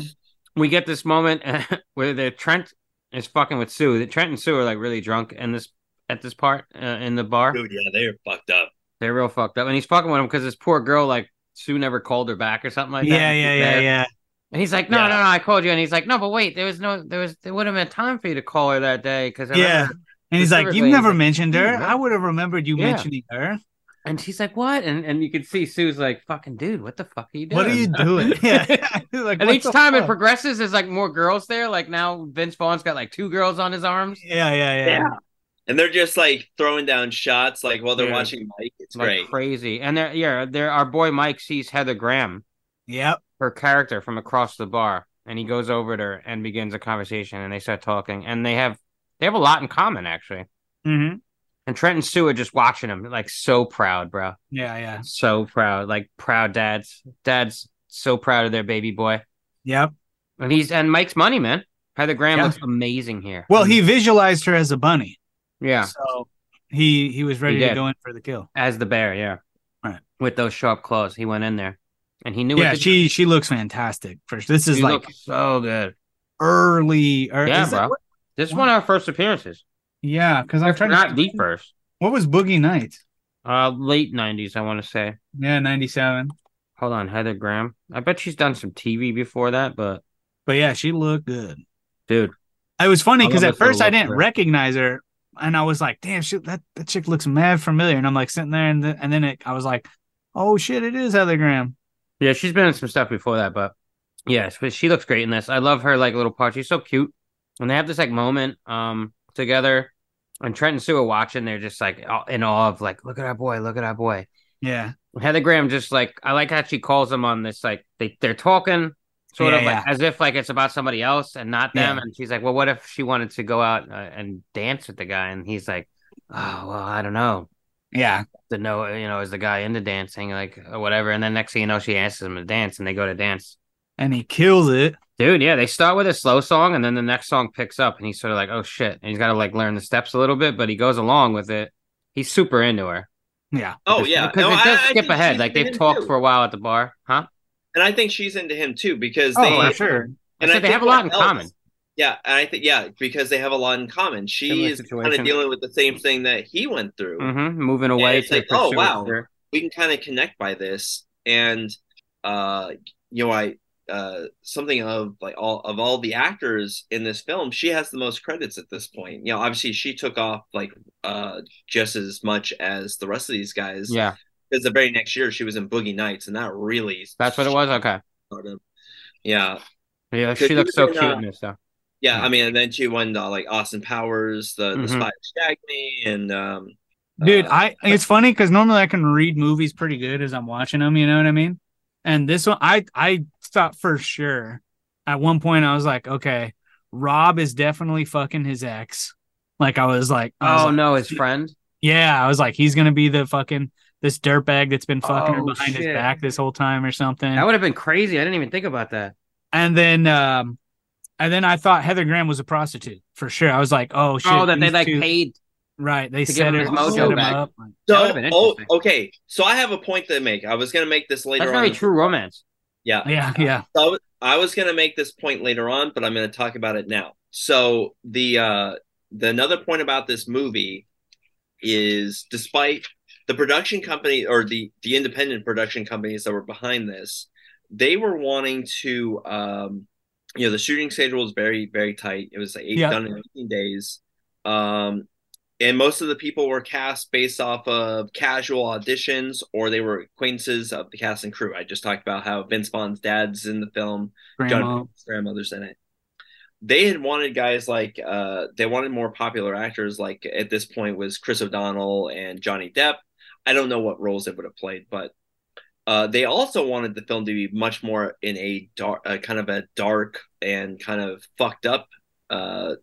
[SPEAKER 6] we get this moment where the Trent is fucking with Sue. The Trent and Sue are like really drunk in this at this part uh, in the bar.
[SPEAKER 10] Dude, yeah, they're fucked up.
[SPEAKER 6] They're real fucked up, and he's fucking with him because this poor girl like Sue never called her back or something like that.
[SPEAKER 11] yeah, yeah, yeah, yeah.
[SPEAKER 6] And he's like, no,
[SPEAKER 10] Yeah.
[SPEAKER 6] no, no, I called you, and he's like, no, but wait, there was no, there was, there would have been time for you to call her that day because
[SPEAKER 11] Yeah. And he's like,
[SPEAKER 6] Specifically,
[SPEAKER 11] You
[SPEAKER 6] he's
[SPEAKER 11] never
[SPEAKER 6] like,
[SPEAKER 11] mentioned her.
[SPEAKER 6] "Hmm,
[SPEAKER 11] I would have remembered you
[SPEAKER 6] Yeah.
[SPEAKER 11] mentioning her.
[SPEAKER 6] And she's like, what? And and you can see Sue's like, fucking dude, what the fuck are you doing?
[SPEAKER 11] What are you doing? Yeah. He's like,
[SPEAKER 6] And
[SPEAKER 11] "What
[SPEAKER 6] each
[SPEAKER 11] the
[SPEAKER 6] time it
[SPEAKER 11] fuck?"
[SPEAKER 6] progresses, there's like more girls there. Like now, Vince Vaughn's got like two girls on his arms.
[SPEAKER 11] yeah, yeah, yeah.
[SPEAKER 10] And they're just like throwing down shots, like while they're
[SPEAKER 6] Yeah.
[SPEAKER 10] watching Mike. It's
[SPEAKER 6] like
[SPEAKER 10] great.
[SPEAKER 6] crazy. And there, yeah, there. Our boy Mike sees Heather Graham,
[SPEAKER 11] Yep.
[SPEAKER 6] her character from across the bar, and he goes over to her and begins a conversation, and they start talking, and they have they have a lot in common actually.
[SPEAKER 11] Mm-hmm.
[SPEAKER 6] And Trent and Sue are just watching him, like so proud, bro,
[SPEAKER 11] Yeah, yeah.
[SPEAKER 6] so proud, like proud dads, dads so proud of their baby boy,
[SPEAKER 11] Yep.
[SPEAKER 6] and he's and Mike's money man. Heather Graham
[SPEAKER 11] Yeah.
[SPEAKER 6] looks amazing here. Mm,
[SPEAKER 11] Well,
[SPEAKER 10] Mm-hmm.
[SPEAKER 11] he visualized her as a bunny.
[SPEAKER 6] yeah,
[SPEAKER 11] So he he was ready
[SPEAKER 6] did.
[SPEAKER 11] to go in for the kill.
[SPEAKER 6] as the bear, yeah,
[SPEAKER 11] Right.
[SPEAKER 6] with those sharp claws, he went in there, and he knew.
[SPEAKER 11] Yeah,
[SPEAKER 6] what to
[SPEAKER 11] she she looks fantastic. First, this
[SPEAKER 6] do.
[SPEAKER 11] is
[SPEAKER 6] She
[SPEAKER 11] like
[SPEAKER 6] looked so good.
[SPEAKER 11] early. Or,
[SPEAKER 6] Yeah,
[SPEAKER 11] is that
[SPEAKER 6] bro.
[SPEAKER 11] what-
[SPEAKER 6] This is one of our first appearances.
[SPEAKER 11] yeah, because I'm trying
[SPEAKER 6] Not
[SPEAKER 11] to.
[SPEAKER 6] the first.
[SPEAKER 11] What was Boogie Nights?
[SPEAKER 6] Uh, late nineties, I want to say.
[SPEAKER 11] Yeah, ninety seven.
[SPEAKER 6] Hold on, Heather Graham. I bet she's done some TV before that, but
[SPEAKER 11] But yeah, she looked good.
[SPEAKER 6] dude,
[SPEAKER 11] It was funny
[SPEAKER 6] I
[SPEAKER 11] because
[SPEAKER 6] love
[SPEAKER 11] at
[SPEAKER 6] this little
[SPEAKER 11] first I
[SPEAKER 6] look
[SPEAKER 11] didn't
[SPEAKER 6] to it.
[SPEAKER 11] recognize her, and I was like, "Damn, shit, that, that chick looks mad familiar." And I'm like sitting there, and, the, and then it, I was like, "Oh shit, it is Heather Graham."
[SPEAKER 6] yeah, she's been in some stuff before that, but yes, but she looks great in this. I love her like little part. She's so cute, and they have this like moment um together, and Trent and Sue are watching. They're just like aw- in awe of like, look at our boy, look at our boy.
[SPEAKER 11] Yeah,
[SPEAKER 6] Heather Graham just like I like how she calls them on this like they they're talking sort
[SPEAKER 11] Yeah,
[SPEAKER 6] of like as if like it's about somebody else and not them
[SPEAKER 11] Yeah.
[SPEAKER 6] and she's like well what if she wanted to go out uh, and dance with the guy and he's like oh well I don't know
[SPEAKER 11] yeah,
[SPEAKER 6] to know you know is the guy into dancing like or whatever and then next thing you know she asks him to dance and they go to dance
[SPEAKER 11] and he kills it.
[SPEAKER 6] Dude, yeah, they start with a slow song and then the next song picks up and he's sort of like, oh shit. And he's got to like learn the steps a little bit, but he goes along with it. He's super into her.
[SPEAKER 11] Yeah.
[SPEAKER 10] Oh,
[SPEAKER 6] Because-
[SPEAKER 10] yeah.
[SPEAKER 6] Because
[SPEAKER 10] No,
[SPEAKER 6] it does
[SPEAKER 10] I- I
[SPEAKER 6] skip
[SPEAKER 10] think
[SPEAKER 6] ahead.
[SPEAKER 10] she's
[SPEAKER 6] Like they've
[SPEAKER 10] into
[SPEAKER 6] talked
[SPEAKER 10] him.
[SPEAKER 6] for a while at the bar, huh?
[SPEAKER 10] And I think she's into him too because
[SPEAKER 6] Oh,
[SPEAKER 10] they
[SPEAKER 6] I'm sure. I
[SPEAKER 10] And
[SPEAKER 6] said they
[SPEAKER 10] think
[SPEAKER 6] have a lot in
[SPEAKER 10] what else-
[SPEAKER 6] common.
[SPEAKER 10] Yeah, and I think yeah, because they have a lot in common. She
[SPEAKER 6] Similar
[SPEAKER 10] is kind
[SPEAKER 6] situation.
[SPEAKER 10] of dealing with the same thing that he went through.
[SPEAKER 6] hmm Moving
[SPEAKER 10] And
[SPEAKER 6] away
[SPEAKER 10] it's
[SPEAKER 6] to
[SPEAKER 10] like,
[SPEAKER 6] pursue
[SPEAKER 10] oh
[SPEAKER 6] it.
[SPEAKER 10] wow, we can kind of connect by this. And uh, you know, I uh, something of like all of all the actors in this film, she has the most credits at this point. You know, obviously she took off like uh just as much as the rest of these guys.
[SPEAKER 6] Yeah,
[SPEAKER 10] because the very next year she was in Boogie Nights, and that really
[SPEAKER 6] that's what it was. Okay.
[SPEAKER 10] started. Yeah,
[SPEAKER 6] Yeah,
[SPEAKER 10] Because
[SPEAKER 6] she
[SPEAKER 10] he
[SPEAKER 6] looks
[SPEAKER 10] was
[SPEAKER 6] so
[SPEAKER 10] in,
[SPEAKER 6] cute
[SPEAKER 10] uh,
[SPEAKER 6] in this though.
[SPEAKER 10] yeah. I mean, and then she won uh, like Austin Powers, the,
[SPEAKER 6] Mhm.
[SPEAKER 10] the Spy Who Shagged Me, and um,
[SPEAKER 6] Uh,
[SPEAKER 11] Dude, I it's funny because normally I can read movies pretty good as I'm watching them. You know what I mean? And this one, I I thought for sure. At one point, I was like, okay, Rob is definitely fucking his ex. Like I was like, I was
[SPEAKER 6] Oh
[SPEAKER 11] like,
[SPEAKER 6] no, his friend.
[SPEAKER 11] yeah, I was like, he's gonna be the fucking this dirtbag that's been fucking her
[SPEAKER 6] Oh,
[SPEAKER 11] behind his
[SPEAKER 6] shit.
[SPEAKER 11] back this whole time or something.
[SPEAKER 6] That would have been crazy. I didn't even think about that.
[SPEAKER 11] and then um, and then I thought Heather Graham was a prostitute for sure. I was like, oh shit,
[SPEAKER 6] oh, that they
[SPEAKER 11] these
[SPEAKER 6] like
[SPEAKER 11] two-
[SPEAKER 6] paid.
[SPEAKER 11] right? They
[SPEAKER 6] to give
[SPEAKER 11] set,
[SPEAKER 6] him
[SPEAKER 11] her,
[SPEAKER 6] his mojo
[SPEAKER 11] set him
[SPEAKER 6] back.
[SPEAKER 11] up.
[SPEAKER 6] That would've
[SPEAKER 10] so
[SPEAKER 6] been
[SPEAKER 10] oh,
[SPEAKER 6] interesting.
[SPEAKER 10] okay. So I have a point to make. I was gonna make this later
[SPEAKER 6] That's
[SPEAKER 10] on.
[SPEAKER 6] very true romance.
[SPEAKER 10] Yeah,
[SPEAKER 11] Yeah, yeah.
[SPEAKER 10] So I was- I was gonna make this point later on, but I'm gonna talk about it now. So the uh the another point about this movie is despite the production company or the the independent production companies that were behind this, they were wanting to um you know the shooting schedule was very, very tight. It was like eight
[SPEAKER 11] Yeah.
[SPEAKER 10] done in 18 days. Um and most of the people were cast based off of casual auditions or they were acquaintances of the cast and crew. I just talked about how Vince Vaughn's dad's in the film,
[SPEAKER 11] Grandma.
[SPEAKER 10] John Voight's grandmother's in it. They had wanted guys like uh, they wanted more popular actors. Like at this point was Chris O'Donnell and Johnny Depp. I don't know what roles they would have played, but uh, they also wanted the film to be much more in a dark, uh, kind of a dark and kind of fucked up uh,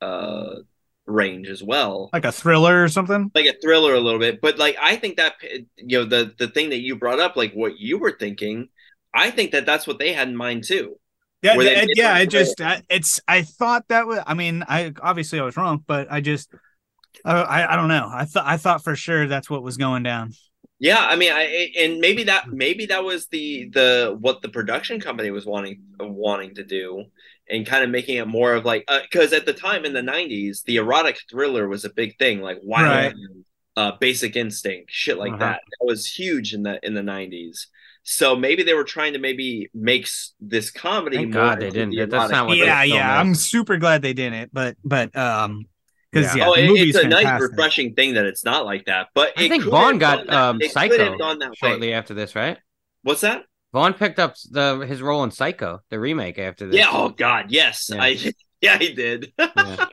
[SPEAKER 10] uh, range as well
[SPEAKER 11] like a thriller or something.
[SPEAKER 10] like a thriller a little bit but like i think that you know the the thing that you brought up like what you were thinking i think that that's what they had in mind too
[SPEAKER 11] Yeah,
[SPEAKER 10] where they
[SPEAKER 11] it-
[SPEAKER 10] made
[SPEAKER 11] yeah.
[SPEAKER 10] them
[SPEAKER 11] It just
[SPEAKER 10] fail.
[SPEAKER 11] I, it's. I thought that was. I mean, I obviously I was wrong, but I just. I I, I don't know. I thought I thought for sure that's what was going down.
[SPEAKER 10] yeah i mean i I- and maybe that
[SPEAKER 6] Hmm.
[SPEAKER 10] maybe that was the the what the production company was wanting wanting to do and kind of making it more of like because at the time in the 90s the erotic thriller was a big thing like wild
[SPEAKER 11] Right.
[SPEAKER 10] uh, basic instinct shit like
[SPEAKER 6] Uh-huh.
[SPEAKER 10] that that was huge in the in the 90s so maybe they were trying to maybe make s- this comedy
[SPEAKER 6] Thank
[SPEAKER 10] more
[SPEAKER 6] God they
[SPEAKER 10] into
[SPEAKER 6] didn't.
[SPEAKER 10] the
[SPEAKER 6] That- that's
[SPEAKER 10] erotic
[SPEAKER 6] not what they
[SPEAKER 11] yeah,
[SPEAKER 6] still
[SPEAKER 11] yeah.
[SPEAKER 6] made.
[SPEAKER 11] I'm super glad they didn't, but but um, because
[SPEAKER 6] Yeah.
[SPEAKER 11] yeah,
[SPEAKER 10] oh,
[SPEAKER 11] the
[SPEAKER 10] it-
[SPEAKER 11] movie's
[SPEAKER 10] it's a nice,
[SPEAKER 11] fantastic.
[SPEAKER 10] refreshing thing that it's not like that. But
[SPEAKER 6] I
[SPEAKER 10] it
[SPEAKER 6] think
[SPEAKER 10] could
[SPEAKER 6] Vaughn
[SPEAKER 10] have
[SPEAKER 6] got
[SPEAKER 10] gone that-
[SPEAKER 6] um,
[SPEAKER 10] it could
[SPEAKER 6] Psycho
[SPEAKER 10] have gone that way.
[SPEAKER 6] shortly after this, right?
[SPEAKER 10] What's that?
[SPEAKER 6] Vaughn picked up the his role in Psycho, the remake after this.
[SPEAKER 10] Yeah. Oh God. Yes.
[SPEAKER 6] Yeah.
[SPEAKER 10] I. Yeah, he did.
[SPEAKER 6] Yeah.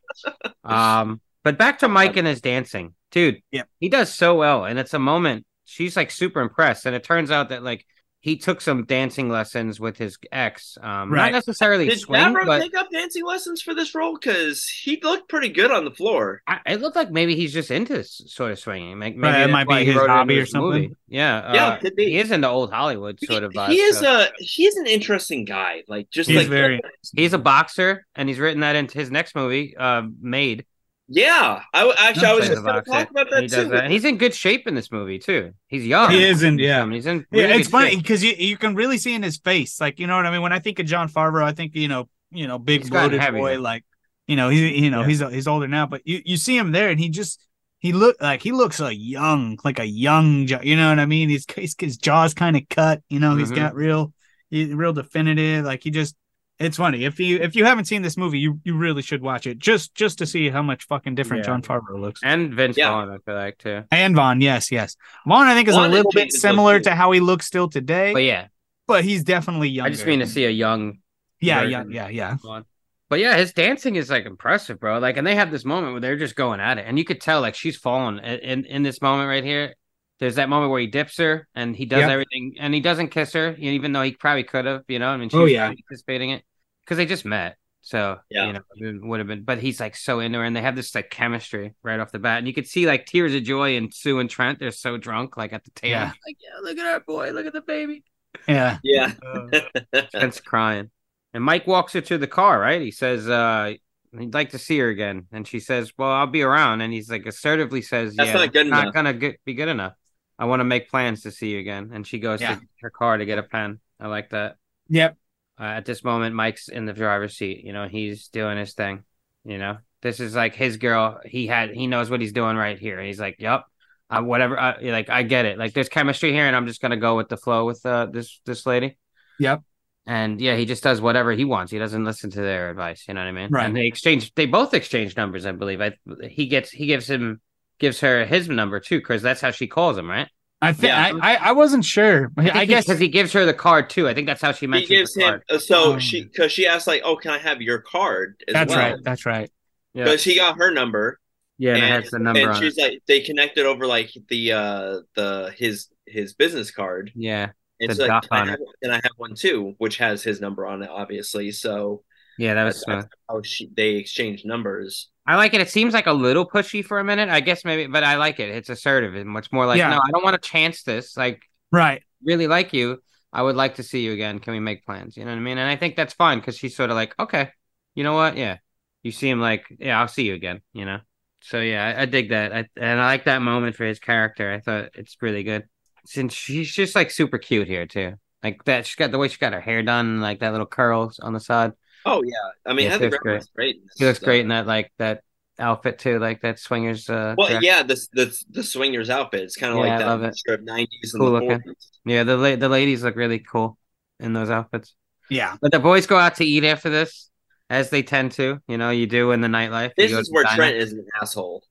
[SPEAKER 6] Um, but back to Mike and his dancing, dude.
[SPEAKER 11] Yep.
[SPEAKER 6] he does so well, and it's a moment she's like super impressed, and it turns out that like he took some dancing lessons with his ex. Um,
[SPEAKER 11] Right.
[SPEAKER 6] not necessarily
[SPEAKER 10] did
[SPEAKER 6] swing,
[SPEAKER 10] Favreau
[SPEAKER 6] but
[SPEAKER 10] take up dancing lessons for this role? Because he looked pretty good on the floor.
[SPEAKER 6] I, it looked like maybe he's just into s- sort of swinging. Like, Maybe
[SPEAKER 11] Right, Uh, it
[SPEAKER 6] that's
[SPEAKER 11] might be
[SPEAKER 6] why he
[SPEAKER 11] his
[SPEAKER 6] wrote it
[SPEAKER 11] hobby
[SPEAKER 6] into
[SPEAKER 11] or
[SPEAKER 6] his
[SPEAKER 11] something.
[SPEAKER 6] movie. Yeah,
[SPEAKER 10] Yeah,
[SPEAKER 6] uh,
[SPEAKER 10] could be.
[SPEAKER 6] He is into old Hollywood sort of. Vibe,
[SPEAKER 10] he is
[SPEAKER 6] so.
[SPEAKER 10] a he's an interesting guy. Like just
[SPEAKER 11] He's
[SPEAKER 10] like
[SPEAKER 11] very.
[SPEAKER 6] he's a boxer, and he's written that into his next movie, uh, Made.
[SPEAKER 10] yeah. I w- actually I was
[SPEAKER 6] He's a
[SPEAKER 10] just going to
[SPEAKER 6] boxer,
[SPEAKER 10] talk about
[SPEAKER 6] and
[SPEAKER 10] that
[SPEAKER 6] he
[SPEAKER 10] too.
[SPEAKER 6] does that. And He's in good shape in this movie too. He's young.
[SPEAKER 11] He is in- yeah.
[SPEAKER 6] Um, he's in.
[SPEAKER 11] Yeah,
[SPEAKER 6] really
[SPEAKER 11] it's
[SPEAKER 6] good
[SPEAKER 11] funny
[SPEAKER 6] shape.
[SPEAKER 11] because you you can really see in his face, like you know what I mean. When I think of John Favreau, I think you know you know big
[SPEAKER 6] He's gotten
[SPEAKER 11] bloated
[SPEAKER 6] heavier.
[SPEAKER 11] boy, like you know he you know
[SPEAKER 6] Yeah.
[SPEAKER 11] he's he's older now, but you you see him there and he just he look like he looks a young like a young Jo- you know what I mean. His his, his jaw's kind of cut, you know. He's
[SPEAKER 6] Mhm.
[SPEAKER 11] got real he, real definitive, like he just. It's funny if you if you haven't seen this movie, you you really should watch it just just to see how much fucking different
[SPEAKER 6] Yeah.
[SPEAKER 11] John Favreau looks.
[SPEAKER 6] And Vince
[SPEAKER 10] Yeah.
[SPEAKER 6] Vaughn, I feel like too.
[SPEAKER 11] And Vaughn, yes, yes. Vaughn, I think is
[SPEAKER 10] Vaughn
[SPEAKER 11] a
[SPEAKER 10] and
[SPEAKER 11] little bit
[SPEAKER 10] James look
[SPEAKER 11] similar
[SPEAKER 10] good.
[SPEAKER 11] to how he looks still today
[SPEAKER 6] But yeah,
[SPEAKER 11] but he's definitely younger.
[SPEAKER 6] I just mean to see a young
[SPEAKER 11] yeah, yeah,
[SPEAKER 6] version.
[SPEAKER 11] yeah, yeah.
[SPEAKER 6] Vaughn. But yeah, his dancing is like impressive, bro. Like, and they have this moment where they're just going at it, and you could tell like she's falling in in, in this moment right here. There's that moment where he dips her, and he does
[SPEAKER 11] Yep.
[SPEAKER 6] everything, and he doesn't kiss her, even though he probably could have. You know, I mean, she
[SPEAKER 11] Oh,
[SPEAKER 6] was
[SPEAKER 11] yeah.
[SPEAKER 6] probably anticipating it because they just met, so
[SPEAKER 10] Yeah.
[SPEAKER 6] you know, it would have been. But he's like so into her, and they have this like chemistry right off the bat, and you could see like tears of joy in Sue and Trent. They're so drunk, like at the table,
[SPEAKER 11] Yeah.
[SPEAKER 6] like yeah, look at our boy, look at the baby.
[SPEAKER 11] Yeah.
[SPEAKER 10] Yeah.
[SPEAKER 11] Uh,
[SPEAKER 6] Jen's crying. And Mike walks her to the car, right? He says, uh, he'd like to see her again. And she says, Well, I'll be around. And he's like assertively says,
[SPEAKER 10] That's
[SPEAKER 6] Yeah,
[SPEAKER 10] not good
[SPEAKER 6] it's not
[SPEAKER 10] enough."
[SPEAKER 6] gonna get, be good enough. I want to make plans to see you again. And she goes
[SPEAKER 11] Yeah.
[SPEAKER 6] to her car to get a pen. I like that.
[SPEAKER 11] Yep.
[SPEAKER 6] Uh, at this moment, Mike's in the driver's seat. You know, he's doing his thing. You know, this is like his girl. He had, he knows what he's doing right here. And he's like, Yep. I, whatever, I, like I get it. Like there's chemistry here, and I'm just gonna go with the flow with uh, this this lady.
[SPEAKER 11] Yep.
[SPEAKER 6] And yeah, he just does whatever he wants. He doesn't listen to their advice. You know what I mean?
[SPEAKER 11] Right.
[SPEAKER 6] And they exchange. They both exchange numbers, I believe. I he gets he gives him gives her his number too, because that's how she calls him, right?
[SPEAKER 11] I think
[SPEAKER 10] Yeah.
[SPEAKER 11] I, I I wasn't sure. I, guess
[SPEAKER 6] because he gives her the card too. I think that's how she
[SPEAKER 10] He
[SPEAKER 6] mentions
[SPEAKER 10] gives
[SPEAKER 6] the
[SPEAKER 10] him
[SPEAKER 6] card.
[SPEAKER 10] so
[SPEAKER 11] Um,
[SPEAKER 10] she because she asked like, "Oh, can I have your card?" As
[SPEAKER 11] that's
[SPEAKER 10] well.
[SPEAKER 11] right. That's right.
[SPEAKER 6] Yeah,
[SPEAKER 10] Because he got her number,
[SPEAKER 6] yeah, and, it
[SPEAKER 10] and-
[SPEAKER 6] has the number
[SPEAKER 10] and
[SPEAKER 6] on. It.
[SPEAKER 10] she's like, they connected over like the uh the his his business card,
[SPEAKER 6] Yeah,
[SPEAKER 10] and
[SPEAKER 6] The
[SPEAKER 10] so like,
[SPEAKER 6] dot
[SPEAKER 10] can I,
[SPEAKER 6] on
[SPEAKER 10] have, can I have one too, which has his number on it, obviously. So
[SPEAKER 6] yeah, that was.
[SPEAKER 10] that's,
[SPEAKER 6] Smooth.
[SPEAKER 10] that's how she, they exchanged numbers.
[SPEAKER 6] I like it. It seems like a little pushy for a minute. I guess maybe, but I like it. It's assertive and much more like,
[SPEAKER 11] Yeah.
[SPEAKER 6] no, I don't want to chance this. Like
[SPEAKER 11] Right.
[SPEAKER 6] really like you. I would like to see you again. Can we make plans? You know what I mean? And I think that's fine because she's sort of like, okay, you know what? Yeah. You seem like, yeah, I'll see you again, you know? So yeah, I, I dig that. I, and I like that moment for his character. I thought it's really good. Since she's just like super cute here too. Like that, she got the way she got her hair done, and, like that little curls on the side.
[SPEAKER 10] Oh yeah, I mean,
[SPEAKER 6] Yeah,
[SPEAKER 10] Heather
[SPEAKER 6] she looks
[SPEAKER 10] Graham looks great. in
[SPEAKER 6] She looks
[SPEAKER 10] this,
[SPEAKER 6] great
[SPEAKER 10] uh,
[SPEAKER 6] in that, like that outfit too, like that swingers. Uh,
[SPEAKER 10] Well,
[SPEAKER 6] dress.
[SPEAKER 10] yeah, this the the swingers outfit. It's kind of
[SPEAKER 6] Yeah, I
[SPEAKER 10] like that
[SPEAKER 6] love it.
[SPEAKER 10] mixture of nineties and
[SPEAKER 6] Cool
[SPEAKER 10] the
[SPEAKER 6] looking.
[SPEAKER 10] forties.
[SPEAKER 6] yeah. The la- the ladies look really cool in those outfits.
[SPEAKER 11] Yeah.
[SPEAKER 6] But the boys go out to eat after this, as they tend to. You know, you do in the nightlife. You
[SPEAKER 10] This
[SPEAKER 6] go
[SPEAKER 10] is
[SPEAKER 6] to
[SPEAKER 10] where
[SPEAKER 6] diner.
[SPEAKER 10] Trent is an asshole.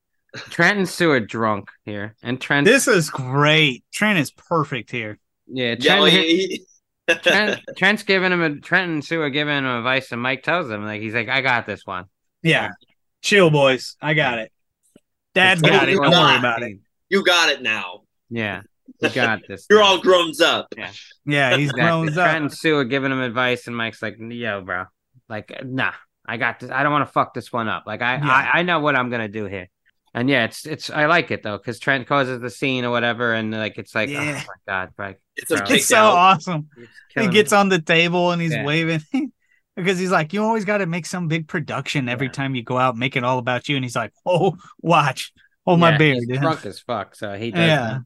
[SPEAKER 6] Trent and Sue are drunk here, and Trent.
[SPEAKER 11] This is great. Trent is perfect here.
[SPEAKER 6] yeah, Trent,
[SPEAKER 10] Yeah, like, he-
[SPEAKER 6] Trent. Trent's giving him a Trent and Sue are giving him advice, and Mike tells him like he's like, "I got this one."
[SPEAKER 11] Yeah. Chill, boys. I got it. Dad's
[SPEAKER 6] It's
[SPEAKER 11] got it. Don't
[SPEAKER 6] totally
[SPEAKER 11] worry
[SPEAKER 10] not.
[SPEAKER 11] about it.
[SPEAKER 10] you got it now.
[SPEAKER 6] Yeah, you got this.
[SPEAKER 10] You're all grown up.
[SPEAKER 6] Yeah.
[SPEAKER 11] Yeah, he's
[SPEAKER 6] Exactly.
[SPEAKER 11] grown
[SPEAKER 6] Trent
[SPEAKER 11] up.
[SPEAKER 6] and Sue are giving him advice, and Mike's like, "Yo, bro, like, nah, I got this. I don't want to fuck this one up. Like, I,
[SPEAKER 11] Yeah.
[SPEAKER 6] I, I know what I'm gonna do here." And yeah, it's it's I like it though because Trent causes the scene or whatever, and like it's like,
[SPEAKER 11] Yeah.
[SPEAKER 6] oh my god, like
[SPEAKER 10] It's a
[SPEAKER 6] It's
[SPEAKER 10] kick
[SPEAKER 11] It's so
[SPEAKER 10] out.
[SPEAKER 11] awesome. He
[SPEAKER 6] killing
[SPEAKER 11] gets
[SPEAKER 6] me.
[SPEAKER 11] on the table and he's
[SPEAKER 6] Yeah.
[SPEAKER 11] waving because he's like, You always got to make some big production every
[SPEAKER 6] Yeah.
[SPEAKER 11] time you go out, make it all about you. And he's like, Oh, watch. Hold my
[SPEAKER 6] Yeah,
[SPEAKER 11] beer.
[SPEAKER 6] he's
[SPEAKER 11] dude."
[SPEAKER 6] drunk as fuck, so he does.
[SPEAKER 11] Yeah.
[SPEAKER 6] that.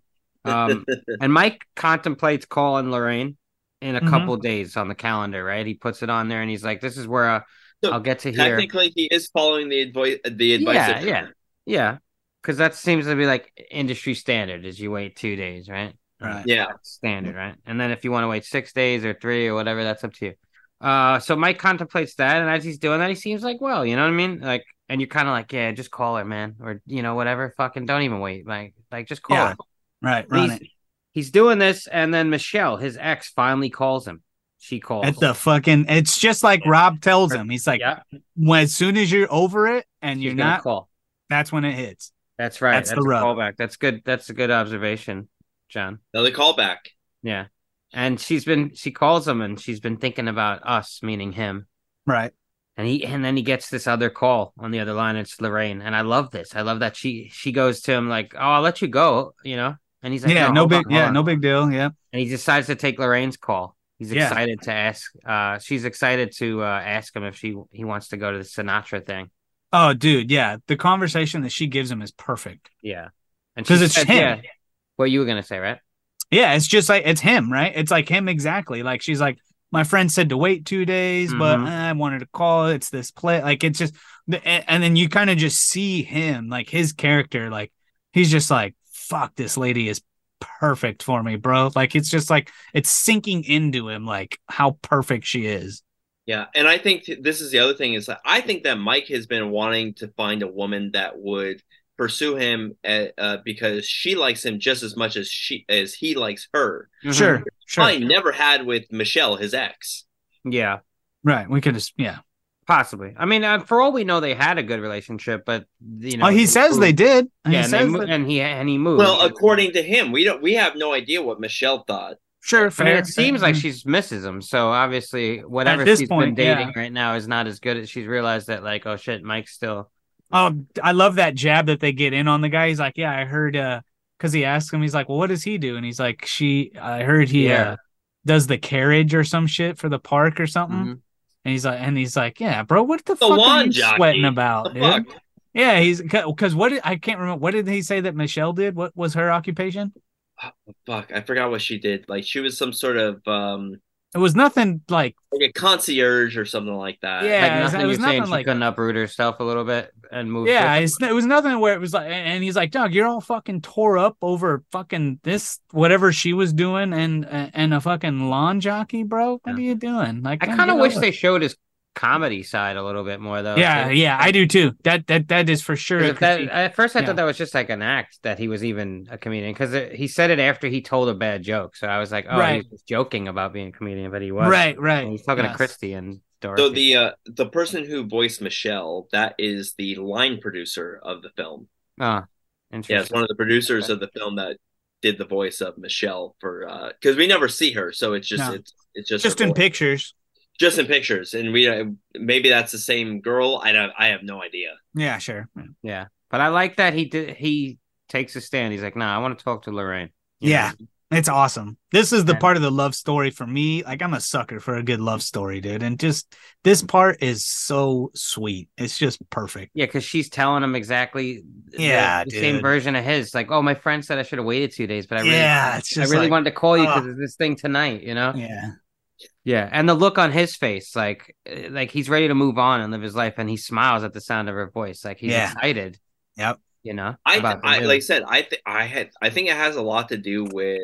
[SPEAKER 6] Um, and Mike contemplates calling Lorraine in a
[SPEAKER 11] Mhm.
[SPEAKER 6] couple days on the calendar, right? He puts it on there, and he's like, "This is where uh,
[SPEAKER 10] So
[SPEAKER 6] I'll get to hear."
[SPEAKER 10] Technically, he is following the advice. The advice.
[SPEAKER 6] Yeah,
[SPEAKER 10] of-
[SPEAKER 6] yeah, yeah. Because that seems to be like industry standard is you wait two days, right?
[SPEAKER 11] Right.
[SPEAKER 10] yeah.
[SPEAKER 6] That's standard, right? And then if you want to wait six days or three or whatever, that's up to you. Uh, so Mike contemplates that, and as he's doing that, he seems like, well, you know what I mean, like, and you're kind of like, yeah, just call her, man, or you know, whatever, fucking, don't even wait, like, like, just call
[SPEAKER 11] Yeah,
[SPEAKER 6] her.
[SPEAKER 11] Right.
[SPEAKER 6] And
[SPEAKER 11] Run
[SPEAKER 6] he's,
[SPEAKER 11] it.
[SPEAKER 6] he's doing this, and then Michelle, his ex, finally calls him. She calls.
[SPEAKER 11] At the fucking, it's just like Rob tells him. He's like,
[SPEAKER 6] yeah,
[SPEAKER 11] when as soon as you're over it and
[SPEAKER 6] she's
[SPEAKER 11] you're
[SPEAKER 6] gonna
[SPEAKER 11] not,
[SPEAKER 6] call.
[SPEAKER 11] that's when it hits.
[SPEAKER 6] That's right.
[SPEAKER 11] That's
[SPEAKER 6] That's,
[SPEAKER 11] the
[SPEAKER 6] a
[SPEAKER 11] rub.
[SPEAKER 6] callback. That's good. That's a good observation, John.
[SPEAKER 10] Another callback.
[SPEAKER 6] Yeah. And she's been she calls him and she's been thinking about us, meaning him.
[SPEAKER 11] Right.
[SPEAKER 6] And he and then he gets this other call on the other line. It's Lorraine. And I love this. I love that she she goes to him like, Oh, I'll let you go, you know? And he's like,
[SPEAKER 11] yeah. No
[SPEAKER 6] hold
[SPEAKER 11] big.
[SPEAKER 6] on, hold
[SPEAKER 11] yeah.
[SPEAKER 6] on."
[SPEAKER 11] No big deal. Yeah.
[SPEAKER 6] And he decides to take Lorraine's call. He's
[SPEAKER 11] Yeah.
[SPEAKER 6] excited to ask uh she's excited to uh ask him if she he wants to go to the Sinatra thing.
[SPEAKER 11] Oh, dude. Yeah. The conversation that she gives him is perfect.
[SPEAKER 6] Yeah. And
[SPEAKER 11] 'Cause
[SPEAKER 6] she
[SPEAKER 11] it's
[SPEAKER 6] said,
[SPEAKER 11] him.
[SPEAKER 6] Yeah, what you were gonna say, right?
[SPEAKER 11] Yeah. It's just like it's him, right? It's like him exactly. Like she's like, my friend said to wait two days, but eh,
[SPEAKER 6] Mhm.
[SPEAKER 11] I wanted to call. It's this play. Like it's just, the- and and then you kind of just see him, like his character, like he's just like, fuck, this lady is perfect for me, bro. Like it's just like it's sinking into him, like how perfect she is.
[SPEAKER 10] Yeah, and I think th- this is the other thing is that I think that Mike has been wanting to find a woman that would pursue him at, uh, because she likes him just as much as she as he likes her.
[SPEAKER 6] Mm-hmm.
[SPEAKER 11] Sure, sure.
[SPEAKER 10] I never had with Michelle, his ex.
[SPEAKER 6] Mm-hmm. Yeah.
[SPEAKER 11] Right. We could just, yeah.
[SPEAKER 6] Possibly. I mean, uh, for all we know, they had a good relationship, but you know,
[SPEAKER 11] oh, he says they did. He
[SPEAKER 6] Yeah, and, they
[SPEAKER 11] says
[SPEAKER 6] mo-
[SPEAKER 11] that-
[SPEAKER 6] and he and he moved.
[SPEAKER 10] Well, according to him, we don't we have no idea what Michelle thought.
[SPEAKER 11] sure.
[SPEAKER 6] I
[SPEAKER 11] Fair.
[SPEAKER 6] mean, it seems like
[SPEAKER 11] Mm.
[SPEAKER 6] she's misses him. So obviously, whatever
[SPEAKER 11] this
[SPEAKER 6] she's
[SPEAKER 11] point,
[SPEAKER 6] been dating right now is not as good as she's realized that. Like, oh shit, Mike's still.
[SPEAKER 11] Oh, I love that jab that they get in on the guy. He's like, yeah, I heard, uh, because he asked him, he's like, well, what does he do? And he's like, she, I heard he,
[SPEAKER 6] Yeah.
[SPEAKER 11] uh, does the carriage or some shit for the park or something. Mm-hmm. And he's like, and he's like, yeah, bro, what the,
[SPEAKER 10] the
[SPEAKER 11] fuck
[SPEAKER 10] lawn
[SPEAKER 11] are you
[SPEAKER 10] jockey.
[SPEAKER 11] sweating about,
[SPEAKER 10] The
[SPEAKER 11] dude?
[SPEAKER 10] Oh, fuck?
[SPEAKER 11] Yeah, he's because what did- I can't remember. What did he say that Michelle did? What was her occupation?
[SPEAKER 10] Fuck, I forgot what she did. Like she was some sort of um
[SPEAKER 11] It was nothing like
[SPEAKER 10] like a concierge or something like that.
[SPEAKER 11] Yeah,
[SPEAKER 6] like
[SPEAKER 11] it was-
[SPEAKER 6] nothing
[SPEAKER 11] it was
[SPEAKER 6] you're saying
[SPEAKER 11] nothing
[SPEAKER 6] she
[SPEAKER 11] like-
[SPEAKER 6] couldn't uproot herself a little bit and move.
[SPEAKER 11] Yeah,
[SPEAKER 6] with it?
[SPEAKER 11] it's, it was nothing where it was like, and he's like, Doug, you're all fucking tore up over fucking this, whatever she was doing, and and a fucking lawn jockey, bro. What are you doing? Like,
[SPEAKER 6] I
[SPEAKER 11] man,
[SPEAKER 6] kind of
[SPEAKER 11] get
[SPEAKER 6] wish
[SPEAKER 11] over
[SPEAKER 6] they
[SPEAKER 11] it.
[SPEAKER 6] showed his comedy side a little bit more though.
[SPEAKER 11] Yeah,
[SPEAKER 6] too.
[SPEAKER 11] yeah, I do too. That that that is for sure.
[SPEAKER 6] 'Cause
[SPEAKER 11] a
[SPEAKER 6] if that-
[SPEAKER 11] critique.
[SPEAKER 6] at first, I
[SPEAKER 11] Yeah.
[SPEAKER 6] thought that was just like an act that he was even a comedian because he said it after he told a bad joke. So I was like, oh, he was
[SPEAKER 11] Right.
[SPEAKER 6] just joking about being a comedian, but he was
[SPEAKER 11] Right, right,
[SPEAKER 6] And he's talking to
[SPEAKER 11] yes.
[SPEAKER 6] Christy and Dorothy.
[SPEAKER 10] So the uh the person who voiced Michelle, that is the line producer of the film.
[SPEAKER 6] Ah,
[SPEAKER 10] Yeah, it's
[SPEAKER 6] interesting.
[SPEAKER 10] one of the producers of the film that did the voice of Michelle for uh because we never see her, so it's just
[SPEAKER 11] No.
[SPEAKER 10] it's it's just
[SPEAKER 11] just
[SPEAKER 10] her
[SPEAKER 11] in
[SPEAKER 10] voice.
[SPEAKER 11] pictures.
[SPEAKER 10] just in pictures, and we uh, maybe that's the same girl. I don't, I have no idea.
[SPEAKER 11] Yeah, sure.
[SPEAKER 6] Yeah, but I like that he did. He takes a stand. He's like, nah, I want to talk to Lorraine. You know?
[SPEAKER 11] Yeah. It's awesome. This is the
[SPEAKER 6] And-
[SPEAKER 11] part of the love story for me. Like I'm a sucker for a good love story, dude. And just this part is so sweet. It's just perfect.
[SPEAKER 6] Yeah, because she's telling him exactly the-
[SPEAKER 11] Yeah,
[SPEAKER 6] the, same
[SPEAKER 11] dude.
[SPEAKER 6] version of his. Like, oh, my friend said I should have waited two days, but I really,
[SPEAKER 11] Yeah, it's
[SPEAKER 6] I
[SPEAKER 11] just
[SPEAKER 6] really
[SPEAKER 11] like,
[SPEAKER 6] wanted to call you
[SPEAKER 11] ugh.
[SPEAKER 6] because this thing tonight, you know?
[SPEAKER 11] Yeah.
[SPEAKER 6] Yeah, and the look on his face, like, eh, like he's ready to move on and live his life, and he smiles at the sound of her voice, like he's
[SPEAKER 11] Yeah.
[SPEAKER 6] excited.
[SPEAKER 11] Yep.
[SPEAKER 6] You know,
[SPEAKER 10] I,
[SPEAKER 6] about the
[SPEAKER 10] I
[SPEAKER 6] news.
[SPEAKER 10] like I said, I think I had, I think it has a lot to do with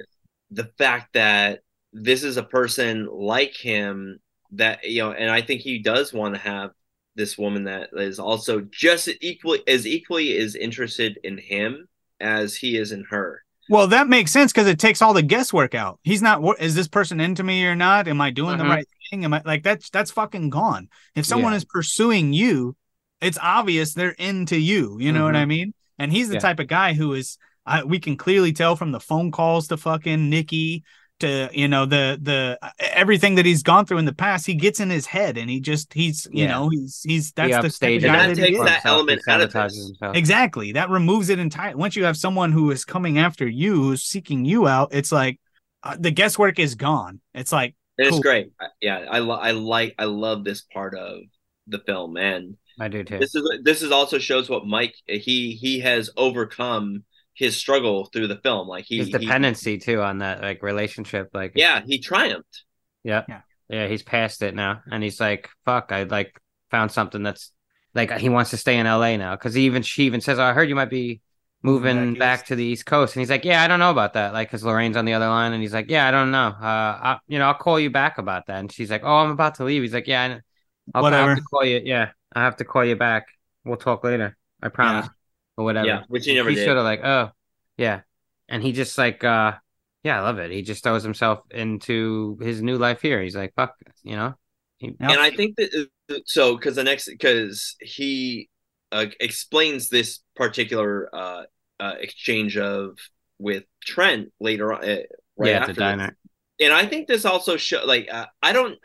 [SPEAKER 10] the fact that this is a person like him that you know, and I think he does want to have this woman that is also just equally as equally as interested in him as he is in her.
[SPEAKER 11] Well, that makes sense because it takes all the guesswork out. He's not. wor- Is this person into me or not? Am I doing
[SPEAKER 6] Mhm.
[SPEAKER 11] the right thing? Am I like that's that's fucking gone. If someone
[SPEAKER 6] Yeah.
[SPEAKER 11] is pursuing you, it's obvious they're into you. You know what I mean? And he's the
[SPEAKER 6] Mm-hmm. Yeah.
[SPEAKER 11] type of guy who is. I, we can clearly tell from the phone calls to fucking Nikki to you know the the e-, everything that he's gone through in the past. He gets in his head and he just he's you
[SPEAKER 6] Yeah.
[SPEAKER 11] know he's he's that's
[SPEAKER 6] He
[SPEAKER 11] the type
[SPEAKER 6] upstages
[SPEAKER 11] of guy
[SPEAKER 10] And that
[SPEAKER 11] that he
[SPEAKER 10] takes
[SPEAKER 11] is.
[SPEAKER 10] that element out of
[SPEAKER 6] sabotages
[SPEAKER 10] this.
[SPEAKER 6] himself.
[SPEAKER 11] Exactly. That removes it entirely. Once you have someone who is coming after you, who's seeking you out, it's like uh, the guesswork is gone. It's like,
[SPEAKER 10] And
[SPEAKER 11] Cool.
[SPEAKER 10] it's great. I- Yeah, I lo- I like I love this part of the film and
[SPEAKER 6] I do too.
[SPEAKER 10] this is this is also shows what Mike he he has overcome his struggle through the film. Like he
[SPEAKER 6] His
[SPEAKER 10] he-
[SPEAKER 6] dependency too on that like relationship, like
[SPEAKER 10] yeah, he triumphed.
[SPEAKER 6] Yeah.
[SPEAKER 11] Yeah.
[SPEAKER 6] Yeah, he's past it now. And he's like, fuck, I like found something that's like he wants to stay in LA now. Cause he even she even says, oh, I heard you might be moving
[SPEAKER 11] Back
[SPEAKER 6] back
[SPEAKER 11] east.
[SPEAKER 6] to the East Coast. And he's like, Yeah, I don't know about that. Like, cause Lorraine's on the other line. And he's like, Yeah, I don't know. Uh, I, you know, I'll call you back about that. And she's like, Oh, I'm about to leave. He's like, Yeah, I, kn- I'll, I'll
[SPEAKER 11] Whatever.
[SPEAKER 6] have to call you. Yeah, I have to call you back. We'll talk later. I promise. Or whatever.
[SPEAKER 10] Yeah, which he never did.
[SPEAKER 6] sort of like, Oh, yeah. And he just like, uh, yeah, I love it. He just throws himself into his new life here. He's like, fuck, you know. He,
[SPEAKER 11] Yeah.
[SPEAKER 10] And I think that uh, so because the next because he uh, explains this particular uh, uh, exchange of with Trent later on. Uh,
[SPEAKER 6] yeah,
[SPEAKER 10] right
[SPEAKER 6] at
[SPEAKER 10] after
[SPEAKER 6] the
[SPEAKER 10] this.
[SPEAKER 6] diner.
[SPEAKER 10] and I think this also show like uh, I don't.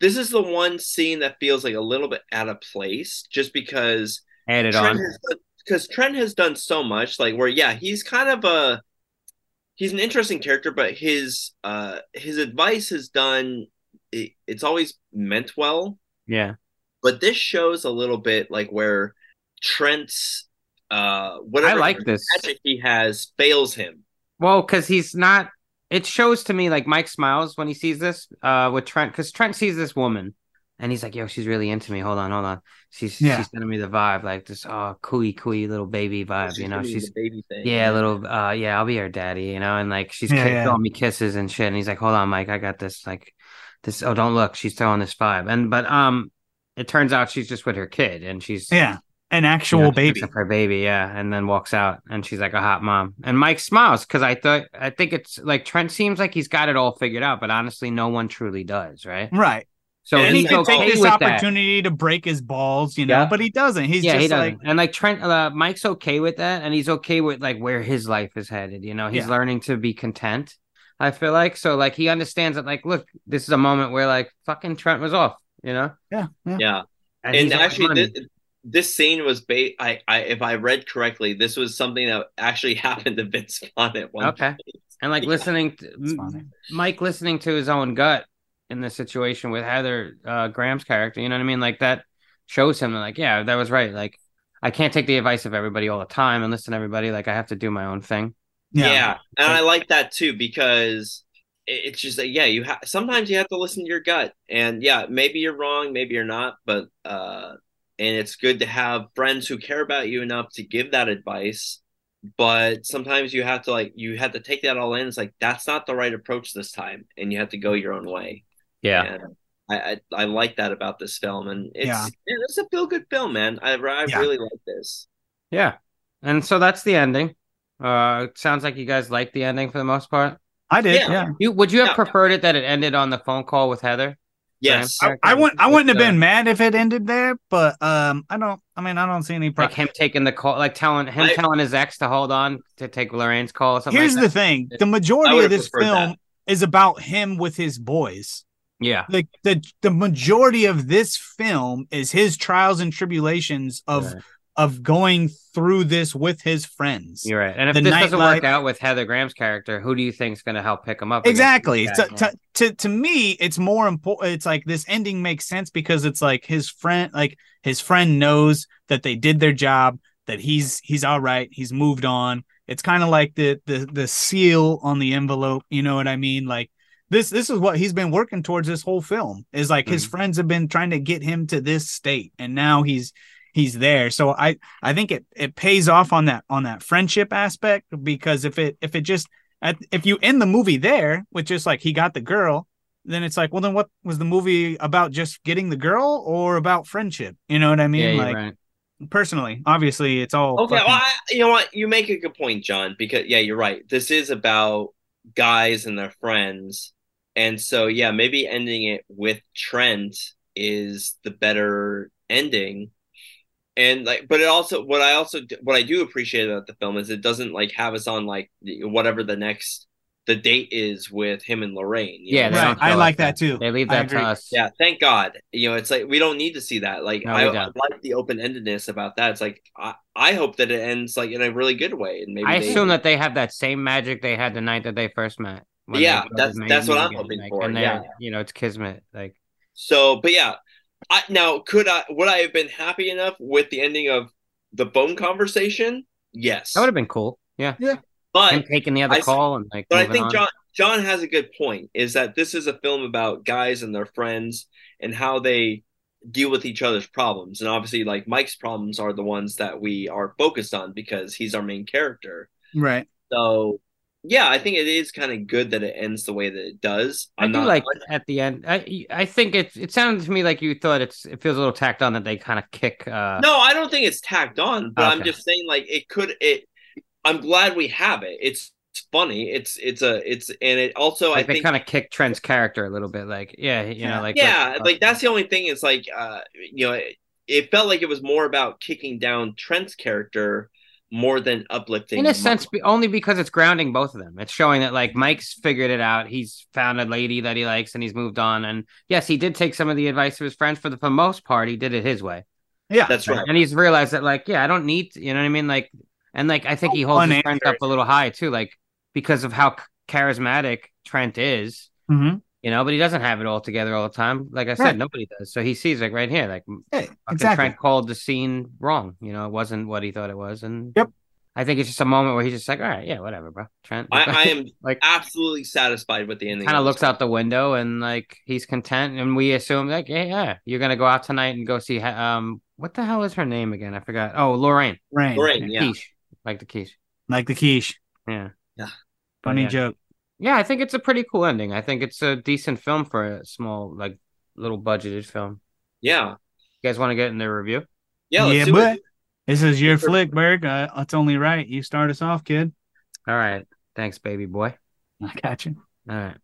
[SPEAKER 10] This is the one scene that feels like a little bit out of place, just because
[SPEAKER 6] Add it on.
[SPEAKER 10] Trent has done because Trent has done so much. Like where, yeah, he's kind of a he's an interesting character, but his uh his advice has done it, it's always meant well.
[SPEAKER 6] Yeah.
[SPEAKER 10] But this shows a little bit like where Trent's uh
[SPEAKER 6] I
[SPEAKER 10] whatever
[SPEAKER 6] like this.
[SPEAKER 10] magic he has fails him.
[SPEAKER 6] Well, because he's not. It shows to me like Mike smiles when he sees this uh, with Trent, because Trent sees this woman, and he's like, "Yo, she's really into me. Hold on, hold on. She's
[SPEAKER 11] Yeah.
[SPEAKER 6] she's sending me the vibe, like this oh cooey cooey little baby vibe. you know,
[SPEAKER 10] doing
[SPEAKER 6] she's
[SPEAKER 10] the baby thing.
[SPEAKER 6] Yeah, a little. Uh, yeah, I'll be her daddy, you know, and like she's
[SPEAKER 11] Yeah,
[SPEAKER 6] ki-
[SPEAKER 11] yeah.
[SPEAKER 6] throwing me kisses and shit, and he's like, "Hold on, Mike, I got this." Like, this. Oh, don't look, she's throwing this vibe, and but um, it turns out she's just with her kid, and she's
[SPEAKER 11] yeah, an
[SPEAKER 6] you
[SPEAKER 11] actual
[SPEAKER 6] know, she picks
[SPEAKER 11] baby.
[SPEAKER 6] up her baby, yeah, and then walks out, and she's like a hot mom, and Mike smiles because I thought I think it's like Trent seems like he's got it all figured out, but honestly, no one truly does, right?
[SPEAKER 11] Right.
[SPEAKER 6] So
[SPEAKER 11] and he
[SPEAKER 6] he's
[SPEAKER 11] can
[SPEAKER 6] okay
[SPEAKER 11] take this
[SPEAKER 6] with that.
[SPEAKER 11] opportunity to break his balls, you know,
[SPEAKER 6] Yeah.
[SPEAKER 11] but he doesn't. He's
[SPEAKER 6] yeah,
[SPEAKER 11] just
[SPEAKER 6] he
[SPEAKER 11] like,
[SPEAKER 6] doesn't. and like Trent, uh, Mike's okay with that, and he's okay with like where his life is headed. You know, he's
[SPEAKER 11] Yeah.
[SPEAKER 6] learning to be content. I feel like so, like he understands that. Like, look, this is a moment where like fucking Trent was off. You know,
[SPEAKER 11] yeah, yeah.
[SPEAKER 10] Yeah.
[SPEAKER 6] and,
[SPEAKER 10] and
[SPEAKER 6] he's on
[SPEAKER 10] actually
[SPEAKER 6] money.
[SPEAKER 10] this, this scene was ba- I, I if i read correctly this was something that actually happened to vince vaughn at one
[SPEAKER 6] Okay.
[SPEAKER 10] point.
[SPEAKER 6] and like listening, to, Mike listening to his own gut in the situation with Heather uh, Graham's character. You know what I mean? Like that shows him like, yeah, that was right. Like I can't take the advice of everybody all the time and listen to everybody. Like I have to do my own thing.
[SPEAKER 10] Yeah, yeah. and I like that too because it's just that yeah, you have sometimes you have to listen to your gut, and yeah, maybe you're wrong, maybe you're not, but uh, and it's good to have friends who care about you enough to give that advice. But sometimes you have to like you have to take that all in. It's like that's not the right approach this time, and you have to go your own way.
[SPEAKER 6] Yeah.
[SPEAKER 10] And I, I, I like that about this film, and it's yeah. it's a feel good film, man. I I yeah. really like this.
[SPEAKER 6] Yeah, and so that's the ending. Uh, sounds like you guys liked the ending for the most part.
[SPEAKER 11] I did. Yeah. yeah.
[SPEAKER 6] You would you have preferred it that it ended on the phone call with Heather?
[SPEAKER 10] Yes,
[SPEAKER 11] I, I wouldn't. I wouldn't have been mad if it ended there, but um, I don't. I mean, I don't see any problem.
[SPEAKER 6] Like him taking the call, like telling him I, telling his ex to hold on to take Lorraine's call.
[SPEAKER 11] here's
[SPEAKER 6] like
[SPEAKER 11] the thing: the majority of this film that. is about him with his boys.
[SPEAKER 6] Yeah.
[SPEAKER 11] Like the the majority of this film is his trials and tribulations of right. of going through this with his friends.
[SPEAKER 6] You're right. And if the this doesn't life... work out with Heather Graham's character, who do you think is going to help pick him up?
[SPEAKER 11] Exactly. To, to, to, to me, it's more important. It's like this ending makes sense because it's like his friend, like his friend knows that they did their job, that he's he's all right, he's moved on. It's kind of like the the the seal on the envelope. You know what I mean? Like this this is what he's been working towards this whole film is like mm-hmm. his friends have been trying to get him to this state and now he's he's there so i i think it it pays off on that on that friendship aspect because if it if it just at, if you end the movie there with just like he got the girl then it's like well then what was the movie about just getting the girl or about friendship you know what i mean
[SPEAKER 6] yeah,
[SPEAKER 11] like
[SPEAKER 6] right.
[SPEAKER 11] personally obviously it's all
[SPEAKER 10] okay fucking... well, I, you know what you make a good point john because yeah you're right this is about guys and their friends and so, yeah, maybe ending it with Trent is the better ending. And like, but it also, what I also, what I do appreciate about the film is it doesn't like have us on like whatever the next, the date is with him and Lorraine.
[SPEAKER 6] yeah.
[SPEAKER 11] Right. I like that, that too.
[SPEAKER 6] They leave that to us.
[SPEAKER 10] Yeah. Thank God. You know, it's like, we don't need to see that. Like, no, I, I, like the open endedness about that. It's like, I, I hope that it ends like in a really good way. And maybe
[SPEAKER 6] I
[SPEAKER 10] they,
[SPEAKER 6] assume that they have that same magic they had the night that they first met.
[SPEAKER 10] When yeah, that's that's what I'm hoping like, for. And yeah,
[SPEAKER 6] you know, it's kismet. Like
[SPEAKER 10] so, but yeah, I now could I would I have been happy enough with the ending of the phone conversation? Yes,
[SPEAKER 6] that would have been cool. Yeah,
[SPEAKER 11] yeah.
[SPEAKER 10] But
[SPEAKER 6] Him taking the other
[SPEAKER 10] I,
[SPEAKER 6] call and like.
[SPEAKER 10] But I think
[SPEAKER 6] on.
[SPEAKER 10] John John has a good point. Is that this is a film about guys and their friends and how they deal with each other's problems and obviously like mike's problems are the ones that we are focused on because he's our main character
[SPEAKER 11] right
[SPEAKER 10] so yeah, I think it is kind of good that it ends the way that it does.
[SPEAKER 6] I'm i do not, like at the end. I I think it it sounded to me like you thought it's it feels a little tacked on that they kind of kick. Uh...
[SPEAKER 10] No, I don't think it's tacked on, but okay. I'm just saying like it could. It. I'm glad we have it. It's, it's funny. It's it's a it's and it also
[SPEAKER 6] like
[SPEAKER 10] I think
[SPEAKER 6] kind of kick Trent's character a little bit. Like yeah, you yeah. know like
[SPEAKER 10] yeah, like, like that's the only thing. Is like uh you know it, it felt like it was more about kicking down Trent's character more than uplifting.
[SPEAKER 6] In a sense, be, only because it's grounding both of them. It's showing that like Mike's figured it out. He's found a lady that he likes and he's moved on. And yes, he did take some of the advice of his friends, for the for most part, he did it his way.
[SPEAKER 11] Yeah,
[SPEAKER 10] that's right.
[SPEAKER 6] And he's realized that like yeah, I don't need to, you know what I mean. Like and like I think he holds his friends up a little high too, like because of how charismatic Trent is.
[SPEAKER 11] Mm-hmm.
[SPEAKER 6] You know, but he doesn't have it all together all the time. Like I said, right. nobody does. So he sees like right here, like
[SPEAKER 11] hey, exactly.
[SPEAKER 6] Trent called the scene wrong. You know, it wasn't what he thought it was. And
[SPEAKER 11] yep,
[SPEAKER 6] I think it's just a moment where he's just like, all right, yeah, whatever, bro. Trent,
[SPEAKER 10] I, I am like absolutely satisfied with the ending.
[SPEAKER 6] Kind of looks out the window and like he's content, and we assume like, yeah, yeah, you're gonna go out tonight and go see um, what the hell is her name again? I forgot. Oh, Lorraine.
[SPEAKER 11] Rain.
[SPEAKER 10] Lorraine, yeah.
[SPEAKER 6] Quiche. like the quiche,
[SPEAKER 11] like the quiche.
[SPEAKER 6] Yeah, yeah.
[SPEAKER 11] Funny yeah. joke
[SPEAKER 6] yeah, I think it's a pretty cool ending. I think it's a decent film for a small, like, little budgeted film.
[SPEAKER 10] Yeah.
[SPEAKER 6] You guys want to get in their review?
[SPEAKER 10] Yeah,
[SPEAKER 11] yeah, but this is your Super. flick, Berg. Uh, it's only right. You start us off, kid.
[SPEAKER 6] All right. Thanks, baby boy.
[SPEAKER 11] I got you.
[SPEAKER 6] All right.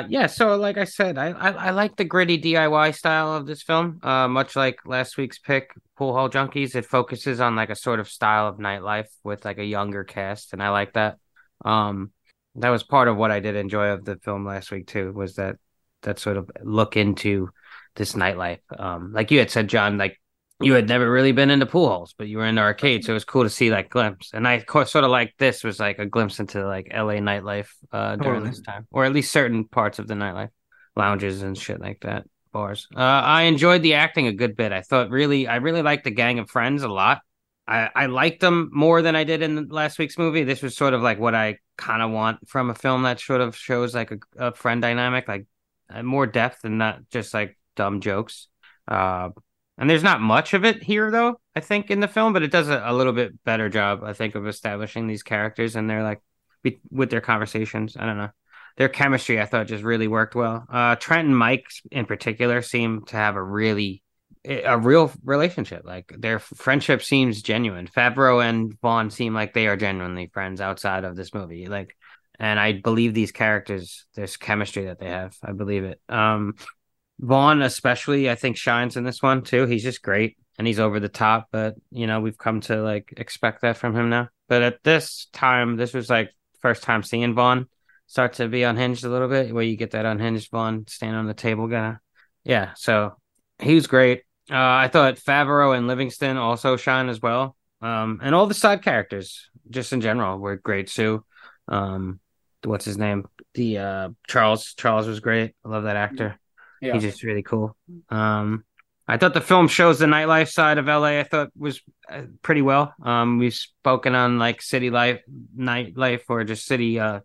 [SPEAKER 6] Uh, yeah. So, like I said, I, I, I like the gritty DIY style of this film. Uh, much like last week's pick, Pool Hall Junkies, it focuses on like a sort of style of nightlife with like a younger cast, and I like that. Um, that was part of what I did enjoy of the film last week too was that that sort of look into this nightlife. Um, like you had said, John, like you had never really been into pool halls, but you were into arcades, so it was cool to see that glimpse. And I co- sort of like this was like a glimpse into like LA nightlife uh, during
[SPEAKER 11] Totally.
[SPEAKER 6] this time, or at least certain parts of the nightlife, lounges and shit like that, bars. Uh, I enjoyed the acting a good bit. I thought really, I really liked the gang of friends a lot. I, I liked them more than I did in last week's movie. This was sort of like what I kind of want from a film that sort of shows like a, a friend dynamic, like uh, more depth and not just like dumb jokes. Uh, and there's not much of it here, though, I think, in the film, but it does a, a little bit better job, I think, of establishing these characters and their like be- with their conversations. I don't know. Their chemistry, I thought, just really worked well. Uh, Trent and Mike in particular seem to have a really eh, a real relationship. Like their f- friendship seems genuine. Favreau and Vaughn seem like they are genuinely friends outside of this movie. Like, and I believe these characters. There's chemistry that they have. I believe it. Um, Vaughn especially, I think, shines in this one too. He's just great and he's over the top, but you know, we've come to like expect that from him now. But at this time, this was like first time seeing Vaughn start to be unhinged a little bit, where you get that unhinged Vaughn standing on the table guy. Yeah, so he was great. Uh, I thought Favreau and Livingston also shine as well. Um, and all the side characters, just in general, were great too. Um, what's his name? The uh, Charles. Charles was great. I love that actor.
[SPEAKER 12] Yeah.
[SPEAKER 6] He's just really cool. Um, I thought the film shows the nightlife side of LA. I thought was uh, pretty well. Um, we've spoken on like city life, nightlife, or just city uh,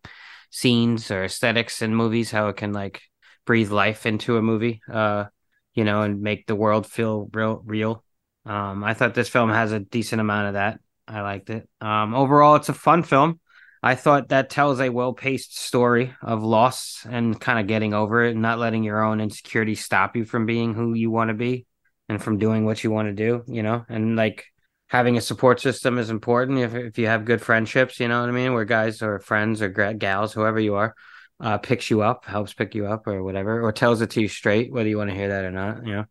[SPEAKER 6] scenes or aesthetics in movies, how it can like breathe life into a movie. Uh, you know, and make the world feel real. Real. Um, I thought this film has a decent amount of that. I liked it. Um, overall, it's a fun film. I thought that tells a well paced story of loss and kind of getting over it and not letting your own insecurity stop you from being who you want to be and from doing what you want to do, you know? And like having a support system is important if, if you have good friendships, you know what I mean? Where guys or friends or gra- gals, whoever you are, uh, picks you up, helps pick you up or whatever, or tells it to you straight, whether you want to hear that or not, you know?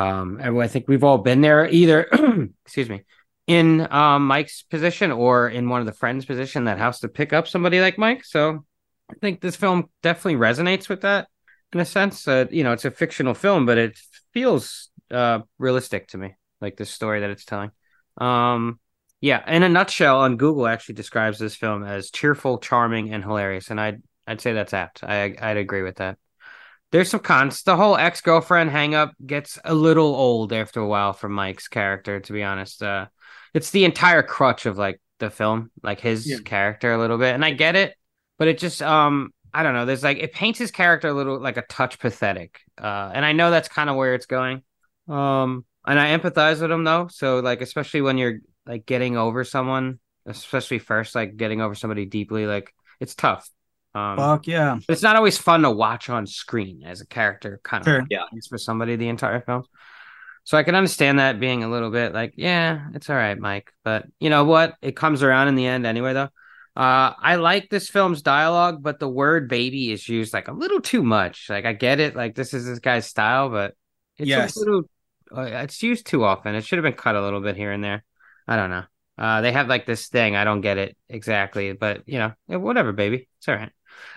[SPEAKER 6] Um, and I think we've all been there either, excuse me, in um, Mike's position or in one of the friends' position that has to pick up somebody like Mike. So I think this film definitely resonates with that in a sense. Uh, you know, it's a fictional film, but it feels uh, realistic to me, like the story that it's telling. Um, yeah, in a nutshell, on Google actually describes this film as cheerful, charming, and hilarious, and I'd I'd say that's apt. I I'd agree with that there's some cons. The whole ex girlfriend hang up gets a little old after a while for Mike's character, to be honest. Uh, it's the entire crutch of like the film, like his
[SPEAKER 12] Yeah.
[SPEAKER 6] character a little bit, and I get it, but it just um I don't know. There's like it paints his character a little like a touch pathetic, uh, and I know that's kind of where it's going. Um, and I empathize with him though. So like, especially when you're like getting over someone, especially first, like getting over somebody deeply, like it's tough. Um,
[SPEAKER 11] Fuck yeah.
[SPEAKER 6] but it's not always fun to watch on screen as a character kind of
[SPEAKER 11] Sure.
[SPEAKER 6] yeah. for somebody the entire film. So I can understand that being a little bit like, yeah, it's all right, Mike. But you know what? It comes around in the end anyway, though. Uh, I like this film's dialogue, but the word baby is used like a little too much. Like I get it, like this is this guy's style, but it's
[SPEAKER 11] Yes.
[SPEAKER 6] a little uh, it's used too often. It should have been cut a little bit here and there. I don't know. Uh, they have like this thing. I don't get it exactly, but you know, yeah, whatever, baby. It's all right.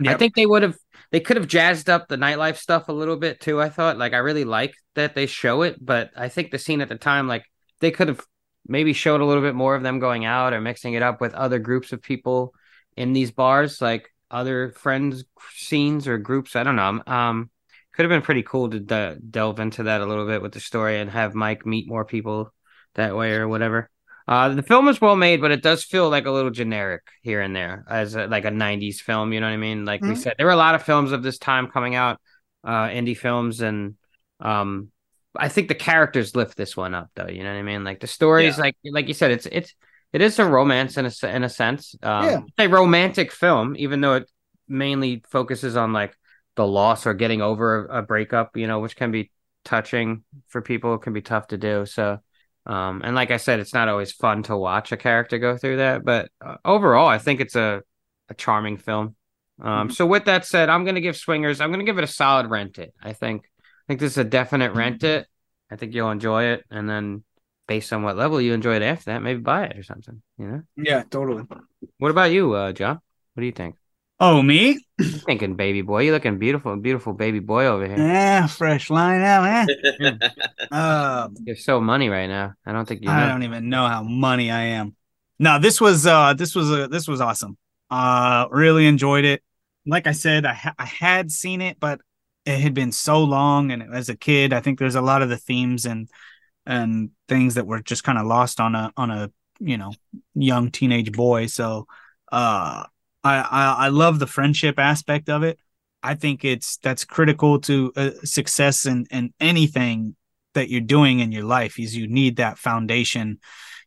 [SPEAKER 6] I think they would have, they could have jazzed up the nightlife stuff a little bit too. I thought, like, I really like that they show it, but I think the scene at the time, like, they could have maybe showed a little bit more of them going out or mixing it up with other groups of people in these bars, like other friends scenes or groups. I don't know. Um, could have been pretty cool to de- delve into that a little bit with the story and have Mike meet more people that way or whatever. Uh, the film is well made, but it does feel like a little generic here and there, as a, like a '90s film. You know what I mean? Like we
[SPEAKER 12] Mhm.
[SPEAKER 6] said, there were a lot of films of this time coming out, uh, indie films, and um, I think the characters lift this one up, though. You know what I mean? Like the stories, like like you said, it's it's it is a romance in a se- in a sense. Um,
[SPEAKER 12] Yeah.
[SPEAKER 6] it's a romantic film, even though it mainly focuses on like the loss or getting over a, a breakup. You know, which can be touching for people, it can be tough to do. So. Um, and like I said, it's not always fun to watch a character go through that, but uh, overall, I think it's a, a charming film. Um,
[SPEAKER 11] Mm-hmm.
[SPEAKER 6] So with that said, I'm gonna give Swingers. I'm gonna give it a solid rent it. I think. I think this is a definite rent
[SPEAKER 11] Mm-hmm.
[SPEAKER 6] it. I think you'll enjoy it, and then based on what level you enjoy it after that, maybe buy it or something. You know.
[SPEAKER 11] Yeah, totally.
[SPEAKER 6] What about you, uh, John? What do you think?
[SPEAKER 11] Oh, me?
[SPEAKER 6] thinking baby boy. You're looking beautiful, beautiful baby boy over here.
[SPEAKER 11] Yeah, fresh line out, eh?
[SPEAKER 6] um, you're so money right now. I don't think you. Know.
[SPEAKER 11] I don't even know how money I am. No, this was uh, this was uh, this was awesome. Uh, really enjoyed it. Like I said, I ha- I had seen it, but it had been so long, and as a kid, I think there's a lot of the themes and and things that were just kind of lost on a on a you know young teenage boy. So, uh. I, I, I love the friendship aspect of it. I think it's that's critical to uh, success in in anything that you're doing in your life. Is you need that foundation,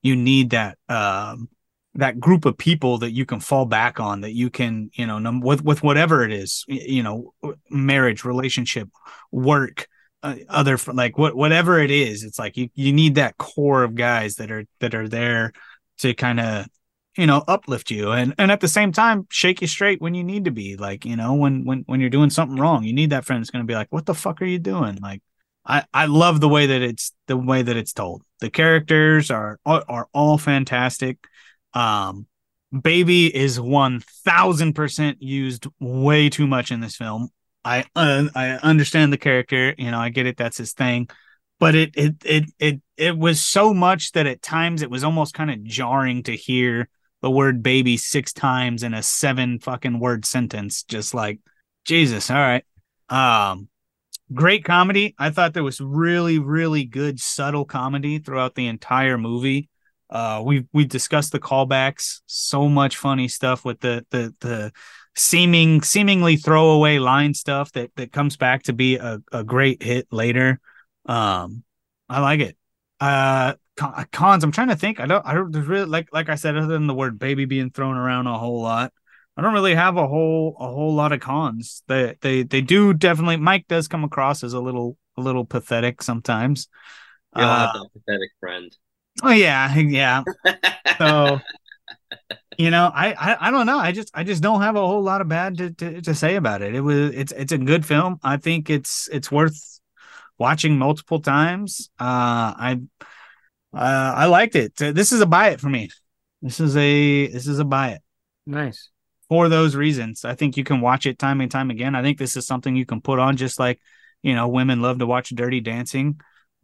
[SPEAKER 11] you need that um, that group of people that you can fall back on, that you can you know num- with with whatever it is, you know, marriage, relationship, work, uh, other like what whatever it is. It's like you you need that core of guys that are that are there to kind of you know uplift you and and at the same time shake you straight when you need to be like you know when when when you're doing something wrong you need that friend that's going to be like what the fuck are you doing like i i love the way that it's the way that it's told the characters are are, are all fantastic um baby is 1000% used way too much in this film i uh, i understand the character you know i get it that's his thing but it it it it it was so much that at times it was almost kind of jarring to hear the word baby six times in a seven fucking word sentence just like jesus all right um great comedy i thought there was really really good subtle comedy throughout the entire movie uh we we discussed the callbacks so much funny stuff with the the the seeming seemingly throwaway line stuff that that comes back to be a, a great hit later um i like it uh cons i'm trying to think i don't i don't there's really like like i said other than the word baby being thrown around a whole lot i don't really have a whole a whole lot of cons they they they do definitely mike does come across as a little a little pathetic sometimes
[SPEAKER 10] you uh, have a pathetic friend
[SPEAKER 11] oh yeah yeah so you know I, I i don't know i just i just don't have a whole lot of bad to, to, to say about it it was it's it's a good film i think it's it's worth watching multiple times. Uh, I uh, I liked it. This is a buy it for me. This is a this is a buy it.
[SPEAKER 6] Nice
[SPEAKER 11] for those reasons. I think you can watch it time and time again. I think this is something you can put on, just like you know, women love to watch Dirty Dancing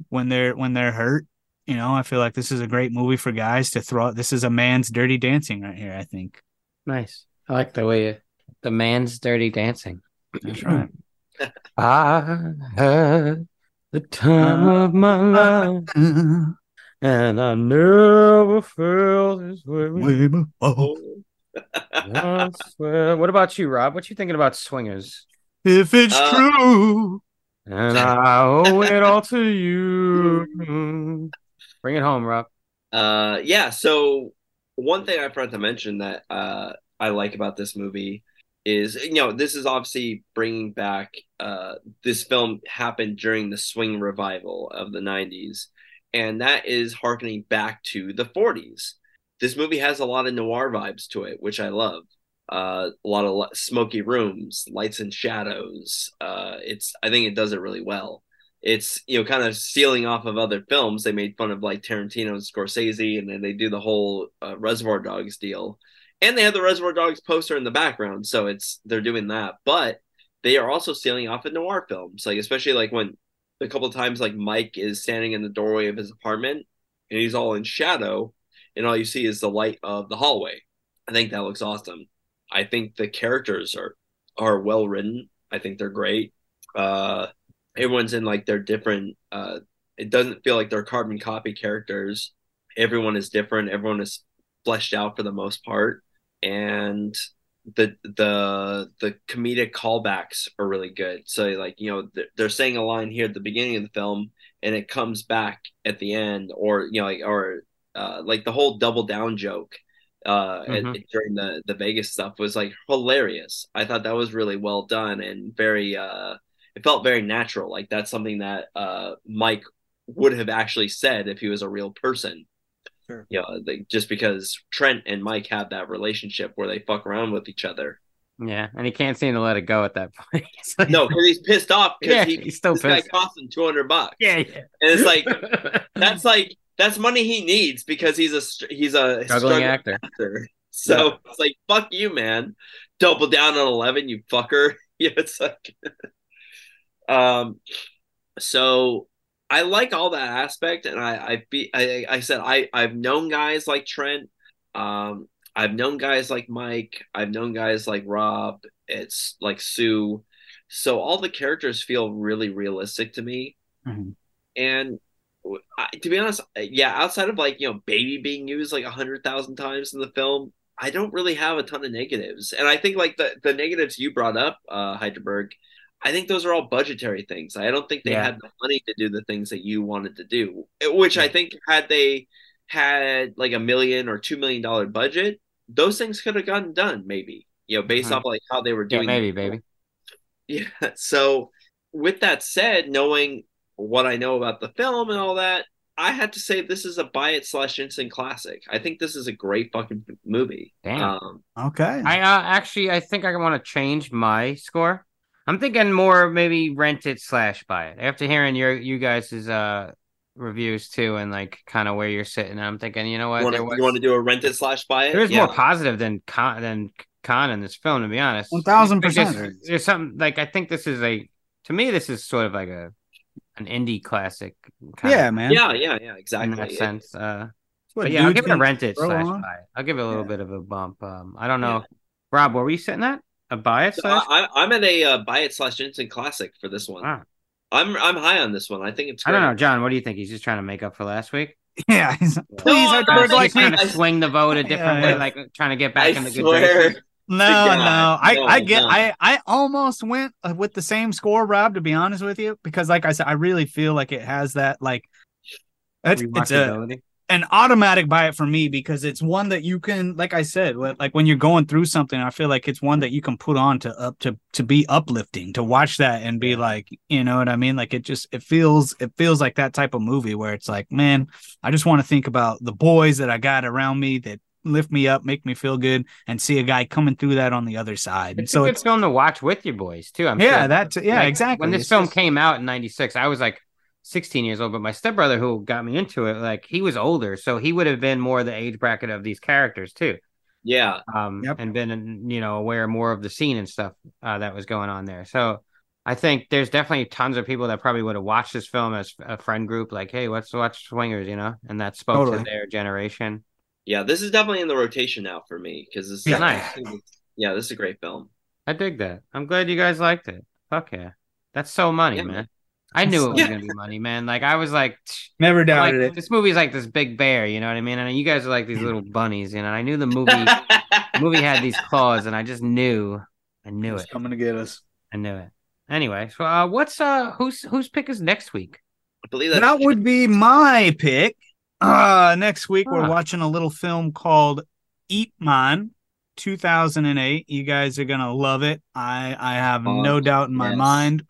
[SPEAKER 11] when they're when they're hurt. You know, I feel like this is a great movie for guys to throw. This is a man's Dirty Dancing right here. I think.
[SPEAKER 6] Nice. I like the way you, the man's Dirty Dancing.
[SPEAKER 11] That's right.
[SPEAKER 6] I had the time of my life, and I never felt this way before. I swear. What about you, Rob? What you thinking about swingers?
[SPEAKER 11] If it's uh, true,
[SPEAKER 6] and I owe it all to you, bring it home, Rob.
[SPEAKER 10] Uh, yeah. So one thing I forgot to mention that uh, I like about this movie is you know this is obviously bringing back uh this film happened during the swing revival of the 90s and that is harkening back to the 40s this movie has a lot of noir vibes to it which i love uh, a lot of lo- smoky rooms lights and shadows uh it's i think it does it really well it's you know kind of stealing off of other films they made fun of like tarantino and scorsese and then they do the whole uh, reservoir dogs deal and they have the Reservoir Dogs poster in the background, so it's they're doing that. But they are also stealing off of noir films, like especially like when a couple times like Mike is standing in the doorway of his apartment and he's all in shadow, and all you see is the light of the hallway. I think that looks awesome. I think the characters are are well written. I think they're great. Uh, everyone's in like their different. Uh, it doesn't feel like they're carbon copy characters. Everyone is different. Everyone is fleshed out for the most part and the the the comedic callbacks are really good. So like you know th- they're saying a line here at the beginning of the film, and it comes back at the end, or you know like or uh, like the whole double down joke uh, mm-hmm. at, during the the Vegas stuff was like hilarious. I thought that was really well done and very uh, it felt very natural. Like that's something that uh, Mike would have actually said if he was a real person. Sure. Yeah, you know, like just because Trent and Mike have that relationship where they fuck around with each other.
[SPEAKER 6] Yeah, and he can't seem to let it go at that point.
[SPEAKER 10] like, no, because he's pissed off because
[SPEAKER 6] yeah,
[SPEAKER 10] he,
[SPEAKER 6] he's still
[SPEAKER 10] this
[SPEAKER 6] pissed.
[SPEAKER 10] guy cost him two hundred bucks.
[SPEAKER 6] Yeah, yeah, and
[SPEAKER 10] it's like that's like that's money he needs because he's a he's a
[SPEAKER 6] struggling, struggling actor.
[SPEAKER 10] actor. So it's like, fuck you, man. Double down on 11, you fucker. Yeah, it's like, um, so I like all that aspect. And I, I, be, I, I said, I, I've known guys like Trent. Um, I've known guys like Mike. I've known guys like Rob. It's like Sue. So all the characters feel really realistic to me.
[SPEAKER 11] Mhm.
[SPEAKER 10] And I, to be honest, uh, yeah, outside of like you know baby being used like a hundred thousand times in the film, I don't really have a ton of negatives. And I think like the the negatives you brought up, uh, Heidelberg, I think those are all budgetary things. I don't think they
[SPEAKER 6] Yeah.
[SPEAKER 10] had the money to do the things that you wanted to do. eh, Which I think had they had like a million or two million dollar budget, those things could have gotten done maybe. You know, based
[SPEAKER 6] Mhm.
[SPEAKER 10] off like how they were
[SPEAKER 6] Yeah,
[SPEAKER 10] doing.
[SPEAKER 6] maybe, baby.
[SPEAKER 10] Yeah. So, with that said, knowing what I know about the film and all that, I had to say this is a buy it slash instant classic. I think this is a great fucking movie.
[SPEAKER 6] Damn.
[SPEAKER 10] Um,
[SPEAKER 11] Okay.
[SPEAKER 6] I uh, actually, I think I want to change my score. I'm thinking more maybe rent it slash buy it. After hearing your you guys' uh reviews too, and like kind of where you're sitting, I'm thinking, you know what,
[SPEAKER 10] you wanna-
[SPEAKER 6] there was,
[SPEAKER 10] you want to do a rent it slash buy it?
[SPEAKER 6] there's
[SPEAKER 10] Yeah.
[SPEAKER 6] more positive than con than con in this film, to be honest.
[SPEAKER 11] One thousand
[SPEAKER 6] Like, there's-
[SPEAKER 11] percent.
[SPEAKER 6] There's something like I think this is a to me this is sort of like a an indie classic. kind of
[SPEAKER 11] Yeah, man.
[SPEAKER 10] Yeah, yeah, yeah,
[SPEAKER 6] in
[SPEAKER 10] exactly.
[SPEAKER 6] that
[SPEAKER 10] It-
[SPEAKER 6] sense. Uh,
[SPEAKER 11] That's what
[SPEAKER 6] but yeah, I'll
[SPEAKER 11] dudes
[SPEAKER 6] give it a
[SPEAKER 11] think.
[SPEAKER 6] rent it
[SPEAKER 11] Throw
[SPEAKER 6] slash
[SPEAKER 11] on.
[SPEAKER 6] buy. it. I'll give it a little
[SPEAKER 11] Yeah.
[SPEAKER 6] bit of a bump. Um, I don't know, Rob, where were you sitting at? A buy it
[SPEAKER 10] So
[SPEAKER 6] slash.
[SPEAKER 10] I, I- I'm at a uh, buy it slash instant classic for this one.
[SPEAKER 6] Wow.
[SPEAKER 10] I'm I'm high on this one. I think it's.
[SPEAKER 6] Ah. I
[SPEAKER 10] Great.
[SPEAKER 6] don't know, John. What do you think? He's just trying to make up for last week.
[SPEAKER 11] Yeah. he's- Please,
[SPEAKER 10] No,
[SPEAKER 11] I'd
[SPEAKER 10] no,
[SPEAKER 11] bird
[SPEAKER 10] no,
[SPEAKER 11] like
[SPEAKER 6] He's
[SPEAKER 11] me.
[SPEAKER 6] trying
[SPEAKER 10] I-
[SPEAKER 6] to swing the vote a different
[SPEAKER 11] Yeah,
[SPEAKER 6] way,
[SPEAKER 11] yeah.
[SPEAKER 6] like trying to get back in
[SPEAKER 10] I
[SPEAKER 6] the good
[SPEAKER 10] swear.
[SPEAKER 6] graces.
[SPEAKER 11] No,
[SPEAKER 10] God,
[SPEAKER 11] no. I,
[SPEAKER 10] no,
[SPEAKER 11] I get
[SPEAKER 10] no.
[SPEAKER 11] I I almost went uh, with the same score, Rob, to be honest with you, because like I said, I really feel like it has that like it's, it's a,
[SPEAKER 6] Rewatchability.
[SPEAKER 11] an automatic buy it for me because it's one that you can like I said, wh- like when you're going through something, I feel like it's one that you can put on to up to to be uplifting, to watch that and be like, you know what I mean? Like it just it feels it feels like that type of movie where it's like, man, I just want to think about the boys that I got around me that lift me up, make me feel good, and see a guy coming through that on the other side. And
[SPEAKER 6] It's
[SPEAKER 11] so
[SPEAKER 6] a good
[SPEAKER 11] it's
[SPEAKER 6] film to watch with your boys too. I'm
[SPEAKER 11] yeah,
[SPEAKER 6] sure.
[SPEAKER 11] that's yeah,
[SPEAKER 6] Like,
[SPEAKER 11] exactly.
[SPEAKER 6] When this
[SPEAKER 11] It's
[SPEAKER 6] film
[SPEAKER 11] just-
[SPEAKER 6] came out in '96, I was like 16 years old, but my stepbrother, who got me into it, like he was older, so he would have been more the age bracket of these characters too,
[SPEAKER 10] Yeah.
[SPEAKER 6] um,
[SPEAKER 11] Yep.
[SPEAKER 6] and been you know aware more of the scene and stuff uh, that was going on there. So I think there's definitely tons of people that probably would have watched this film as a friend group, like, hey, let's watch Swingers, you know, and that spoke
[SPEAKER 11] Totally.
[SPEAKER 6] to their generation.
[SPEAKER 10] Yeah, this is definitely in the rotation now for me because this is
[SPEAKER 6] Yeah, nice.
[SPEAKER 10] Yeah, this is a great film.
[SPEAKER 6] I dig that. I'm glad you guys liked it. Fuck yeah, that's so money,
[SPEAKER 10] Yeah.
[SPEAKER 6] man. I knew it was
[SPEAKER 10] Yeah.
[SPEAKER 6] gonna be money, man. Like I was like. "Tch,
[SPEAKER 11] never
[SPEAKER 6] But, like,
[SPEAKER 11] doubted it. Mm.
[SPEAKER 6] This movie's like this big bear, you know what I mean? And you guys are like these little bunnies, you know. And I knew the movie movie had these claws, and I just knew, I knew
[SPEAKER 11] It's
[SPEAKER 6] it,
[SPEAKER 11] coming to get us.
[SPEAKER 6] I knew it. Anyway, so uh, what's uh, who's whose pick is next week?
[SPEAKER 10] I believe that's
[SPEAKER 11] That would be my pick. Uh, next week we're
[SPEAKER 6] Huh.
[SPEAKER 11] watching a little film called Eat Mon 2008. You guys are gonna love it. I I have
[SPEAKER 10] Oh,
[SPEAKER 11] no doubt in my
[SPEAKER 10] yes.
[SPEAKER 11] mind.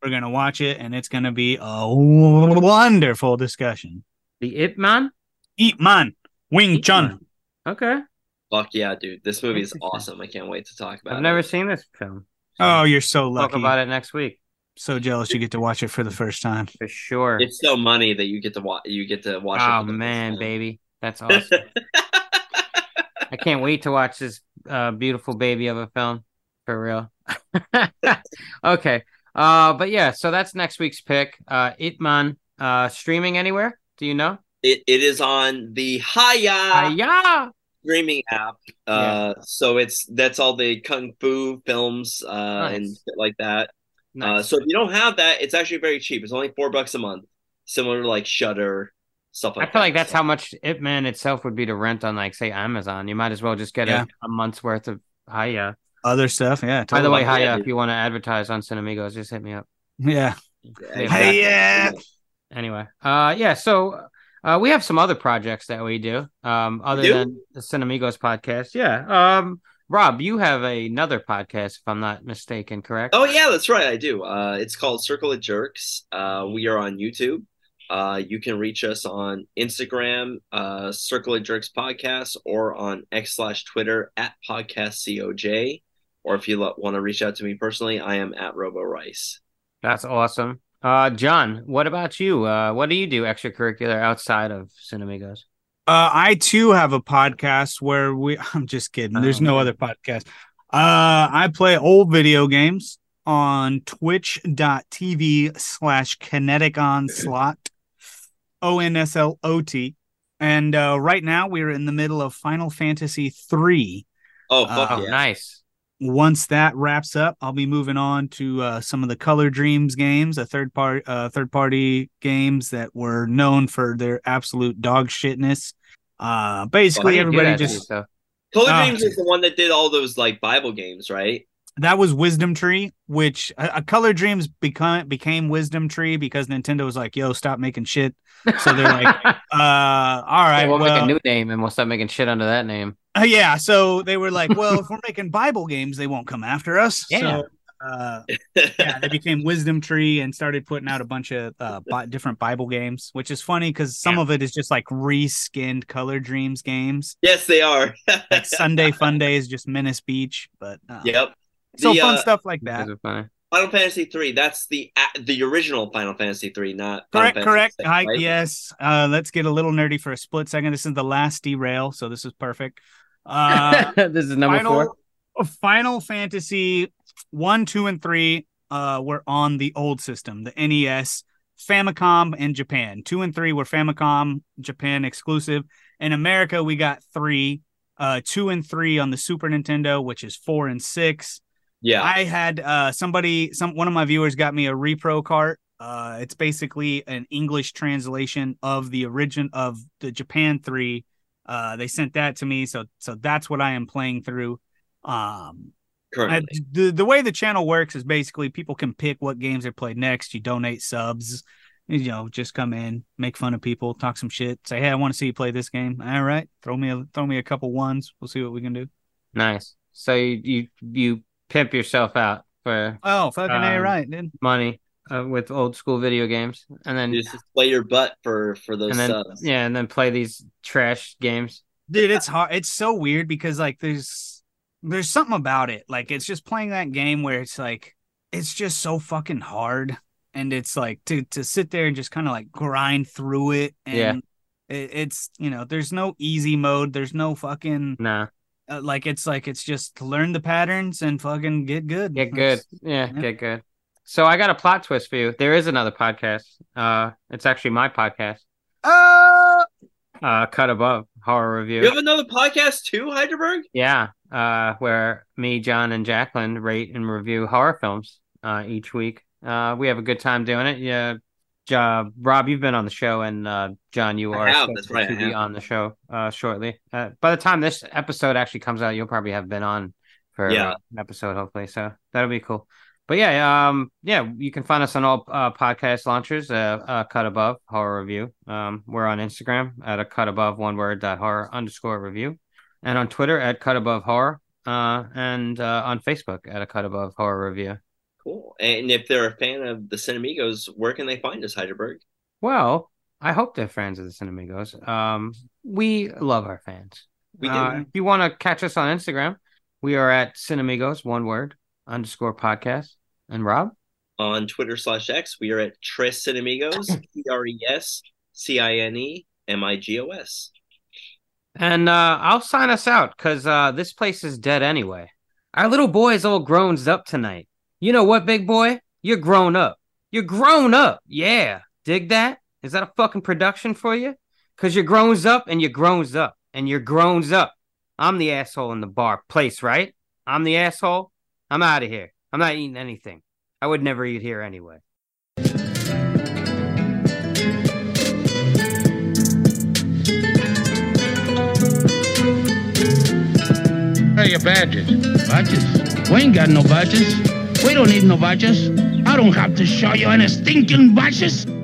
[SPEAKER 11] we're gonna watch it, and it's gonna be a wonderful discussion.
[SPEAKER 6] The Ip Man.
[SPEAKER 11] Eat Man, Wing
[SPEAKER 6] Ip
[SPEAKER 11] Chun.
[SPEAKER 6] Man. Okay,
[SPEAKER 10] fuck yeah, dude. This movie is
[SPEAKER 6] Interesting.
[SPEAKER 10] awesome. I can't wait to talk about
[SPEAKER 6] I've
[SPEAKER 10] it.
[SPEAKER 6] never seen this film. so
[SPEAKER 11] Oh, you're so
[SPEAKER 6] talk
[SPEAKER 11] lucky.
[SPEAKER 6] about it next week
[SPEAKER 11] So jealous you get to watch it for the first time.
[SPEAKER 6] for sure.
[SPEAKER 10] It's so money that you get to watch. You get to watch.
[SPEAKER 6] Oh
[SPEAKER 10] it for the first
[SPEAKER 6] man,
[SPEAKER 10] time.
[SPEAKER 6] baby, that's awesome. I can't wait to watch this uh, beautiful baby of a film for real. okay. Uh, but yeah, so that's next week's pick. Uh, Itman, uh, streaming anywhere? Do you know?
[SPEAKER 10] It, it is on the Haya uh,
[SPEAKER 6] Yeah.
[SPEAKER 10] streaming app. Uh, so it's that's all the kung fu films uh, and
[SPEAKER 6] Nice.
[SPEAKER 10] shit like that. Uh, so if you don't have that, it's actually very cheap. It's only four bucks a month, similar to like Shutter stuff
[SPEAKER 6] I
[SPEAKER 10] like.
[SPEAKER 6] feel like that's
[SPEAKER 10] So-
[SPEAKER 6] how much Itman itself would be to rent on, like, say, Amazon. You might as well just get
[SPEAKER 11] Yeah.
[SPEAKER 6] a, a month's worth of Haya.
[SPEAKER 11] Other stuff, yeah.
[SPEAKER 6] By the
[SPEAKER 11] totally.
[SPEAKER 6] way,
[SPEAKER 10] Yeah,
[SPEAKER 6] Haya,
[SPEAKER 10] dude.
[SPEAKER 6] if you want to advertise on Cinemigos, just hit me up.
[SPEAKER 11] yeah.
[SPEAKER 10] Yeah,
[SPEAKER 11] Hey, yeah.
[SPEAKER 6] anyway uh yeah so uh we have some other projects that we do um other
[SPEAKER 10] do?
[SPEAKER 6] than the cinemigos podcast yeah um rob you have another podcast if i'm not mistaken correct
[SPEAKER 10] Oh yeah, that's right. I do. Uh, it's called Circle of Jerks. Uh, we are on YouTube. Uh, you can reach us on Instagram, uh, Circle of Jerks podcast, or on X slash Twitter at podcast coj. Or if you lo- want to reach out to me personally, I am at Robo Rice.
[SPEAKER 6] that's awesome uh john what about you uh what do you do extracurricular outside of cinemigos
[SPEAKER 11] Uh, I too have a podcast where we. I'm just kidding. There's no other podcast. Uh, I play old video games on twitch.tv slash kinetic onslaught, O N S L O T. And uh, right now we're in the middle of Final Fantasy three.
[SPEAKER 10] Oh, fuck
[SPEAKER 11] Uh,
[SPEAKER 10] yeah.
[SPEAKER 6] Nice.
[SPEAKER 11] once that wraps up, I'll be moving on to uh, some of the Color Dreams games, a third part, uh, third party games that were known for their absolute dog shitness. Uh, basically,
[SPEAKER 6] Why do you do
[SPEAKER 11] everybody
[SPEAKER 6] that to
[SPEAKER 11] just
[SPEAKER 6] yourself?
[SPEAKER 10] Color
[SPEAKER 11] Ah.
[SPEAKER 10] Dreams is the one that did all those like Bible games, right?
[SPEAKER 11] that was Wisdom Tree, which uh, uh, Color Dreams become became Wisdom Tree because Nintendo was like, "Yo, stop making shit." So they're like, uh, "All right,
[SPEAKER 6] we'll,
[SPEAKER 11] well,
[SPEAKER 6] make a new name and we'll start making shit under that name.
[SPEAKER 11] Uh, yeah, so they were like, well, if we're making Bible games, they won't come after us. So,
[SPEAKER 6] Yeah.
[SPEAKER 11] uh, yeah, they became Wisdom Tree and started putting out a bunch of uh, bi- different Bible games, which is funny because some of it is just like reskinned Color Dreams games.
[SPEAKER 10] Yes, they are.
[SPEAKER 11] Like Sunday Fun Day is just Menace Beach, but uh,
[SPEAKER 10] Yep.
[SPEAKER 11] so
[SPEAKER 10] The,
[SPEAKER 11] fun
[SPEAKER 10] uh,
[SPEAKER 11] stuff like that.
[SPEAKER 6] Those are funny.
[SPEAKER 10] Final Fantasy three. That's the a- the original Final Fantasy three, not
[SPEAKER 11] Correct,
[SPEAKER 10] Final Fantasy
[SPEAKER 11] correct.
[SPEAKER 10] VI,
[SPEAKER 11] Hi,
[SPEAKER 10] right?
[SPEAKER 11] yes. Uh, let's get a little nerdy for a split second. This is the last derail, so this is perfect. Uh,
[SPEAKER 6] this is number
[SPEAKER 11] Final,
[SPEAKER 6] four.
[SPEAKER 11] uh, Final Fantasy one, two, and three uh, were on the old system, the NES, Famicom, and Japan. Two and three were Famicom Japan exclusive. In America, we got three, uh, two and three on the Super Nintendo, which is four and six.
[SPEAKER 10] Yeah.
[SPEAKER 11] I had uh, somebody, some one of my viewers got me a repro cart. Uh, it's basically an English translation of the origin of the Japan three. Uh, they sent that to me, so so that's what I am playing through. Um, I-
[SPEAKER 10] currently.
[SPEAKER 11] the the way the channel works is basically people can pick what games they play next. You donate subs, you know, just come in, make fun of people, talk some shit, say, hey, I want to see you play this game. All right, throw me a throw me a couple ones. We'll see what we can do.
[SPEAKER 6] Nice. So you, you you pimp yourself out for
[SPEAKER 11] Oh, fucking a
[SPEAKER 6] Um,
[SPEAKER 11] right, dude.
[SPEAKER 6] money uh, with old school video games, and then
[SPEAKER 10] You just display your butt for for those
[SPEAKER 6] and then
[SPEAKER 10] subs.
[SPEAKER 6] yeah, and then play these trash games.
[SPEAKER 11] dude it's hard it's so weird because like there's there's something about it like it's just playing that game where it's like it's just so fucking hard and it's like to to sit there and just kind of like grind through it and
[SPEAKER 6] Yeah.
[SPEAKER 11] it, it's you know there's no easy mode there's no fucking
[SPEAKER 6] Nah,
[SPEAKER 11] uh, like it's like it's just learn the patterns and fucking get good
[SPEAKER 6] get good. Yeah,
[SPEAKER 11] yeah.
[SPEAKER 6] get good. So I got a plot twist for you. There is another podcast. Uh, it's actually my podcast.
[SPEAKER 11] oh
[SPEAKER 6] Uh, cut above horror review.
[SPEAKER 10] You have another podcast too, Heidelberg?
[SPEAKER 6] Yeah, uh, where me, John, and Jacqueline rate and review horror films uh, each week. Uh, we have a good time doing it. Yeah, Jo- Rob, you've been on the show, and uh, John, you
[SPEAKER 10] I
[SPEAKER 6] are
[SPEAKER 10] have,
[SPEAKER 6] set
[SPEAKER 10] that's right, I
[SPEAKER 6] to be
[SPEAKER 10] have.
[SPEAKER 6] on the show uh, shortly. Uh, by the time this episode actually comes out, you'll probably have been on for
[SPEAKER 10] Yeah.
[SPEAKER 6] uh, an episode, hopefully. So that'll be cool. But yeah, um, yeah, you can find us on all uh, podcast launchers. Uh, uh, cut above horror review. Um, we're on Instagram at a cut above one word dot horror underscore review, and on Twitter at cut above horror, uh, and uh, on Facebook at a cut above horror review.
[SPEAKER 10] Cool. And if they're a fan of the Cinemigos, where can they find us, Heidelberg?
[SPEAKER 6] Well, I hope they're fans of the Cinemigos. Um, we love our fans.
[SPEAKER 10] We do.
[SPEAKER 6] Uh, if you want to catch us on Instagram, we are at Cinemigos one word underscore podcast. And Rob,
[SPEAKER 10] on Twitter slash X. We are at Tres Cinemigos, T R E S C I N E M I G O S.
[SPEAKER 6] and uh, I'll sign us out because uh, this place is dead anyway. Our little boy is all grown up tonight. You know what, big boy? You're grown up. You're grown up. Yeah, dig that? Is that a fucking production for you? Cause you're grown up and you're grown up and you're grown up. I'm the asshole in the bar place, right? I'm the asshole. I'm out of here. I'm not eating anything. I would never eat here anyway.
[SPEAKER 7] What are your badges? Badges? We ain't got no badges. We don't need no badges. I don't have to show you any stinking badges.